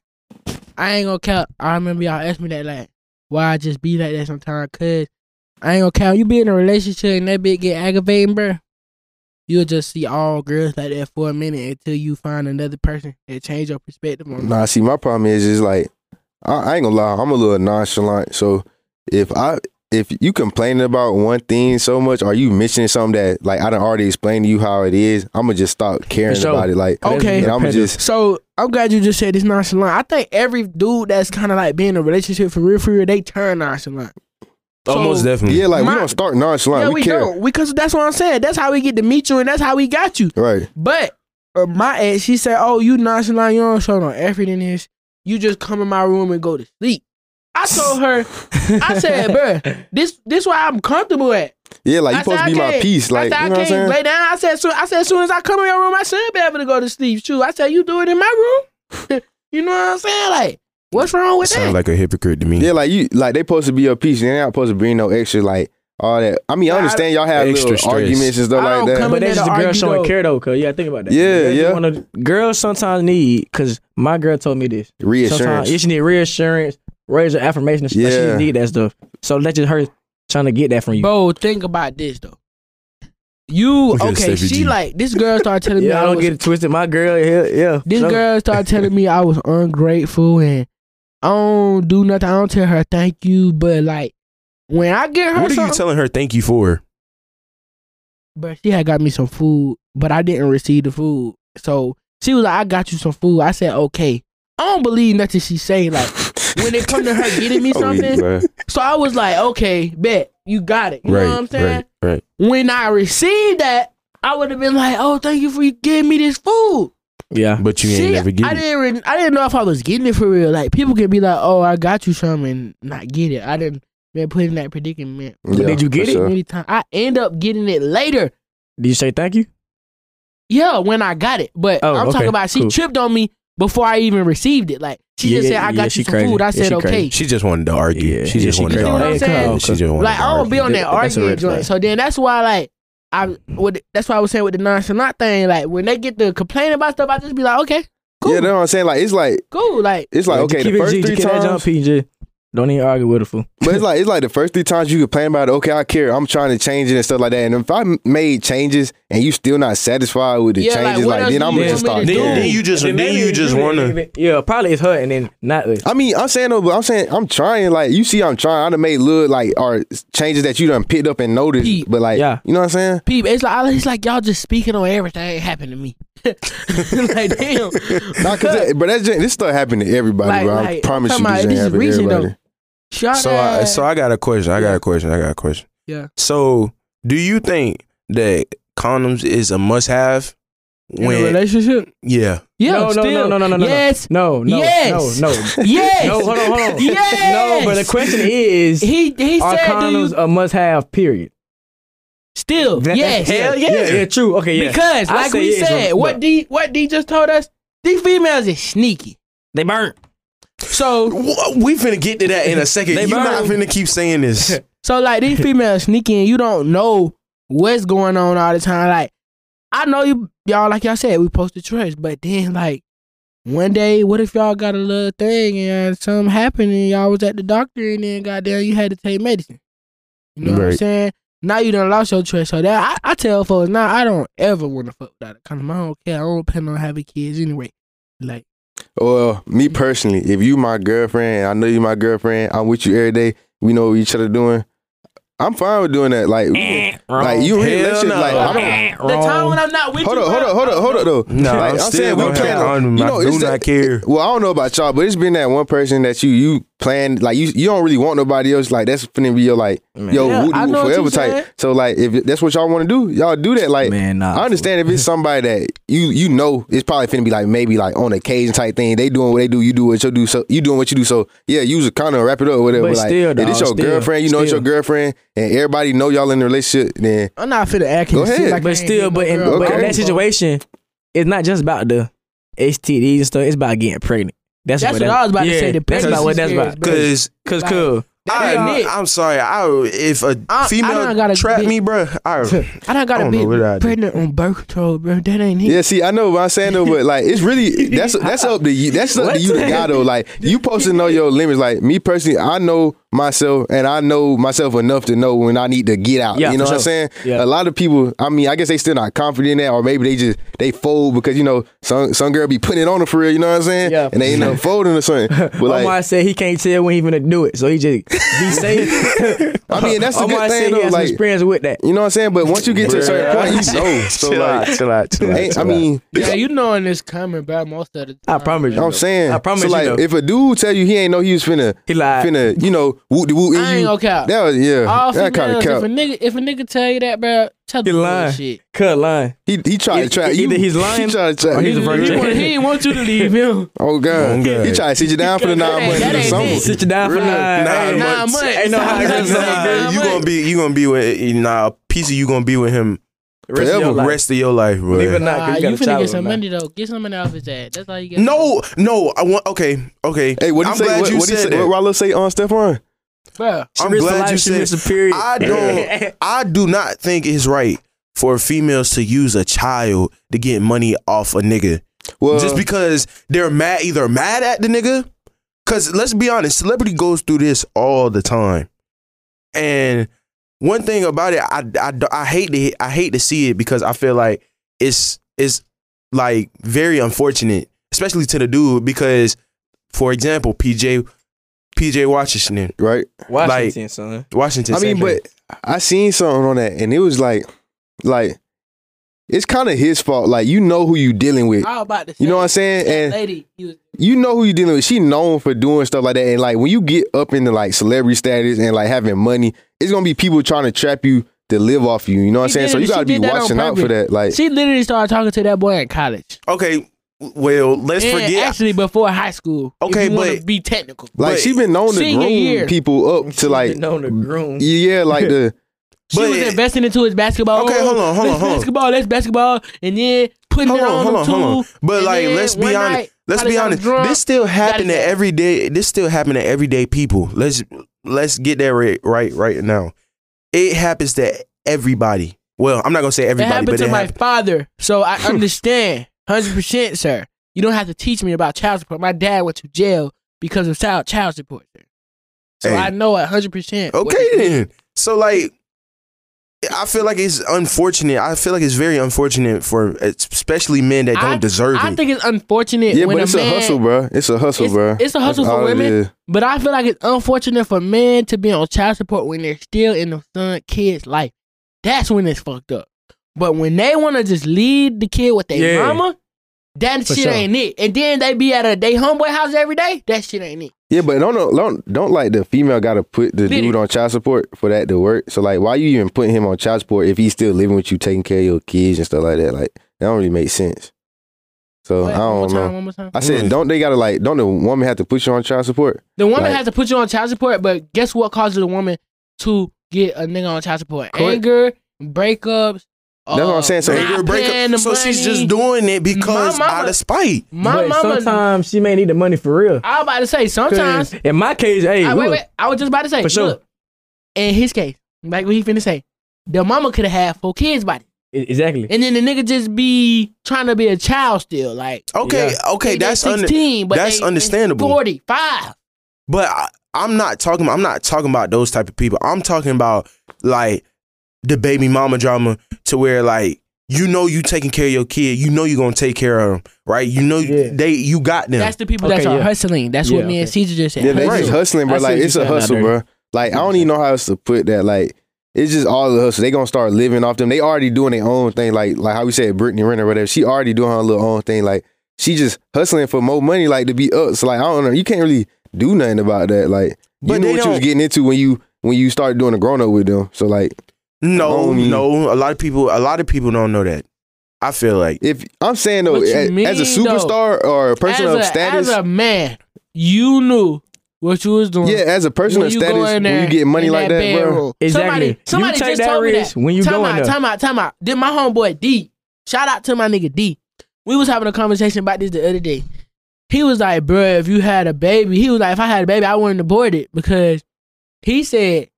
[SPEAKER 5] I ain't gonna count. I remember y'all asked me that, like, why I just be like that sometimes, cause I ain't gonna count. You be in a relationship and that bit get aggravating, bruh. You'll just see all girls like that for a minute until you find another person that change your perspective on.
[SPEAKER 2] Nah, see, my problem is is like I, I ain't gonna lie, I'm a little nonchalant. So if I if you complaining about one thing so much, or you mentioning something that like I done already explained to you how it is, I'm gonna just stop caring
[SPEAKER 1] For sure.
[SPEAKER 2] about it. Like,
[SPEAKER 5] Okay.
[SPEAKER 2] and I'm just
[SPEAKER 5] So I'm glad you just said this nonchalant. I think every dude that's kind of like being in a relationship for real, for real, they turn nonchalant. So-
[SPEAKER 3] Almost definitely. (laughs)
[SPEAKER 2] yeah, like
[SPEAKER 5] My-
[SPEAKER 2] we don't start nonchalant.
[SPEAKER 5] Yeah,
[SPEAKER 2] we,
[SPEAKER 5] we,
[SPEAKER 2] care,
[SPEAKER 5] don't. Because that's what I'm saying. That's how we get to meet you, and that's how we got you.
[SPEAKER 2] right?
[SPEAKER 5] But uh, my ex, she said, "Oh, you nonchalant. You don't show no effort in this. You just come in my room and go to sleep." I told her, "I
[SPEAKER 2] (laughs)
[SPEAKER 5] said, bruh, this this where I'm comfortable at.
[SPEAKER 2] Yeah, like you
[SPEAKER 5] I said,
[SPEAKER 2] supposed to
[SPEAKER 5] I
[SPEAKER 2] be my
[SPEAKER 5] can't-
[SPEAKER 2] peace. Like,
[SPEAKER 5] I said,
[SPEAKER 2] you
[SPEAKER 5] I
[SPEAKER 2] know what I'm
[SPEAKER 5] can't
[SPEAKER 2] saying?
[SPEAKER 5] lay down. I said, so, I said, as soon as I come in your room, I should be able to go to sleep. Shoot, I said, you do it in my room. (laughs) you know what I'm saying? Like, what's wrong with
[SPEAKER 3] Sound
[SPEAKER 5] that?
[SPEAKER 3] like a hypocrite to me.
[SPEAKER 2] Yeah, like you, like they supposed to be your peace. They're not supposed to bring no extra, like all that. I mean, I
[SPEAKER 5] Nah, I
[SPEAKER 2] understand y'all have
[SPEAKER 3] Extra
[SPEAKER 2] little
[SPEAKER 3] stress.
[SPEAKER 2] arguments and stuff
[SPEAKER 5] I
[SPEAKER 2] like
[SPEAKER 5] don't
[SPEAKER 2] that.
[SPEAKER 5] come-
[SPEAKER 1] But that's
[SPEAKER 5] I'ma
[SPEAKER 1] just a
[SPEAKER 5] let
[SPEAKER 1] girl
[SPEAKER 5] her
[SPEAKER 1] showing
[SPEAKER 5] argue,
[SPEAKER 1] care though, cuz yeah, think about that.
[SPEAKER 2] Yeah,
[SPEAKER 1] Girls just
[SPEAKER 2] yeah.
[SPEAKER 1] wanna- girls sometimes need cuz my girl told me this.
[SPEAKER 2] Reassurance.
[SPEAKER 1] Sometimes yeah, she need reassurance, raise her affirmation. And stuff. She
[SPEAKER 2] Yeah.
[SPEAKER 1] just need that stuff. So that's just her trying to get that from you.
[SPEAKER 5] Bro, think about this though. You
[SPEAKER 3] Look at
[SPEAKER 5] okay?
[SPEAKER 3] Steffi G.
[SPEAKER 5] She like this girl started
[SPEAKER 1] (laughs)
[SPEAKER 5] telling me
[SPEAKER 1] yeah, I don't
[SPEAKER 5] was
[SPEAKER 1] get it twisted. My girl, yeah, yeah.
[SPEAKER 5] This
[SPEAKER 1] So-
[SPEAKER 5] girl started telling me I was ungrateful and I don't do nothing. I don't tell her thank you, but like when I get her
[SPEAKER 3] What are you
[SPEAKER 5] something,
[SPEAKER 3] telling her? Thank you for.
[SPEAKER 5] but she had got me some food, but I didn't receive the food. So she was like, "I got you some food." I said, "Okay." I don't believe nothing she say. Like
[SPEAKER 2] (laughs)
[SPEAKER 5] when it come
[SPEAKER 3] (laughs)
[SPEAKER 5] to her getting
[SPEAKER 3] Oh,
[SPEAKER 5] me
[SPEAKER 2] Oh,
[SPEAKER 5] something,
[SPEAKER 3] right,
[SPEAKER 5] so I was like, "Okay, bet you got it." You know what I'm saying?
[SPEAKER 3] right, right.
[SPEAKER 5] When I received that, I would have been like, "Oh, thank you for giving me this food."
[SPEAKER 1] Yeah.
[SPEAKER 3] But you ain't
[SPEAKER 5] See,
[SPEAKER 3] never
[SPEAKER 5] I
[SPEAKER 3] get it.
[SPEAKER 5] didn't. re- I didn't know if I was getting it for real. Like people can be like, "Oh, I got you some," and not get it. I didn't been put in that predicament
[SPEAKER 1] But did you get
[SPEAKER 2] for
[SPEAKER 1] it?
[SPEAKER 2] sure.
[SPEAKER 5] many times. I end up getting it later.
[SPEAKER 1] Did you say thank you?
[SPEAKER 5] Yeah, when I got it, but
[SPEAKER 1] Oh,
[SPEAKER 5] I'm talking
[SPEAKER 1] okay,
[SPEAKER 5] about she
[SPEAKER 1] cool.
[SPEAKER 5] tripped on me before I even received it. Like she
[SPEAKER 1] Yeah,
[SPEAKER 5] just
[SPEAKER 1] yeah,
[SPEAKER 5] said, "I
[SPEAKER 1] yeah,
[SPEAKER 5] got
[SPEAKER 1] she
[SPEAKER 5] you some
[SPEAKER 1] crazy.
[SPEAKER 5] food." I
[SPEAKER 1] Yeah,
[SPEAKER 5] said,
[SPEAKER 1] she
[SPEAKER 5] "Okay."
[SPEAKER 1] crazy.
[SPEAKER 3] She just wanted to argue.
[SPEAKER 1] Yeah,
[SPEAKER 3] she
[SPEAKER 1] yeah,
[SPEAKER 3] just
[SPEAKER 1] she
[SPEAKER 3] wanted to
[SPEAKER 1] crazy.
[SPEAKER 3] argue.
[SPEAKER 5] Hey, come
[SPEAKER 1] on,
[SPEAKER 3] She just
[SPEAKER 1] cuz.
[SPEAKER 3] wanted
[SPEAKER 5] Like
[SPEAKER 3] to
[SPEAKER 5] I don't
[SPEAKER 3] argue.
[SPEAKER 5] be on that
[SPEAKER 1] That- that's a
[SPEAKER 5] arguing
[SPEAKER 1] red
[SPEAKER 5] joint.
[SPEAKER 1] flag.
[SPEAKER 5] So then that's why like I would. That's why I was saying with the nonchalant thing. Like when they get to complain about stuff, I just be like, "Okay, cool,
[SPEAKER 2] Yeah, that's what I'm saying. Like it's like
[SPEAKER 5] cool." Like
[SPEAKER 2] it's like
[SPEAKER 1] Yeah,
[SPEAKER 2] okay,
[SPEAKER 1] just
[SPEAKER 2] the
[SPEAKER 1] keep it
[SPEAKER 2] first
[SPEAKER 1] G, just
[SPEAKER 2] three
[SPEAKER 1] keep that jump,
[SPEAKER 2] times,
[SPEAKER 1] PJ. Don't even argue with her fool.
[SPEAKER 2] but it's like it's like the first three times you complain about it. Okay, I care. I'm trying to change it and stuff like that. And if I m- made changes and you still not satisfied with the
[SPEAKER 5] Yeah, like,
[SPEAKER 2] changes,
[SPEAKER 5] what
[SPEAKER 2] like,
[SPEAKER 5] else
[SPEAKER 2] then
[SPEAKER 5] do
[SPEAKER 2] I'm
[SPEAKER 5] you
[SPEAKER 1] want
[SPEAKER 2] gonna just
[SPEAKER 5] me
[SPEAKER 2] start
[SPEAKER 5] to
[SPEAKER 3] Then,
[SPEAKER 5] do?
[SPEAKER 2] doing.
[SPEAKER 3] then
[SPEAKER 2] it.
[SPEAKER 3] you just then you
[SPEAKER 5] (laughs)
[SPEAKER 3] just wanna.
[SPEAKER 1] Yeah, probably it's her and then not us.
[SPEAKER 2] I mean, I'm saying though, but I'm saying I'm trying. Like you see, I'm trying. I done made little like or changes that you done picked up and noticed.
[SPEAKER 5] Pete.
[SPEAKER 2] But like,
[SPEAKER 1] Yeah.
[SPEAKER 2] you know what I'm saying?
[SPEAKER 5] people. It's like it's like y'all just speaking on everything that happened to me. (laughs) like damn,
[SPEAKER 2] Nah,
[SPEAKER 5] (laughs)
[SPEAKER 2] cause that, but that's just, this stuff happened to everybody.
[SPEAKER 5] Like-
[SPEAKER 2] bro. I
[SPEAKER 5] like,
[SPEAKER 2] promise
[SPEAKER 5] I'm
[SPEAKER 2] you,
[SPEAKER 5] talking
[SPEAKER 2] this ain't
[SPEAKER 5] about this is
[SPEAKER 2] happened to
[SPEAKER 5] recent, though.
[SPEAKER 2] everybody.
[SPEAKER 5] shout
[SPEAKER 3] So
[SPEAKER 5] out.
[SPEAKER 3] I so I got a question. I got
[SPEAKER 5] Yeah.
[SPEAKER 3] a question. I got a question.
[SPEAKER 5] Yeah.
[SPEAKER 3] So do you think that condoms is a must have when
[SPEAKER 5] relationship,
[SPEAKER 3] yeah.
[SPEAKER 5] yeah,
[SPEAKER 1] no, no,
[SPEAKER 5] still.
[SPEAKER 1] no, no, no, no, no.
[SPEAKER 5] yes,
[SPEAKER 1] No, no,
[SPEAKER 5] (laughs) Yes.
[SPEAKER 1] no, no.
[SPEAKER 5] yes,
[SPEAKER 1] No, hold on, hold on.
[SPEAKER 5] (laughs) yes.
[SPEAKER 1] No, but the question is
[SPEAKER 5] he he
[SPEAKER 1] are
[SPEAKER 5] said, do you
[SPEAKER 1] condoms a must have period?
[SPEAKER 5] still
[SPEAKER 1] That-
[SPEAKER 5] yes,
[SPEAKER 3] hell
[SPEAKER 1] Yeah, yeah, true. Okay, yeah.
[SPEAKER 5] because
[SPEAKER 1] I
[SPEAKER 5] like
[SPEAKER 1] say
[SPEAKER 5] we
[SPEAKER 1] yes,
[SPEAKER 5] said,
[SPEAKER 1] but-
[SPEAKER 5] what D what D just told us, these females is sneaky.
[SPEAKER 1] they burnt.
[SPEAKER 5] So
[SPEAKER 3] Wha- We finna get to that in a (laughs) second.
[SPEAKER 1] They
[SPEAKER 3] You're not
[SPEAKER 1] burn.
[SPEAKER 3] finna keep saying
[SPEAKER 5] (laughs)
[SPEAKER 3] this.
[SPEAKER 5] So
[SPEAKER 2] (laughs)
[SPEAKER 5] like these females sneaky and you don't know what's going on all the time. Like I know you y'all like y'all said we post the trash, but then like one day, what if y'all got a little thing and something happened and y'all was at the doctor and then goddamn you had to take medicine? You know what I'm
[SPEAKER 3] Right.
[SPEAKER 5] saying? Now you done lost your trust. So that I, I tell folks now I don't ever want to fuck without a condom. I don't care. I don't plan on having kids anyway. Like
[SPEAKER 2] Well, me personally, if you my girlfriend, I know you my girlfriend. I'm with you every day. We know what each other doing. I'm fine with doing that. Like, we- like you in a
[SPEAKER 3] Eh, Hell
[SPEAKER 2] relationship.
[SPEAKER 3] no.
[SPEAKER 2] Like, I don't.
[SPEAKER 5] the time when I'm not with
[SPEAKER 2] Hold
[SPEAKER 5] you.
[SPEAKER 2] up, hold up, hold up, hold up. Though,
[SPEAKER 3] No,
[SPEAKER 2] Like,
[SPEAKER 3] I'm, still
[SPEAKER 2] we
[SPEAKER 3] gonna
[SPEAKER 2] plan
[SPEAKER 3] have
[SPEAKER 2] on-
[SPEAKER 3] condom.
[SPEAKER 2] you
[SPEAKER 3] I
[SPEAKER 2] know,
[SPEAKER 3] do
[SPEAKER 2] it's
[SPEAKER 3] not
[SPEAKER 2] that-
[SPEAKER 3] care.
[SPEAKER 2] Well, I don't know about y'all, but it's been that one person that you you plan like you you don't really want nobody else. Like that's finna be your like
[SPEAKER 1] Man.
[SPEAKER 2] yo
[SPEAKER 5] Yeah,
[SPEAKER 2] woody
[SPEAKER 5] I
[SPEAKER 2] woo
[SPEAKER 5] know what
[SPEAKER 2] forever
[SPEAKER 5] you
[SPEAKER 2] type.
[SPEAKER 5] said.
[SPEAKER 2] So like if that's what y'all want to do, y'all do that. Like
[SPEAKER 1] man, nah.
[SPEAKER 2] I understand if it's somebody that you you know it's probably finna be like maybe like on occasion type thing. They doing what they do, you do what you do. So you doing what you do. So yeah, use a condom, wrap it up, or whatever.
[SPEAKER 1] But
[SPEAKER 2] like
[SPEAKER 1] still,
[SPEAKER 2] if
[SPEAKER 1] dog,
[SPEAKER 2] it's your
[SPEAKER 1] still,
[SPEAKER 2] girlfriend, you know it's your
[SPEAKER 1] still.
[SPEAKER 2] girlfriend, and everybody know y'all in a relationship. Then
[SPEAKER 5] I'm not finna act
[SPEAKER 2] Go
[SPEAKER 5] and shit
[SPEAKER 2] ahead.
[SPEAKER 5] like I
[SPEAKER 1] But
[SPEAKER 5] ain't
[SPEAKER 1] still,
[SPEAKER 5] hit no
[SPEAKER 1] but in,
[SPEAKER 5] girl.
[SPEAKER 1] but in
[SPEAKER 2] Okay.
[SPEAKER 1] that situation, it's not just about the STDs and stuff. It's about getting pregnant. That's,
[SPEAKER 5] That's what I was about to
[SPEAKER 1] yeah,
[SPEAKER 5] say, the
[SPEAKER 1] That's about what that's
[SPEAKER 5] pregnancy
[SPEAKER 1] about.
[SPEAKER 5] scares,
[SPEAKER 1] Cause, cause,
[SPEAKER 3] Cause
[SPEAKER 5] Like-
[SPEAKER 1] cool.
[SPEAKER 5] That ain't
[SPEAKER 3] I,
[SPEAKER 5] it.
[SPEAKER 3] I'm sorry. I if a
[SPEAKER 5] I- I
[SPEAKER 3] female
[SPEAKER 5] done got a
[SPEAKER 3] trap
[SPEAKER 5] bit-
[SPEAKER 3] me, bro.
[SPEAKER 5] (laughs)
[SPEAKER 3] I,
[SPEAKER 5] I done got
[SPEAKER 3] I
[SPEAKER 5] a
[SPEAKER 3] don't know what I
[SPEAKER 5] bitch
[SPEAKER 3] did.
[SPEAKER 5] pregnant on birth control, bro. That ain't it.
[SPEAKER 2] yeah, see, I know what I'm saying
[SPEAKER 1] (laughs)
[SPEAKER 2] though, but like it's really that's that's up to you. That's up to you, the guy though. Like you supposed to know your limits. Like me personally, I know myself, and I know myself enough to know when I need to get out.
[SPEAKER 1] Yeah,
[SPEAKER 2] you know what
[SPEAKER 1] for
[SPEAKER 2] I'm
[SPEAKER 1] sure.
[SPEAKER 2] saying?
[SPEAKER 1] Yeah.
[SPEAKER 2] A lot of people, I mean, I guess they still not confident in that, or maybe they just they fold because you know some some girl be putting it on her for real. You know what I'm saying?
[SPEAKER 1] Yeah.
[SPEAKER 2] And they end up folding
[SPEAKER 1] (laughs)
[SPEAKER 2] or something. But like,
[SPEAKER 1] Omar said he can't tell when he gonna do it, so he just
[SPEAKER 2] (laughs)
[SPEAKER 1] be safe.
[SPEAKER 2] I mean, that's a
[SPEAKER 1] Omar
[SPEAKER 2] good
[SPEAKER 1] said
[SPEAKER 2] thing
[SPEAKER 1] he
[SPEAKER 2] though.
[SPEAKER 1] has some
[SPEAKER 2] Like,
[SPEAKER 1] experience with that.
[SPEAKER 2] you know what I'm saying? But once you get to a certain point,
[SPEAKER 1] (laughs)
[SPEAKER 2] you know. So
[SPEAKER 3] chill
[SPEAKER 2] like,
[SPEAKER 3] out, chill out, chill out.
[SPEAKER 2] ain't-
[SPEAKER 3] chill
[SPEAKER 2] I
[SPEAKER 3] out.
[SPEAKER 2] mean,
[SPEAKER 5] Yeah, you knowing this coming, bro. Most of the
[SPEAKER 1] I
[SPEAKER 5] time,
[SPEAKER 1] promise
[SPEAKER 5] bruh.
[SPEAKER 1] you.
[SPEAKER 2] I'm saying.
[SPEAKER 1] I promise
[SPEAKER 2] so
[SPEAKER 1] you
[SPEAKER 2] like,
[SPEAKER 1] though.
[SPEAKER 2] if a dude tell you he ain't know he was finna,
[SPEAKER 1] He lied.
[SPEAKER 2] finna, you know, whoop de whoop in
[SPEAKER 5] I
[SPEAKER 2] you.
[SPEAKER 5] ain't gonna cap.
[SPEAKER 2] That was yeah.
[SPEAKER 5] All
[SPEAKER 2] that kind of
[SPEAKER 5] females, if a
[SPEAKER 2] cap.
[SPEAKER 5] nigga if a nigga tell you that, bro, tell
[SPEAKER 1] He
[SPEAKER 5] the
[SPEAKER 1] lying.
[SPEAKER 5] bullshit.
[SPEAKER 1] Cut line.
[SPEAKER 2] He he tried to
[SPEAKER 1] Either-
[SPEAKER 2] trap.
[SPEAKER 1] either
[SPEAKER 2] you.
[SPEAKER 1] he's lying
[SPEAKER 2] (laughs) He tried to trap.
[SPEAKER 1] or he's
[SPEAKER 2] you.
[SPEAKER 1] a virgin.
[SPEAKER 5] He, want, he ain't want you to
[SPEAKER 1] (laughs)
[SPEAKER 5] leave him.
[SPEAKER 2] Oh god.
[SPEAKER 3] Oh, God.
[SPEAKER 2] He tried to sit you down for the
[SPEAKER 5] That
[SPEAKER 2] nine
[SPEAKER 5] ain't-
[SPEAKER 2] months
[SPEAKER 5] that
[SPEAKER 2] or
[SPEAKER 5] ain't
[SPEAKER 2] something.
[SPEAKER 5] it.
[SPEAKER 1] Sit you down for
[SPEAKER 2] Really?
[SPEAKER 1] nine.
[SPEAKER 3] Nine
[SPEAKER 1] Ain't no-
[SPEAKER 3] months.
[SPEAKER 1] Ain't
[SPEAKER 5] (laughs)
[SPEAKER 1] no how
[SPEAKER 5] Nine
[SPEAKER 1] it
[SPEAKER 5] months.
[SPEAKER 1] goes.
[SPEAKER 3] Nah, you gonna be you gonna be with nah a piece of you gonna be with him
[SPEAKER 1] Rest of your
[SPEAKER 2] forever
[SPEAKER 1] life.
[SPEAKER 3] rest of your life, bro.
[SPEAKER 1] Believe it or not, 'cause
[SPEAKER 5] Nah,
[SPEAKER 1] you
[SPEAKER 5] you,
[SPEAKER 1] got a
[SPEAKER 5] finna
[SPEAKER 1] child
[SPEAKER 5] get
[SPEAKER 1] on
[SPEAKER 5] some
[SPEAKER 1] the line.
[SPEAKER 5] money though. Get some money off his ass. That's all you get.
[SPEAKER 3] No, no. I want. Okay, okay.
[SPEAKER 2] Hey, what do
[SPEAKER 3] I'm
[SPEAKER 2] you say?
[SPEAKER 3] glad
[SPEAKER 2] What,
[SPEAKER 3] you
[SPEAKER 2] what do
[SPEAKER 3] said
[SPEAKER 2] say?
[SPEAKER 3] that.
[SPEAKER 2] What Rollo say on Stephon?
[SPEAKER 5] bro.
[SPEAKER 1] She
[SPEAKER 3] I'm
[SPEAKER 1] risked her
[SPEAKER 3] glad
[SPEAKER 1] life,
[SPEAKER 3] you
[SPEAKER 1] she
[SPEAKER 3] said-
[SPEAKER 1] risked her period. (laughs)
[SPEAKER 3] I don't. I do not think it's right for females to use a child to get money off a nigga
[SPEAKER 2] Well,
[SPEAKER 3] just because they're mad, either mad at the nigga. Cause let's be honest, celebrity goes through this all the time. And one thing about it, I, I, I hate to I hate to see it because I feel like it's it's like very unfortunate, especially to the dude. Because, for example, PJ PJ Washington,
[SPEAKER 2] right.
[SPEAKER 1] Washington, son.
[SPEAKER 3] Washington.
[SPEAKER 2] I mean,
[SPEAKER 3] same thing.
[SPEAKER 2] but I seen something on that, and it was like, like, it's kind of his fault. Like you know who you dealing with.
[SPEAKER 5] I was about to. Say,
[SPEAKER 2] You know what I'm saying?
[SPEAKER 5] that
[SPEAKER 2] And
[SPEAKER 5] lady, you was
[SPEAKER 2] you know who you dealing with. She known for doing stuff like that. And like when you get up into like celebrity status and like having money, it's gonna be people trying to trap you to live off you. You know what I'm
[SPEAKER 5] She
[SPEAKER 2] saying?
[SPEAKER 5] did
[SPEAKER 2] so
[SPEAKER 5] it.
[SPEAKER 2] you
[SPEAKER 5] She
[SPEAKER 2] gotta be
[SPEAKER 5] did that on
[SPEAKER 2] watching out for
[SPEAKER 5] purpose.
[SPEAKER 2] that. Like
[SPEAKER 5] She literally started talking to that boy in college.
[SPEAKER 3] okay, well, let's
[SPEAKER 5] And
[SPEAKER 3] forget.
[SPEAKER 5] actually before high school. if
[SPEAKER 3] Okay,
[SPEAKER 5] you wanna
[SPEAKER 3] but-
[SPEAKER 5] be technical.
[SPEAKER 2] like
[SPEAKER 3] but
[SPEAKER 2] she been known to
[SPEAKER 5] senior
[SPEAKER 2] groom
[SPEAKER 5] year.
[SPEAKER 2] people up to like mm,
[SPEAKER 1] known the groom.
[SPEAKER 2] yeah, like
[SPEAKER 5] (laughs)
[SPEAKER 2] the
[SPEAKER 5] She
[SPEAKER 3] but-
[SPEAKER 5] was investing into his basketball.
[SPEAKER 3] Okay, hold on, hold
[SPEAKER 5] Let's
[SPEAKER 3] on, hold on.
[SPEAKER 5] basketball, let's basketball, and then putting
[SPEAKER 3] Hold
[SPEAKER 5] it
[SPEAKER 3] on,
[SPEAKER 5] on,
[SPEAKER 3] hold on,
[SPEAKER 5] him
[SPEAKER 3] hold on.
[SPEAKER 5] too,
[SPEAKER 3] But
[SPEAKER 5] and
[SPEAKER 3] like,
[SPEAKER 5] then
[SPEAKER 3] let's
[SPEAKER 5] one
[SPEAKER 3] be honest.
[SPEAKER 5] night,
[SPEAKER 3] let's
[SPEAKER 5] probably
[SPEAKER 3] be
[SPEAKER 5] got
[SPEAKER 3] honest.
[SPEAKER 5] drunk.
[SPEAKER 3] This still happen to
[SPEAKER 5] his ass.
[SPEAKER 3] everyday. This still happen to everyday people. Let's let's get that right right right now. It happens to everybody. Well, I'm not gonna say
[SPEAKER 5] It
[SPEAKER 3] everybody,
[SPEAKER 5] happened
[SPEAKER 3] but
[SPEAKER 5] to
[SPEAKER 3] it
[SPEAKER 5] my
[SPEAKER 3] happen-
[SPEAKER 5] father, so I understand 100%, sir. You don't have to teach me about child support. My dad went to jail because of child child support, sir. So
[SPEAKER 3] Hey.
[SPEAKER 5] I know 100%. what
[SPEAKER 3] Okay
[SPEAKER 5] it is.
[SPEAKER 3] then. So like, I feel like it's unfortunate. I feel like it's very unfortunate for especially men that don't
[SPEAKER 5] I-
[SPEAKER 3] deserve
[SPEAKER 5] I
[SPEAKER 3] it.
[SPEAKER 5] think it's unfortunate
[SPEAKER 2] yeah,
[SPEAKER 5] when
[SPEAKER 2] but it's
[SPEAKER 5] a,
[SPEAKER 2] a,
[SPEAKER 5] man,
[SPEAKER 2] hustle, bruh. It's a hustle,
[SPEAKER 5] It's-
[SPEAKER 2] bruh.
[SPEAKER 5] it's a hustle
[SPEAKER 2] That's
[SPEAKER 5] for
[SPEAKER 2] all it
[SPEAKER 5] women.
[SPEAKER 2] is.
[SPEAKER 5] But I feel like it's unfortunate for men to be on child support when they're still in the son kid's life. That's when it's fucked up. But when they want to just leave the kid with their
[SPEAKER 1] Yeah.
[SPEAKER 5] mama, that
[SPEAKER 1] For
[SPEAKER 5] shit
[SPEAKER 1] sure.
[SPEAKER 5] ain't it. And then they be at a they homeboy house every day. That shit ain't it.
[SPEAKER 2] Yeah, but don't don't don't like the female got to put the
[SPEAKER 5] Did
[SPEAKER 2] dude
[SPEAKER 5] it.
[SPEAKER 2] on child support for that to work. So like, why you even putting him on child support if he's still living with you, taking care of your kids and stuff like that? Like that don't really make sense. So
[SPEAKER 5] Wait,
[SPEAKER 2] Uh, I
[SPEAKER 5] one more
[SPEAKER 2] don't
[SPEAKER 5] time,
[SPEAKER 2] know.
[SPEAKER 5] one more time.
[SPEAKER 2] I said,
[SPEAKER 3] Mm.
[SPEAKER 2] don't they gotta like? Don't the woman have to put you on child support?
[SPEAKER 5] The woman
[SPEAKER 2] Like-
[SPEAKER 5] has to put you on child support, but guess what causes the woman to get a nigga on child support?
[SPEAKER 2] Correct.
[SPEAKER 5] Anger, breakups. uh,
[SPEAKER 2] That's what I'm saying. So
[SPEAKER 5] not
[SPEAKER 2] anger,
[SPEAKER 3] Your breakup-
[SPEAKER 5] paying the
[SPEAKER 3] So she's
[SPEAKER 5] money.
[SPEAKER 3] just doing it because
[SPEAKER 5] mama-
[SPEAKER 3] out of spite.
[SPEAKER 5] My
[SPEAKER 1] but
[SPEAKER 5] mama.
[SPEAKER 1] sometimes she may need the money for real.
[SPEAKER 5] I was about to say sometimes
[SPEAKER 1] 'Cause In my case, hey,
[SPEAKER 5] I,
[SPEAKER 1] look,
[SPEAKER 5] wait, wait. I was just about to say,
[SPEAKER 1] For sure.
[SPEAKER 5] look, in his case, like what he finna say, the mama could have had four kids by then.
[SPEAKER 1] E- Exactly.
[SPEAKER 5] And then the nigga just be trying to be a child still. Like
[SPEAKER 3] Okay, okay,
[SPEAKER 5] they- they
[SPEAKER 3] that's under,
[SPEAKER 5] 16, but
[SPEAKER 3] that's
[SPEAKER 5] they- they
[SPEAKER 3] understandable.
[SPEAKER 5] 45.
[SPEAKER 3] But I, I'm not talking. I'm not talking about those type of people. I'm talking about like the baby mama drama to where like you know you taking care of your kid. You know you gonna take care of them, right? You know
[SPEAKER 1] Yeah.
[SPEAKER 3] they you got them.
[SPEAKER 5] That's the people
[SPEAKER 1] Okay,
[SPEAKER 5] that are
[SPEAKER 1] yeah.
[SPEAKER 5] hustling. That's
[SPEAKER 1] Yeah,
[SPEAKER 5] what me and
[SPEAKER 1] okay.
[SPEAKER 5] Caesar just said.
[SPEAKER 2] Yeah, they just
[SPEAKER 3] Right.
[SPEAKER 2] hustling, bro.
[SPEAKER 1] I see
[SPEAKER 2] like
[SPEAKER 1] what
[SPEAKER 2] it's
[SPEAKER 1] you
[SPEAKER 2] a
[SPEAKER 1] saying out
[SPEAKER 2] hustle,
[SPEAKER 1] there.
[SPEAKER 2] bro. Like I don't even know how else to put that. Like it's just all the hustle. They gonna start living off them. They already doing their own thing. Like like how we said Brittany Renner or whatever. She already doing her little own thing. Like she just hustling for more money, like to be up. So like I don't know. You can't really do nothing about that. Like
[SPEAKER 3] But
[SPEAKER 2] you knew
[SPEAKER 3] they
[SPEAKER 2] what you was
[SPEAKER 3] don't-
[SPEAKER 2] getting into when you when you started doing a grown up with them. So like
[SPEAKER 3] no,
[SPEAKER 2] Lonely.
[SPEAKER 3] no. A lot of people. A lot of people don't know that. I feel like
[SPEAKER 2] if I'm saying though,
[SPEAKER 5] What you
[SPEAKER 2] as,
[SPEAKER 5] mean,
[SPEAKER 2] as a
[SPEAKER 5] though?
[SPEAKER 2] superstar or a person
[SPEAKER 5] as
[SPEAKER 2] of
[SPEAKER 5] a,
[SPEAKER 2] status,
[SPEAKER 5] As a man, you knew what you was doing.
[SPEAKER 2] yeah, as a person
[SPEAKER 5] when
[SPEAKER 2] of
[SPEAKER 5] you go
[SPEAKER 2] status,
[SPEAKER 5] in
[SPEAKER 2] when
[SPEAKER 5] there
[SPEAKER 2] you get money
[SPEAKER 5] in
[SPEAKER 2] like that, bro.
[SPEAKER 5] bedroom.
[SPEAKER 1] Exactly. You
[SPEAKER 5] Somebody, somebody
[SPEAKER 1] take
[SPEAKER 5] just
[SPEAKER 1] that
[SPEAKER 5] told me
[SPEAKER 1] risk
[SPEAKER 5] that.
[SPEAKER 1] when you
[SPEAKER 5] time
[SPEAKER 1] go in
[SPEAKER 5] out,
[SPEAKER 1] there.
[SPEAKER 5] Time out, time out. Then my homeboy D, shout out to my nigga D. We was having a conversation about this the other day. He was like, bro, if you had a baby, he was like, if I had a baby, I wouldn't abort it because he said,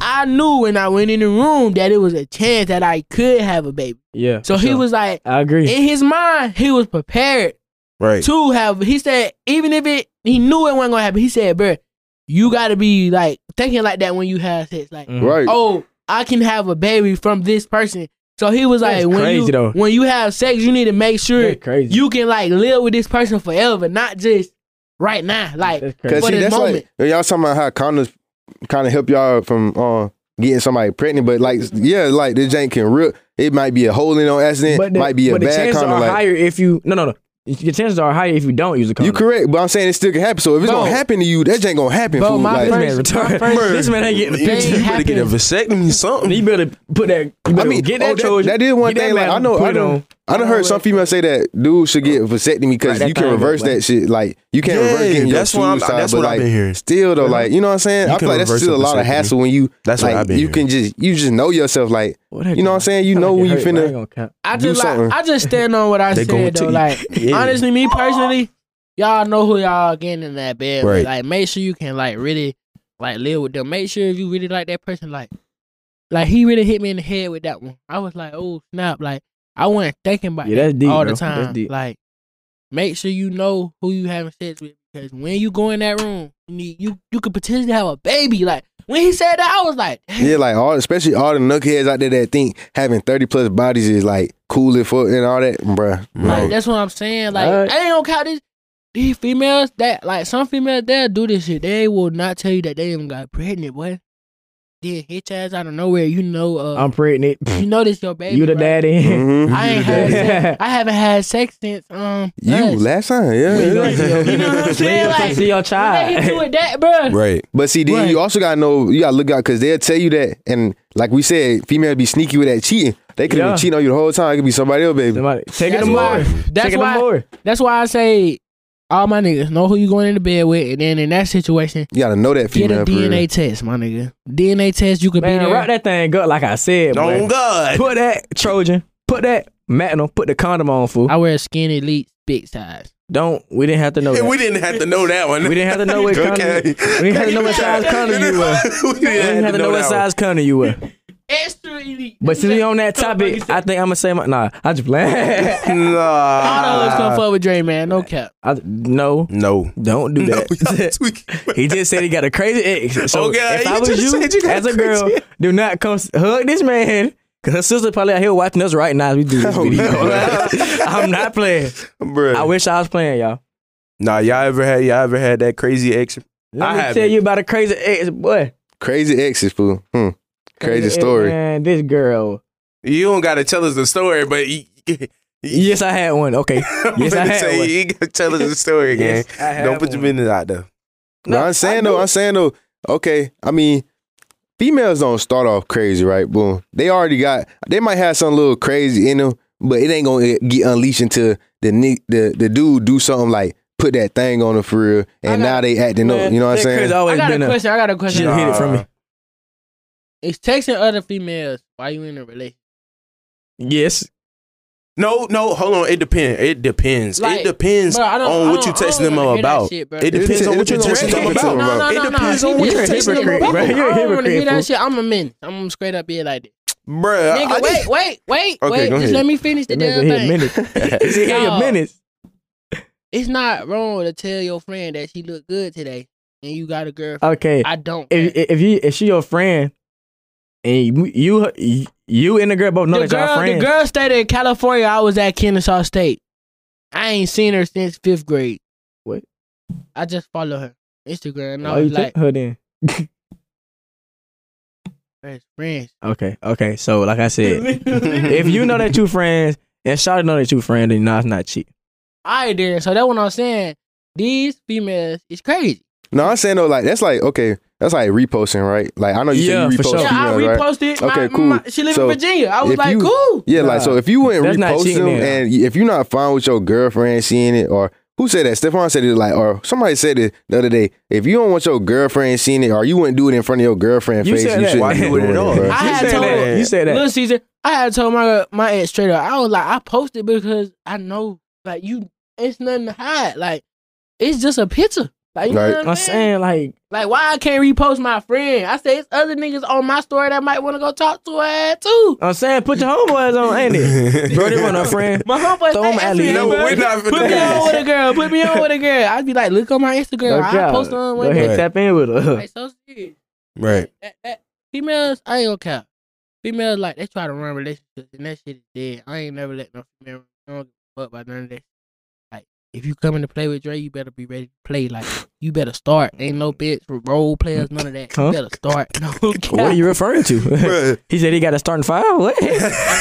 [SPEAKER 5] I knew when I went in the room that it was a chance that I could have a baby.
[SPEAKER 1] Yeah.
[SPEAKER 5] So
[SPEAKER 1] for
[SPEAKER 5] he
[SPEAKER 1] sure.
[SPEAKER 5] was like,
[SPEAKER 1] I agree.
[SPEAKER 5] in his mind, he was prepared
[SPEAKER 3] right.
[SPEAKER 5] to have. He said even if it, he knew it wasn't gonna happen. He said, "Bro, you gotta be like thinking like that when you have sex. Like,
[SPEAKER 1] Mhm.
[SPEAKER 2] Right.
[SPEAKER 5] oh, I can have a baby from this person." So he was
[SPEAKER 1] That's
[SPEAKER 5] like, "When
[SPEAKER 1] crazy,
[SPEAKER 5] you
[SPEAKER 1] though.
[SPEAKER 5] when you have sex, you need to make sure
[SPEAKER 1] That's crazy.
[SPEAKER 5] you can like live with this person forever, not just right now. Like,
[SPEAKER 1] That's
[SPEAKER 5] for
[SPEAKER 1] crazy.
[SPEAKER 2] Cause see,
[SPEAKER 5] the
[SPEAKER 2] that's
[SPEAKER 5] moment,
[SPEAKER 2] like when y'all talking about how condoms kind of help y'all from uh, getting somebody pregnant, but like yeah, like this jank can rip. It might be a hole in on accident,
[SPEAKER 1] the,
[SPEAKER 2] might be a
[SPEAKER 1] but the
[SPEAKER 2] bad
[SPEAKER 1] chances
[SPEAKER 2] condom.
[SPEAKER 1] are
[SPEAKER 2] Like
[SPEAKER 1] higher if you no no no. Your chances are higher if you don't use a
[SPEAKER 2] you
[SPEAKER 1] condom.
[SPEAKER 2] correct, but I'm saying it still can happen. So if it's
[SPEAKER 5] Bro.
[SPEAKER 2] gonna happen to you, that jank gonna happen.
[SPEAKER 5] Bro,
[SPEAKER 2] fool.
[SPEAKER 5] my
[SPEAKER 2] Like,
[SPEAKER 1] This man
[SPEAKER 5] First- my
[SPEAKER 1] retarded.
[SPEAKER 5] first-
[SPEAKER 1] This man ain't getting
[SPEAKER 3] you,
[SPEAKER 1] the
[SPEAKER 5] They
[SPEAKER 1] picture.
[SPEAKER 3] you better get a vasectomy, something.
[SPEAKER 1] You better put that. You better
[SPEAKER 2] I mean,
[SPEAKER 1] get
[SPEAKER 2] oh,
[SPEAKER 1] that,
[SPEAKER 2] that-
[SPEAKER 1] Trojan.
[SPEAKER 2] that is one
[SPEAKER 1] get that
[SPEAKER 2] thing, like,
[SPEAKER 1] man
[SPEAKER 2] I know-
[SPEAKER 1] put
[SPEAKER 2] I
[SPEAKER 1] it
[SPEAKER 2] know-
[SPEAKER 1] on.
[SPEAKER 2] I done heard some females say that dudes should get vasectomy because
[SPEAKER 1] Right, that
[SPEAKER 2] you can
[SPEAKER 1] thing,
[SPEAKER 2] reverse
[SPEAKER 1] like-
[SPEAKER 2] that shit. Like you can't
[SPEAKER 3] Yeah,
[SPEAKER 2] reverse getting
[SPEAKER 3] that's
[SPEAKER 2] your
[SPEAKER 3] what I'm-
[SPEAKER 2] tubes tied,
[SPEAKER 3] that's
[SPEAKER 2] but,
[SPEAKER 3] what I've
[SPEAKER 2] like,
[SPEAKER 3] been hearing.
[SPEAKER 2] Still though, like you know what I'm saying?
[SPEAKER 3] You
[SPEAKER 2] I
[SPEAKER 3] can
[SPEAKER 2] feel like that's
[SPEAKER 3] reverse
[SPEAKER 2] still
[SPEAKER 3] a
[SPEAKER 2] a lot of
[SPEAKER 3] vasectomy.
[SPEAKER 2] hassle when you
[SPEAKER 3] That's what
[SPEAKER 2] like
[SPEAKER 3] I've been
[SPEAKER 2] you can
[SPEAKER 3] hearing.
[SPEAKER 2] just you just know yourself. Like you know what I'm saying? You know when you finna.
[SPEAKER 5] I
[SPEAKER 2] do
[SPEAKER 5] just like,
[SPEAKER 2] something.
[SPEAKER 5] I just stand on what I
[SPEAKER 3] They going
[SPEAKER 5] said
[SPEAKER 3] to
[SPEAKER 5] though.
[SPEAKER 3] you.
[SPEAKER 5] Like,
[SPEAKER 3] Yeah.
[SPEAKER 5] honestly, me personally, y'all know who y'all getting in that bed. with.
[SPEAKER 3] Right.
[SPEAKER 5] Like, make sure you can like really like live with them. Make sure if you really like that person, like, like he really hit me in the head with that one. I was like, oh snap! Like, I wasn't thinking about
[SPEAKER 1] Yeah,
[SPEAKER 5] that
[SPEAKER 1] that's deep,
[SPEAKER 5] all
[SPEAKER 1] bro.
[SPEAKER 5] the time.
[SPEAKER 1] That's deep.
[SPEAKER 5] Like, make sure you know who you having sex with because when you go in that room, you need, you you could potentially have a baby. Like when he said that, I was like,
[SPEAKER 2] Yeah, like all, especially all the knuckleheads out there that think having thirty plus bodies is like cool and foot and all that, bruh.
[SPEAKER 5] Like (laughs)
[SPEAKER 3] Right.
[SPEAKER 5] that's what I'm saying. Like
[SPEAKER 1] Right.
[SPEAKER 5] I ain't gonna count this. These females that like some females they'll do this shit. They will not tell you that they even got pregnant, boy. Then hit your ass out of nowhere. You know, uh,
[SPEAKER 1] I'm pregnant.
[SPEAKER 5] you know this your baby.
[SPEAKER 1] You the
[SPEAKER 5] right?
[SPEAKER 1] daddy. Mm-hmm.
[SPEAKER 2] Mhm.
[SPEAKER 5] I ain't
[SPEAKER 3] You the
[SPEAKER 5] had.
[SPEAKER 1] daddy.
[SPEAKER 5] Sex. I haven't had sex since um.
[SPEAKER 2] You
[SPEAKER 5] us.
[SPEAKER 2] last time,
[SPEAKER 1] (laughs)
[SPEAKER 2] yeah.
[SPEAKER 1] When you gonna see your-
[SPEAKER 5] You know what I'm
[SPEAKER 1] When
[SPEAKER 5] saying?
[SPEAKER 1] you gonna
[SPEAKER 5] Like,
[SPEAKER 1] see your
[SPEAKER 5] When they hit you
[SPEAKER 1] child.
[SPEAKER 5] with that, bro.
[SPEAKER 3] Right.
[SPEAKER 2] But see, then
[SPEAKER 5] Right.
[SPEAKER 2] you also gotta know you gotta look out because they'll tell you that, and like we said, females be sneaky with that cheating. They could have
[SPEAKER 1] Yeah.
[SPEAKER 2] been cheating on you the whole time. It could be somebody else, baby.
[SPEAKER 1] Somebody- Taking
[SPEAKER 5] That's
[SPEAKER 1] them
[SPEAKER 5] why-
[SPEAKER 1] over.
[SPEAKER 5] that's
[SPEAKER 1] Taking
[SPEAKER 5] why-
[SPEAKER 1] them over.
[SPEAKER 5] That's why I say all my niggas know who you going into bed with, and then in that situation,
[SPEAKER 2] You gotta know that
[SPEAKER 5] get
[SPEAKER 2] female.
[SPEAKER 5] a
[SPEAKER 2] for real.
[SPEAKER 5] DNA test, my nigga. DNA test, you could
[SPEAKER 1] Man,
[SPEAKER 5] be there.
[SPEAKER 1] wrap that thing up like I said.
[SPEAKER 3] Oh
[SPEAKER 1] boy.
[SPEAKER 3] God.
[SPEAKER 1] Put that Trojan. Put that Magnum. Put the condom on, fool.
[SPEAKER 5] I wear skin elite big size.
[SPEAKER 1] Don't. (laughs) We didn't have to know.
[SPEAKER 3] And
[SPEAKER 1] that.
[SPEAKER 3] we didn't have to know that one.
[SPEAKER 1] We didn't have to know (laughs) what
[SPEAKER 3] Okay.
[SPEAKER 1] condom. We didn't have to know what (laughs) size condom you were.
[SPEAKER 3] (laughs) we
[SPEAKER 1] We didn't have to know what
[SPEAKER 3] that one.
[SPEAKER 1] size condom you were.
[SPEAKER 5] Extra elite.
[SPEAKER 1] (laughs) But since we on that topic, I think I'm gonna say my. Nah, I just playing.
[SPEAKER 3] (laughs)
[SPEAKER 5] All those come
[SPEAKER 3] Nah.
[SPEAKER 5] fuck with Dre, man. No cap.
[SPEAKER 1] I, no,
[SPEAKER 3] No.
[SPEAKER 1] don't do (laughs)
[SPEAKER 3] No, y'all
[SPEAKER 1] that.
[SPEAKER 3] tweaking.
[SPEAKER 1] he just said he got a crazy ex. So
[SPEAKER 3] Okay,
[SPEAKER 1] if
[SPEAKER 3] he
[SPEAKER 1] I was
[SPEAKER 3] just
[SPEAKER 1] you,
[SPEAKER 3] said you got
[SPEAKER 1] as a
[SPEAKER 3] a
[SPEAKER 1] girl,
[SPEAKER 3] crazy-
[SPEAKER 1] do not come s- hug this man. Cause her sister probably out here watching us right now. as We do this video. (laughs) I'm not playing.
[SPEAKER 3] Bruh.
[SPEAKER 1] I wish I was playing, y'all.
[SPEAKER 3] Nah, y'all ever had y'all ever had that crazy ex?
[SPEAKER 1] Let
[SPEAKER 3] I
[SPEAKER 1] me
[SPEAKER 3] haven't.
[SPEAKER 1] tell you about a crazy ex, boy.
[SPEAKER 2] Crazy exes, fool. Hmm. Crazy
[SPEAKER 1] ex,
[SPEAKER 2] story.
[SPEAKER 1] Man, this girl.
[SPEAKER 3] You don't gotta tell us the story, but (laughs) you,
[SPEAKER 1] Yes, I had one. Okay. Yes, I had
[SPEAKER 3] say,
[SPEAKER 1] one.
[SPEAKER 3] you gotta tell us the story again.
[SPEAKER 1] Yes, I had
[SPEAKER 3] don't put your
[SPEAKER 1] one.
[SPEAKER 3] business out there.
[SPEAKER 2] No,
[SPEAKER 1] No,
[SPEAKER 2] I'm
[SPEAKER 1] I
[SPEAKER 2] saying
[SPEAKER 1] do
[SPEAKER 2] though,
[SPEAKER 1] it.
[SPEAKER 2] I'm saying though, okay, I mean, females don't start off crazy, right? Boom. They already got, they might have some little crazy in them, but it ain't gonna get unleashed until the ni- the the dude do something like put that thing on them for real, and
[SPEAKER 5] got-
[SPEAKER 2] now they acting up.
[SPEAKER 1] Man,
[SPEAKER 2] You know what I'm
[SPEAKER 1] that
[SPEAKER 2] saying?
[SPEAKER 1] crazy
[SPEAKER 5] I
[SPEAKER 1] always
[SPEAKER 5] got
[SPEAKER 1] been
[SPEAKER 5] a
[SPEAKER 1] a-
[SPEAKER 5] question. I got a
[SPEAKER 1] She
[SPEAKER 5] question.
[SPEAKER 1] done hid it from me.
[SPEAKER 5] Is texting other females while you in a relationship?
[SPEAKER 1] Yes.
[SPEAKER 3] No, no, hold on. It depends. It depends.
[SPEAKER 5] Like,
[SPEAKER 3] it depends
[SPEAKER 5] bruh, I don't- I
[SPEAKER 3] on what you
[SPEAKER 5] don't- I
[SPEAKER 3] texting
[SPEAKER 5] don't
[SPEAKER 3] them
[SPEAKER 5] wanna hear that
[SPEAKER 3] about.
[SPEAKER 5] shit, bruh.
[SPEAKER 3] it depends
[SPEAKER 2] It
[SPEAKER 3] on what you
[SPEAKER 2] depends-
[SPEAKER 3] texting
[SPEAKER 2] it
[SPEAKER 3] them
[SPEAKER 2] depends
[SPEAKER 3] about.
[SPEAKER 2] on what
[SPEAKER 5] No,
[SPEAKER 2] bro.
[SPEAKER 5] no, no,
[SPEAKER 3] it
[SPEAKER 5] no.
[SPEAKER 3] depends
[SPEAKER 5] He
[SPEAKER 3] on what
[SPEAKER 5] just
[SPEAKER 3] you
[SPEAKER 5] texting
[SPEAKER 3] texting them
[SPEAKER 5] them
[SPEAKER 1] hypocrite,
[SPEAKER 3] about.
[SPEAKER 5] about.
[SPEAKER 1] bro. You're a
[SPEAKER 5] I don't want to
[SPEAKER 1] hypocrite,
[SPEAKER 5] hear
[SPEAKER 1] fool.
[SPEAKER 5] that shit. I'm a man. I'm straight up being like that.
[SPEAKER 3] Bruh. Uh, I
[SPEAKER 4] Nigga, wait,
[SPEAKER 3] just-
[SPEAKER 4] wait, wait,
[SPEAKER 3] Okay,
[SPEAKER 4] wait.
[SPEAKER 3] go
[SPEAKER 4] Just
[SPEAKER 3] ahead.
[SPEAKER 4] let me finish the
[SPEAKER 1] That nigga
[SPEAKER 4] damn
[SPEAKER 1] hit
[SPEAKER 4] thing.
[SPEAKER 1] (laughs) minutes. Is he
[SPEAKER 4] Dog.
[SPEAKER 1] hit minutes?
[SPEAKER 5] It's not wrong to tell your friend that she looked good today and you got a girlfriend.
[SPEAKER 1] Okay.
[SPEAKER 5] I don't. care.
[SPEAKER 1] If if you if she your friend and you you, you and the girl both know
[SPEAKER 5] the
[SPEAKER 1] that y'all
[SPEAKER 5] girl, the
[SPEAKER 1] friends.
[SPEAKER 5] girl stayed in California. I was at Kennesaw State. I ain't seen her since fifth grade.
[SPEAKER 1] What?
[SPEAKER 5] I just follow her Instagram. And
[SPEAKER 1] Why
[SPEAKER 5] I
[SPEAKER 1] Oh, you
[SPEAKER 5] was like,
[SPEAKER 1] took her then?
[SPEAKER 5] friends, friends.
[SPEAKER 1] Okay, okay. So like I said, (laughs) if you know that you friends and Shawty know that you friends, then nah, it's not cheap.
[SPEAKER 5] All right, then. So that's what I'm saying. These females is crazy.
[SPEAKER 2] No, I'm saying though, like that's like okay, that's like reposting, right? Like I know you
[SPEAKER 1] Yeah,
[SPEAKER 2] said you
[SPEAKER 1] for
[SPEAKER 2] repost
[SPEAKER 1] sure.
[SPEAKER 5] Yeah, I
[SPEAKER 2] females, Oh, right?
[SPEAKER 5] reposted. my-
[SPEAKER 2] Okay,
[SPEAKER 5] My,
[SPEAKER 2] cool.
[SPEAKER 5] she live
[SPEAKER 2] So,
[SPEAKER 5] in Virginia. I was
[SPEAKER 2] if
[SPEAKER 5] like,
[SPEAKER 2] you-
[SPEAKER 5] cool.
[SPEAKER 2] Yeah, like
[SPEAKER 1] Nah.
[SPEAKER 2] so if you wouldn't
[SPEAKER 1] That's not
[SPEAKER 2] repost
[SPEAKER 1] cheating
[SPEAKER 2] them
[SPEAKER 1] then.
[SPEAKER 2] and if you're not fine with your girlfriend seeing it or who said that? Stefan said it like or somebody said it the other day. If you don't want your girlfriend seeing it or you wouldn't do it in front of your girlfriend
[SPEAKER 1] You
[SPEAKER 2] face,
[SPEAKER 1] said
[SPEAKER 2] you
[SPEAKER 1] that.
[SPEAKER 2] shouldn't
[SPEAKER 1] Why
[SPEAKER 2] be
[SPEAKER 1] you
[SPEAKER 2] doing
[SPEAKER 3] wouldn't
[SPEAKER 2] it,
[SPEAKER 3] know?
[SPEAKER 2] bro.
[SPEAKER 5] I
[SPEAKER 1] you
[SPEAKER 5] had
[SPEAKER 1] said
[SPEAKER 5] told-
[SPEAKER 1] that. You said
[SPEAKER 5] Little
[SPEAKER 1] that.
[SPEAKER 5] Caesar, I had told my my ex straight up. I was like, I posted because I know, like you, it's nothing to hide. Like it's just a picture. Like you
[SPEAKER 2] Right.
[SPEAKER 5] know what
[SPEAKER 1] I'm saying like
[SPEAKER 5] Like why I can't repost my friend? I say it's other niggas on my story that might want to go talk to her ass, too.
[SPEAKER 1] I'm saying, put your homeboys on, ain't (laughs) it? Bro, they want a
[SPEAKER 3] (laughs)
[SPEAKER 1] friend.
[SPEAKER 5] My homeboy
[SPEAKER 1] Throw 'em alley.
[SPEAKER 5] say,
[SPEAKER 1] No,
[SPEAKER 5] no,
[SPEAKER 3] we're not
[SPEAKER 1] (laughs)
[SPEAKER 5] put
[SPEAKER 3] finna
[SPEAKER 5] me
[SPEAKER 3] do
[SPEAKER 5] on
[SPEAKER 3] that.
[SPEAKER 5] with a girl. Put me on with a girl. I'd be like, look on my Instagram.
[SPEAKER 1] No
[SPEAKER 5] I
[SPEAKER 1] doubt.
[SPEAKER 5] post on
[SPEAKER 1] Go
[SPEAKER 5] one
[SPEAKER 1] ahead,
[SPEAKER 5] day.
[SPEAKER 1] tap in with her.
[SPEAKER 5] Like so serious.
[SPEAKER 1] (laughs)
[SPEAKER 3] Right.
[SPEAKER 5] that, that females, I ain't gonna count. Females like they try to run relationships and that shit is dead. I ain't never let no female I don't give a fuck about none of that. Like if you coming to play with Dre, you better be ready to play. Like you better start. Ain't no bitch for role players, none of that.
[SPEAKER 1] Huh?
[SPEAKER 5] You better start. (laughs) No
[SPEAKER 1] What are
[SPEAKER 5] cap.
[SPEAKER 1] you referring to?
[SPEAKER 3] Bruh.
[SPEAKER 1] (laughs) he said he got a starting five. What?
[SPEAKER 5] (laughs)
[SPEAKER 1] (laughs)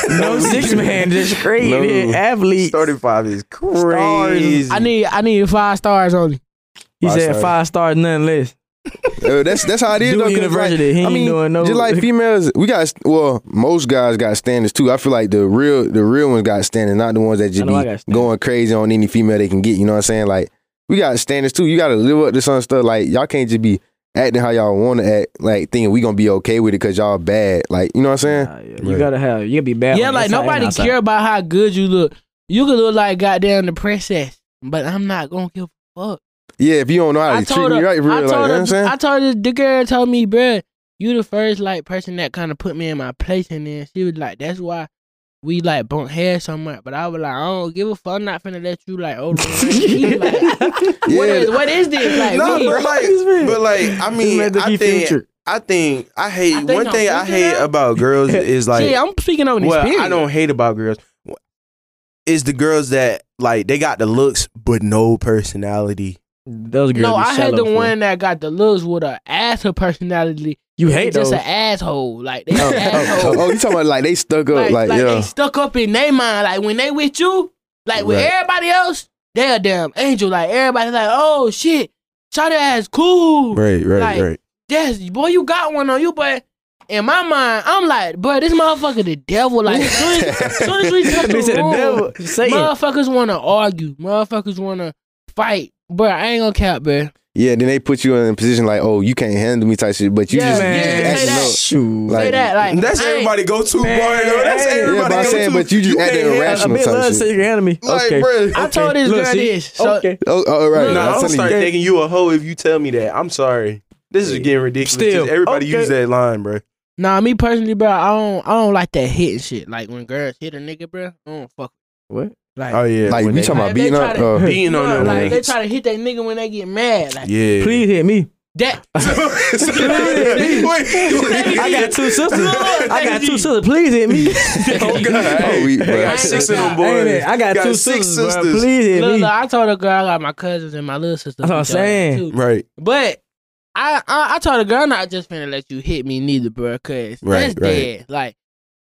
[SPEAKER 1] no six man, just crazy
[SPEAKER 3] No.
[SPEAKER 1] athlete.
[SPEAKER 3] Starting five is
[SPEAKER 1] Stars.
[SPEAKER 3] crazy.
[SPEAKER 5] I need I need five stars only.
[SPEAKER 1] He
[SPEAKER 3] Five
[SPEAKER 1] said
[SPEAKER 3] stars.
[SPEAKER 1] five stars, nothing less.
[SPEAKER 2] Uh, that's that's how it is.
[SPEAKER 1] Duke
[SPEAKER 2] though, 'cause,
[SPEAKER 1] University, he
[SPEAKER 2] like, I
[SPEAKER 1] ain't
[SPEAKER 2] mean,
[SPEAKER 1] doing no-
[SPEAKER 2] just like females, we got well, most guys got standards too. I feel like the real the real ones got standards, not the ones that
[SPEAKER 1] I
[SPEAKER 2] just
[SPEAKER 1] know I got
[SPEAKER 2] be
[SPEAKER 1] standards.
[SPEAKER 2] going crazy on any female they can get. You know what I'm saying? Like we got standards too. You got to live up to some stuff. Like y'all can't just be acting how y'all want to act. Like thinking we gonna be okay with it because y'all bad. Like you know what I'm saying?
[SPEAKER 1] Nah, yeah,
[SPEAKER 3] Right.
[SPEAKER 1] You gotta have. You gotta be bad.
[SPEAKER 5] Yeah,
[SPEAKER 1] on the
[SPEAKER 5] like
[SPEAKER 1] inside and
[SPEAKER 5] nobody
[SPEAKER 1] outside. (laughs)
[SPEAKER 5] care about how good you look. You could look like goddamn the princess, but I'm not gonna give a fuck.
[SPEAKER 2] Yeah, if you don't know how to treat me right, for real,
[SPEAKER 5] I
[SPEAKER 2] like you
[SPEAKER 5] told
[SPEAKER 2] know what
[SPEAKER 5] her,
[SPEAKER 2] I'm saying?
[SPEAKER 5] I told her, the girl told me, bruh, you the first like person that kind of put me in my place, and then she was like, that's why we like bump heads so much. But I was like, I don't give a fuck. I'm not finna let you like over.
[SPEAKER 2] (laughs)
[SPEAKER 5] me. like, what
[SPEAKER 2] Yeah.
[SPEAKER 5] is what is this? Like,
[SPEAKER 3] No,
[SPEAKER 5] we-
[SPEAKER 3] bro, like, but like, I mean,
[SPEAKER 1] meant to
[SPEAKER 3] I
[SPEAKER 1] be
[SPEAKER 3] think,
[SPEAKER 1] future.
[SPEAKER 3] I think I hate
[SPEAKER 5] I think
[SPEAKER 3] one
[SPEAKER 5] I'm
[SPEAKER 3] thing I
[SPEAKER 5] future
[SPEAKER 3] hate
[SPEAKER 5] now.
[SPEAKER 3] about
[SPEAKER 5] (laughs)
[SPEAKER 3] girls is like
[SPEAKER 5] Shit, I'm speaking of an
[SPEAKER 3] well,
[SPEAKER 5] experience.
[SPEAKER 3] I don't hate about girls is the girls that like they got the looks but no personality.
[SPEAKER 1] Those girls.
[SPEAKER 5] No,
[SPEAKER 1] be
[SPEAKER 5] I
[SPEAKER 1] shallow
[SPEAKER 5] had the
[SPEAKER 1] for-
[SPEAKER 5] one that got the looks with a ass her personality.
[SPEAKER 1] You
[SPEAKER 5] They
[SPEAKER 1] hate
[SPEAKER 5] just
[SPEAKER 1] those.
[SPEAKER 5] an asshole. Like they
[SPEAKER 1] Oh,
[SPEAKER 5] an
[SPEAKER 1] oh,
[SPEAKER 5] (laughs)
[SPEAKER 2] (laughs)
[SPEAKER 5] asshole.
[SPEAKER 2] oh, oh, you talking about like they stuck up? Like,
[SPEAKER 5] like, like,
[SPEAKER 2] yeah,
[SPEAKER 5] they stuck up in their mind. Like when they with you, like with
[SPEAKER 3] Right.
[SPEAKER 5] everybody else, they a damn angel. Like everybody like, oh shit, shot ass cool.
[SPEAKER 3] Right, right,
[SPEAKER 5] Like,
[SPEAKER 3] right.
[SPEAKER 5] That's boy, you got one on you, but in my mind, I'm like, bro, this motherfucker the devil. Like soon as, soon
[SPEAKER 1] (laughs)
[SPEAKER 5] as we touch
[SPEAKER 1] They said
[SPEAKER 5] the
[SPEAKER 1] the
[SPEAKER 5] room,
[SPEAKER 1] devil. Satan.
[SPEAKER 5] motherfuckers wanna argue. Motherfuckers wanna fight. Bro, I ain't gonna cap, bro.
[SPEAKER 2] yeah. Then they put you in a position like, oh, you can't handle me type shit, but you
[SPEAKER 5] Yeah,
[SPEAKER 2] just
[SPEAKER 5] man,
[SPEAKER 2] you just
[SPEAKER 5] say
[SPEAKER 2] acting
[SPEAKER 5] that.
[SPEAKER 2] up.
[SPEAKER 1] Shoot.
[SPEAKER 2] Like-
[SPEAKER 5] Say that, like
[SPEAKER 3] That's
[SPEAKER 5] I ain't-
[SPEAKER 3] everybody go to boy. though. That's
[SPEAKER 1] Yeah, but
[SPEAKER 3] everybody
[SPEAKER 2] I'm
[SPEAKER 3] go
[SPEAKER 2] saying,
[SPEAKER 3] to.
[SPEAKER 2] but you just
[SPEAKER 3] can't
[SPEAKER 2] acting
[SPEAKER 3] handle-
[SPEAKER 1] a
[SPEAKER 2] irrational.
[SPEAKER 1] bit
[SPEAKER 2] type
[SPEAKER 1] love
[SPEAKER 2] shit.
[SPEAKER 1] secret enemy.
[SPEAKER 3] Like,
[SPEAKER 1] okay.
[SPEAKER 3] bro,
[SPEAKER 5] I told this
[SPEAKER 1] Look,
[SPEAKER 5] girl
[SPEAKER 1] see?
[SPEAKER 5] this. So
[SPEAKER 1] okay.
[SPEAKER 2] Oh, all right.
[SPEAKER 5] No,
[SPEAKER 3] nah,
[SPEAKER 2] I'm
[SPEAKER 3] I'm
[SPEAKER 2] telling
[SPEAKER 3] start
[SPEAKER 2] you.
[SPEAKER 3] thinking you a hoe if you tell me that. I'm sorry. This is getting ridiculous.
[SPEAKER 1] Still,
[SPEAKER 3] Just everybody
[SPEAKER 1] okay.
[SPEAKER 3] use that line, bro.
[SPEAKER 5] Nah, me personally, bro, I don't, I don't like that hitting shit. Like when girls hit a nigga, bro, I don't fuck.
[SPEAKER 1] What?
[SPEAKER 5] Like,
[SPEAKER 3] Oh yeah,
[SPEAKER 2] Like
[SPEAKER 3] when
[SPEAKER 2] we
[SPEAKER 3] they-
[SPEAKER 2] talking
[SPEAKER 5] Like,
[SPEAKER 2] about
[SPEAKER 5] they
[SPEAKER 2] beating
[SPEAKER 5] try
[SPEAKER 2] up.
[SPEAKER 5] to-
[SPEAKER 2] Uh,
[SPEAKER 3] being on
[SPEAKER 5] Nah,
[SPEAKER 3] them.
[SPEAKER 5] like they
[SPEAKER 3] niggas.
[SPEAKER 5] try to hit that nigga when they get mad, like
[SPEAKER 3] Yeah,
[SPEAKER 1] Please hit
[SPEAKER 3] (laughs)
[SPEAKER 1] me.
[SPEAKER 5] that.
[SPEAKER 1] I got
[SPEAKER 5] (laughs)
[SPEAKER 1] two sisters. I got two sisters. Please hit
[SPEAKER 3] (laughs)
[SPEAKER 1] me.
[SPEAKER 3] Oh god,
[SPEAKER 2] Oh, we-
[SPEAKER 3] they got six of them
[SPEAKER 1] Ain't
[SPEAKER 3] boys.
[SPEAKER 1] it? I got,
[SPEAKER 3] Got
[SPEAKER 1] two
[SPEAKER 3] six
[SPEAKER 1] sisters. bruh.
[SPEAKER 3] sisters.
[SPEAKER 1] Please hit
[SPEAKER 5] Look,
[SPEAKER 1] me.
[SPEAKER 5] look, I told a girl I got my cousins and my little sister.
[SPEAKER 1] That's what I'm
[SPEAKER 5] She told me
[SPEAKER 1] saying.
[SPEAKER 5] too.
[SPEAKER 3] Right,
[SPEAKER 5] But I, I, I told a girl I'm not just finna let you hit me neither, bro, cause
[SPEAKER 3] Right,
[SPEAKER 5] that's
[SPEAKER 3] right.
[SPEAKER 5] dead. Like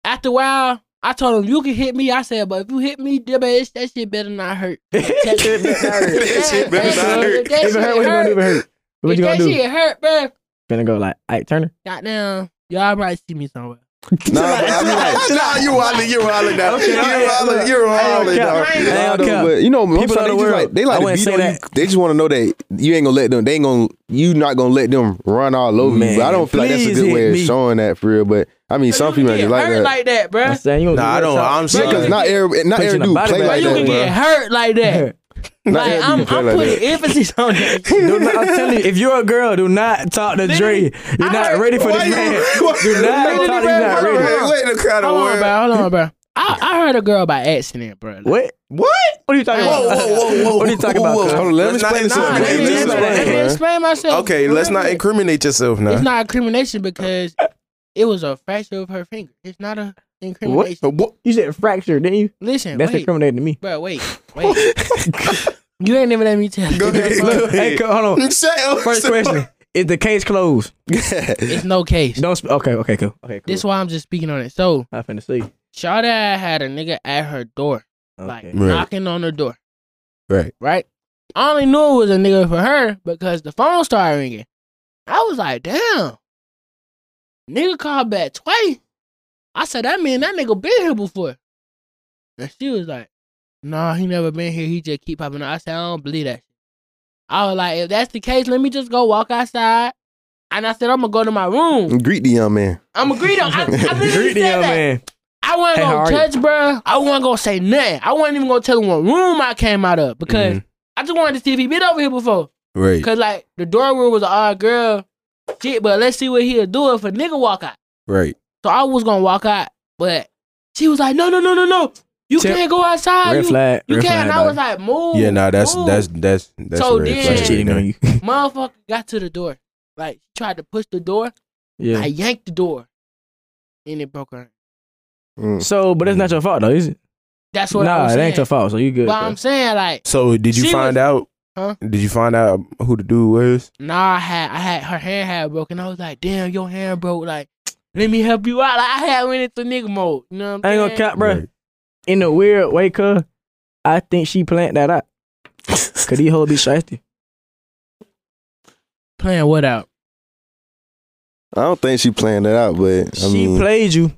[SPEAKER 5] after a while, I told him you can hit me. I said, but if you hit me, then, man, it's- that shit better not hurt.
[SPEAKER 1] (laughs)
[SPEAKER 5] That shit better not hurt.
[SPEAKER 3] That shit better not hurt.
[SPEAKER 5] If
[SPEAKER 1] If it hurt, what you gonna do? If it
[SPEAKER 5] that shit
[SPEAKER 1] hurt, what
[SPEAKER 5] if
[SPEAKER 1] you gonna
[SPEAKER 5] that
[SPEAKER 1] do?
[SPEAKER 5] shit hurt, bro.
[SPEAKER 1] Gonna go like Ike
[SPEAKER 5] (laughs)
[SPEAKER 1] Turner.
[SPEAKER 5] Goddamn, y'all might see me somewhere.
[SPEAKER 2] nah,
[SPEAKER 1] (laughs)
[SPEAKER 2] but I mean, like,
[SPEAKER 3] nah, you wildin', you wildin' now.
[SPEAKER 1] Okay,
[SPEAKER 3] you
[SPEAKER 1] okay,
[SPEAKER 3] wildin',
[SPEAKER 1] look.
[SPEAKER 3] you wildin'
[SPEAKER 1] Okay.
[SPEAKER 3] now.
[SPEAKER 1] I
[SPEAKER 2] nah,
[SPEAKER 1] don't
[SPEAKER 2] though,
[SPEAKER 1] care.
[SPEAKER 2] but you know, most
[SPEAKER 1] People
[SPEAKER 2] of
[SPEAKER 1] of
[SPEAKER 2] them
[SPEAKER 1] the
[SPEAKER 2] they just
[SPEAKER 1] world,
[SPEAKER 2] like they
[SPEAKER 1] I
[SPEAKER 2] like to
[SPEAKER 1] wouldn't
[SPEAKER 2] beat
[SPEAKER 1] say
[SPEAKER 2] on you.
[SPEAKER 1] that.
[SPEAKER 2] They just want to know that you ain't gonna let them. They ain't gonna you not gonna let them run all over you. But I
[SPEAKER 1] Man,
[SPEAKER 2] don't feel like that's a
[SPEAKER 1] please
[SPEAKER 2] good
[SPEAKER 1] hit
[SPEAKER 2] way of
[SPEAKER 1] me.
[SPEAKER 2] showing that for real. But I mean, some
[SPEAKER 5] you
[SPEAKER 2] people
[SPEAKER 5] can
[SPEAKER 2] just
[SPEAKER 5] get
[SPEAKER 2] like
[SPEAKER 5] hurt
[SPEAKER 2] that.
[SPEAKER 5] like that, bro.
[SPEAKER 1] I'm saying you. gonna
[SPEAKER 3] Nah,
[SPEAKER 1] do
[SPEAKER 3] I
[SPEAKER 1] that
[SPEAKER 3] don't.
[SPEAKER 1] talk.
[SPEAKER 3] I'm
[SPEAKER 5] Bro,
[SPEAKER 3] saying,
[SPEAKER 2] Because not every not
[SPEAKER 1] Punching
[SPEAKER 2] every
[SPEAKER 1] a
[SPEAKER 2] dude
[SPEAKER 1] body
[SPEAKER 2] play
[SPEAKER 1] bag.
[SPEAKER 5] Bro,
[SPEAKER 2] like
[SPEAKER 1] Bro,
[SPEAKER 5] you
[SPEAKER 2] that,
[SPEAKER 5] can get (laughs)
[SPEAKER 1] (laughs)
[SPEAKER 2] bro.
[SPEAKER 5] hurt like that.
[SPEAKER 2] Not
[SPEAKER 5] Like
[SPEAKER 2] that
[SPEAKER 5] I'm, I'm
[SPEAKER 2] deep, like
[SPEAKER 5] putting
[SPEAKER 2] that.
[SPEAKER 5] emphasis on that.
[SPEAKER 1] Do not, I'm telling you, if you're a girl, do not talk to Dre. You're not ready for this
[SPEAKER 2] Why you-
[SPEAKER 5] (laughs)
[SPEAKER 1] man.
[SPEAKER 2] why-
[SPEAKER 1] Do not
[SPEAKER 5] Literally,
[SPEAKER 1] talk. You're not
[SPEAKER 5] bro, hold on,
[SPEAKER 1] ready.
[SPEAKER 5] bro.
[SPEAKER 2] Wait, wait, the kind of
[SPEAKER 5] Hold on,
[SPEAKER 2] word.
[SPEAKER 5] bro. Hold on, bro. I, I heard a girl by accident, bro. Like,
[SPEAKER 1] What? What? What are you talking
[SPEAKER 5] Whoa,
[SPEAKER 1] about? (laughs)
[SPEAKER 5] whoa,
[SPEAKER 1] What are you talking about? cuz?
[SPEAKER 2] Hold on, let me
[SPEAKER 3] Let's not
[SPEAKER 2] explain
[SPEAKER 5] Nah,
[SPEAKER 2] something.
[SPEAKER 5] let me,
[SPEAKER 1] Hey,
[SPEAKER 5] let me-
[SPEAKER 1] listen,
[SPEAKER 5] let me
[SPEAKER 1] bro.
[SPEAKER 5] explain myself.
[SPEAKER 3] Okay, let's not
[SPEAKER 5] Remember,
[SPEAKER 3] incriminate yourself
[SPEAKER 5] It's
[SPEAKER 3] now.
[SPEAKER 5] not incrimination because it was a fracture of her finger. It's not a incrimination.
[SPEAKER 1] What? what? You said fracture, didn't you?
[SPEAKER 5] Listen,
[SPEAKER 1] That's
[SPEAKER 5] wait,
[SPEAKER 1] incriminating
[SPEAKER 5] (laughs)
[SPEAKER 1] to me.
[SPEAKER 5] bro. Wait, wait. you ain't never let me tell.
[SPEAKER 3] Go
[SPEAKER 5] you.
[SPEAKER 3] ahead,
[SPEAKER 5] That's
[SPEAKER 3] go
[SPEAKER 5] why
[SPEAKER 3] ahead.
[SPEAKER 1] Hey, cuz, hold on.
[SPEAKER 2] Shut up.
[SPEAKER 1] First
[SPEAKER 2] Shut up.
[SPEAKER 1] question: Is the case closed?
[SPEAKER 5] It's no case.
[SPEAKER 1] Don't. Sp- okay. Okay. Cool. Okay. Cool.
[SPEAKER 5] This why I'm just speaking on it. So,
[SPEAKER 1] I'm finna see.
[SPEAKER 5] Shawty had a nigga at her door, like
[SPEAKER 1] Okay.
[SPEAKER 5] knocking on her door.
[SPEAKER 3] Right.
[SPEAKER 5] Right. I only knew it was a nigga for her because the phone started ringing. I was like, damn. Nigga called back twice. I said, that mean that nigga been here before. And she was like, nah, he never been here. He just keep popping up. I said, I don't believe that. I was like, if that's the case, let me just go walk outside. And I said, I'm gonna go to my room.
[SPEAKER 2] Greet the young man.
[SPEAKER 5] I'm gonna greet him. I, I (laughs) literally
[SPEAKER 1] Greet the
[SPEAKER 5] said
[SPEAKER 1] young
[SPEAKER 5] that.
[SPEAKER 1] man.
[SPEAKER 5] I wasn't
[SPEAKER 1] Hey, how
[SPEAKER 5] gonna
[SPEAKER 1] are you?
[SPEAKER 5] touch, bruh. I wasn't gonna say nothing. I wasn't even gonna tell him what room I came out of because
[SPEAKER 1] Mm-hmm.
[SPEAKER 5] I just wanted to see if he been over here before.
[SPEAKER 3] Right.
[SPEAKER 5] Cause like the door room was an odd girl shit, but let's see what he'll do if a nigga walk out.
[SPEAKER 3] Right.
[SPEAKER 5] So I was gonna walk out, but she was like, no, no, no, no, no, you
[SPEAKER 1] Tip-
[SPEAKER 5] can't go outside.
[SPEAKER 1] Red
[SPEAKER 5] you
[SPEAKER 1] flag.
[SPEAKER 5] you
[SPEAKER 1] red
[SPEAKER 5] can't.
[SPEAKER 1] flag,
[SPEAKER 5] And I
[SPEAKER 1] dog.
[SPEAKER 5] was like, move.
[SPEAKER 3] Yeah, nah, that's
[SPEAKER 5] move.
[SPEAKER 3] that's that's that's
[SPEAKER 5] So
[SPEAKER 3] a red
[SPEAKER 5] then-
[SPEAKER 3] flag
[SPEAKER 1] She's cheating
[SPEAKER 3] right
[SPEAKER 1] on you.
[SPEAKER 5] (laughs) motherfucker got to the door. Like she tried to push the door. I
[SPEAKER 1] Yeah.
[SPEAKER 5] yanked the door, and it broke her.
[SPEAKER 2] Mm.
[SPEAKER 1] So, but it's not your fault though, is it?
[SPEAKER 5] That's what I
[SPEAKER 1] Nah,
[SPEAKER 5] was
[SPEAKER 1] it
[SPEAKER 5] saying.
[SPEAKER 1] ain't your fault. So you good.
[SPEAKER 5] But
[SPEAKER 1] bro.
[SPEAKER 5] I'm saying like.
[SPEAKER 3] So did you
[SPEAKER 5] She
[SPEAKER 3] find out?
[SPEAKER 5] Huh?
[SPEAKER 3] Did you find out who the dude was?
[SPEAKER 5] Nah, I had I had her hand had broken. I was like, damn, your hand broke. Like, let me help you out. Like, I had went into nigga mode. You know what
[SPEAKER 1] I ain't
[SPEAKER 5] I'm saying?
[SPEAKER 1] gonna cap, bro.
[SPEAKER 3] Right.
[SPEAKER 1] In a weird way, cuz I think she planned that
[SPEAKER 2] (laughs)
[SPEAKER 1] out. Cause these hoes be shifty.
[SPEAKER 5] Playing what out?
[SPEAKER 2] I don't think she planned that out, but I
[SPEAKER 1] she
[SPEAKER 2] mean,
[SPEAKER 1] played you.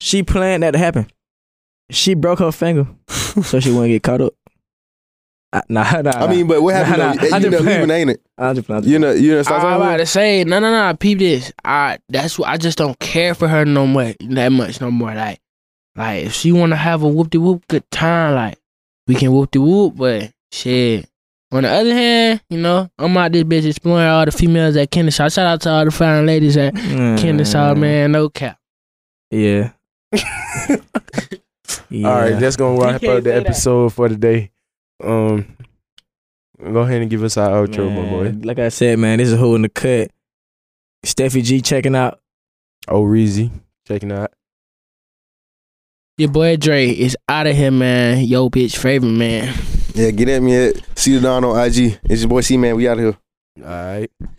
[SPEAKER 1] She planned that to happen. She broke her finger, so she wouldn't get caught up. I, nah, (laughs) nah,
[SPEAKER 2] I mean, but what happened?
[SPEAKER 1] Nah, Ah, nah,
[SPEAKER 2] though?
[SPEAKER 1] I
[SPEAKER 2] you
[SPEAKER 1] just
[SPEAKER 2] know,
[SPEAKER 1] playing.
[SPEAKER 2] leaving, ain't it?
[SPEAKER 1] I'm just playing. I'm just
[SPEAKER 2] You know, you know. Stop
[SPEAKER 5] I was about
[SPEAKER 2] talking.
[SPEAKER 5] to say, no, no, no. Peep this. I that's what I just don't care for her no more that much no more. Like, like if she wanna have a whoop de whoop good time, like we can whoop de whoop. But shit. On the other hand, you know, I'm out this bitch exploring all the females at Kennesaw. Shout out to all the fine ladies at
[SPEAKER 1] playing.
[SPEAKER 5] Kennesaw, man. No cap.
[SPEAKER 2] (laughs)
[SPEAKER 1] Yeah. yeah.
[SPEAKER 3] All right, that's gonna wrap
[SPEAKER 5] You can't
[SPEAKER 3] up the
[SPEAKER 5] say that.
[SPEAKER 3] episode for today. Um, go ahead and give us our outro, my boy.
[SPEAKER 1] Man, Like I said, man, this is who in the cut. Steffi G checking out.
[SPEAKER 3] Oh, Reezy, checking out.
[SPEAKER 5] Your boy Dre is out of here, man. Yo, bitch, favorite man.
[SPEAKER 2] Yeah, get at me at C the Don on IG. It's your boy C man. We out here.
[SPEAKER 3] All right.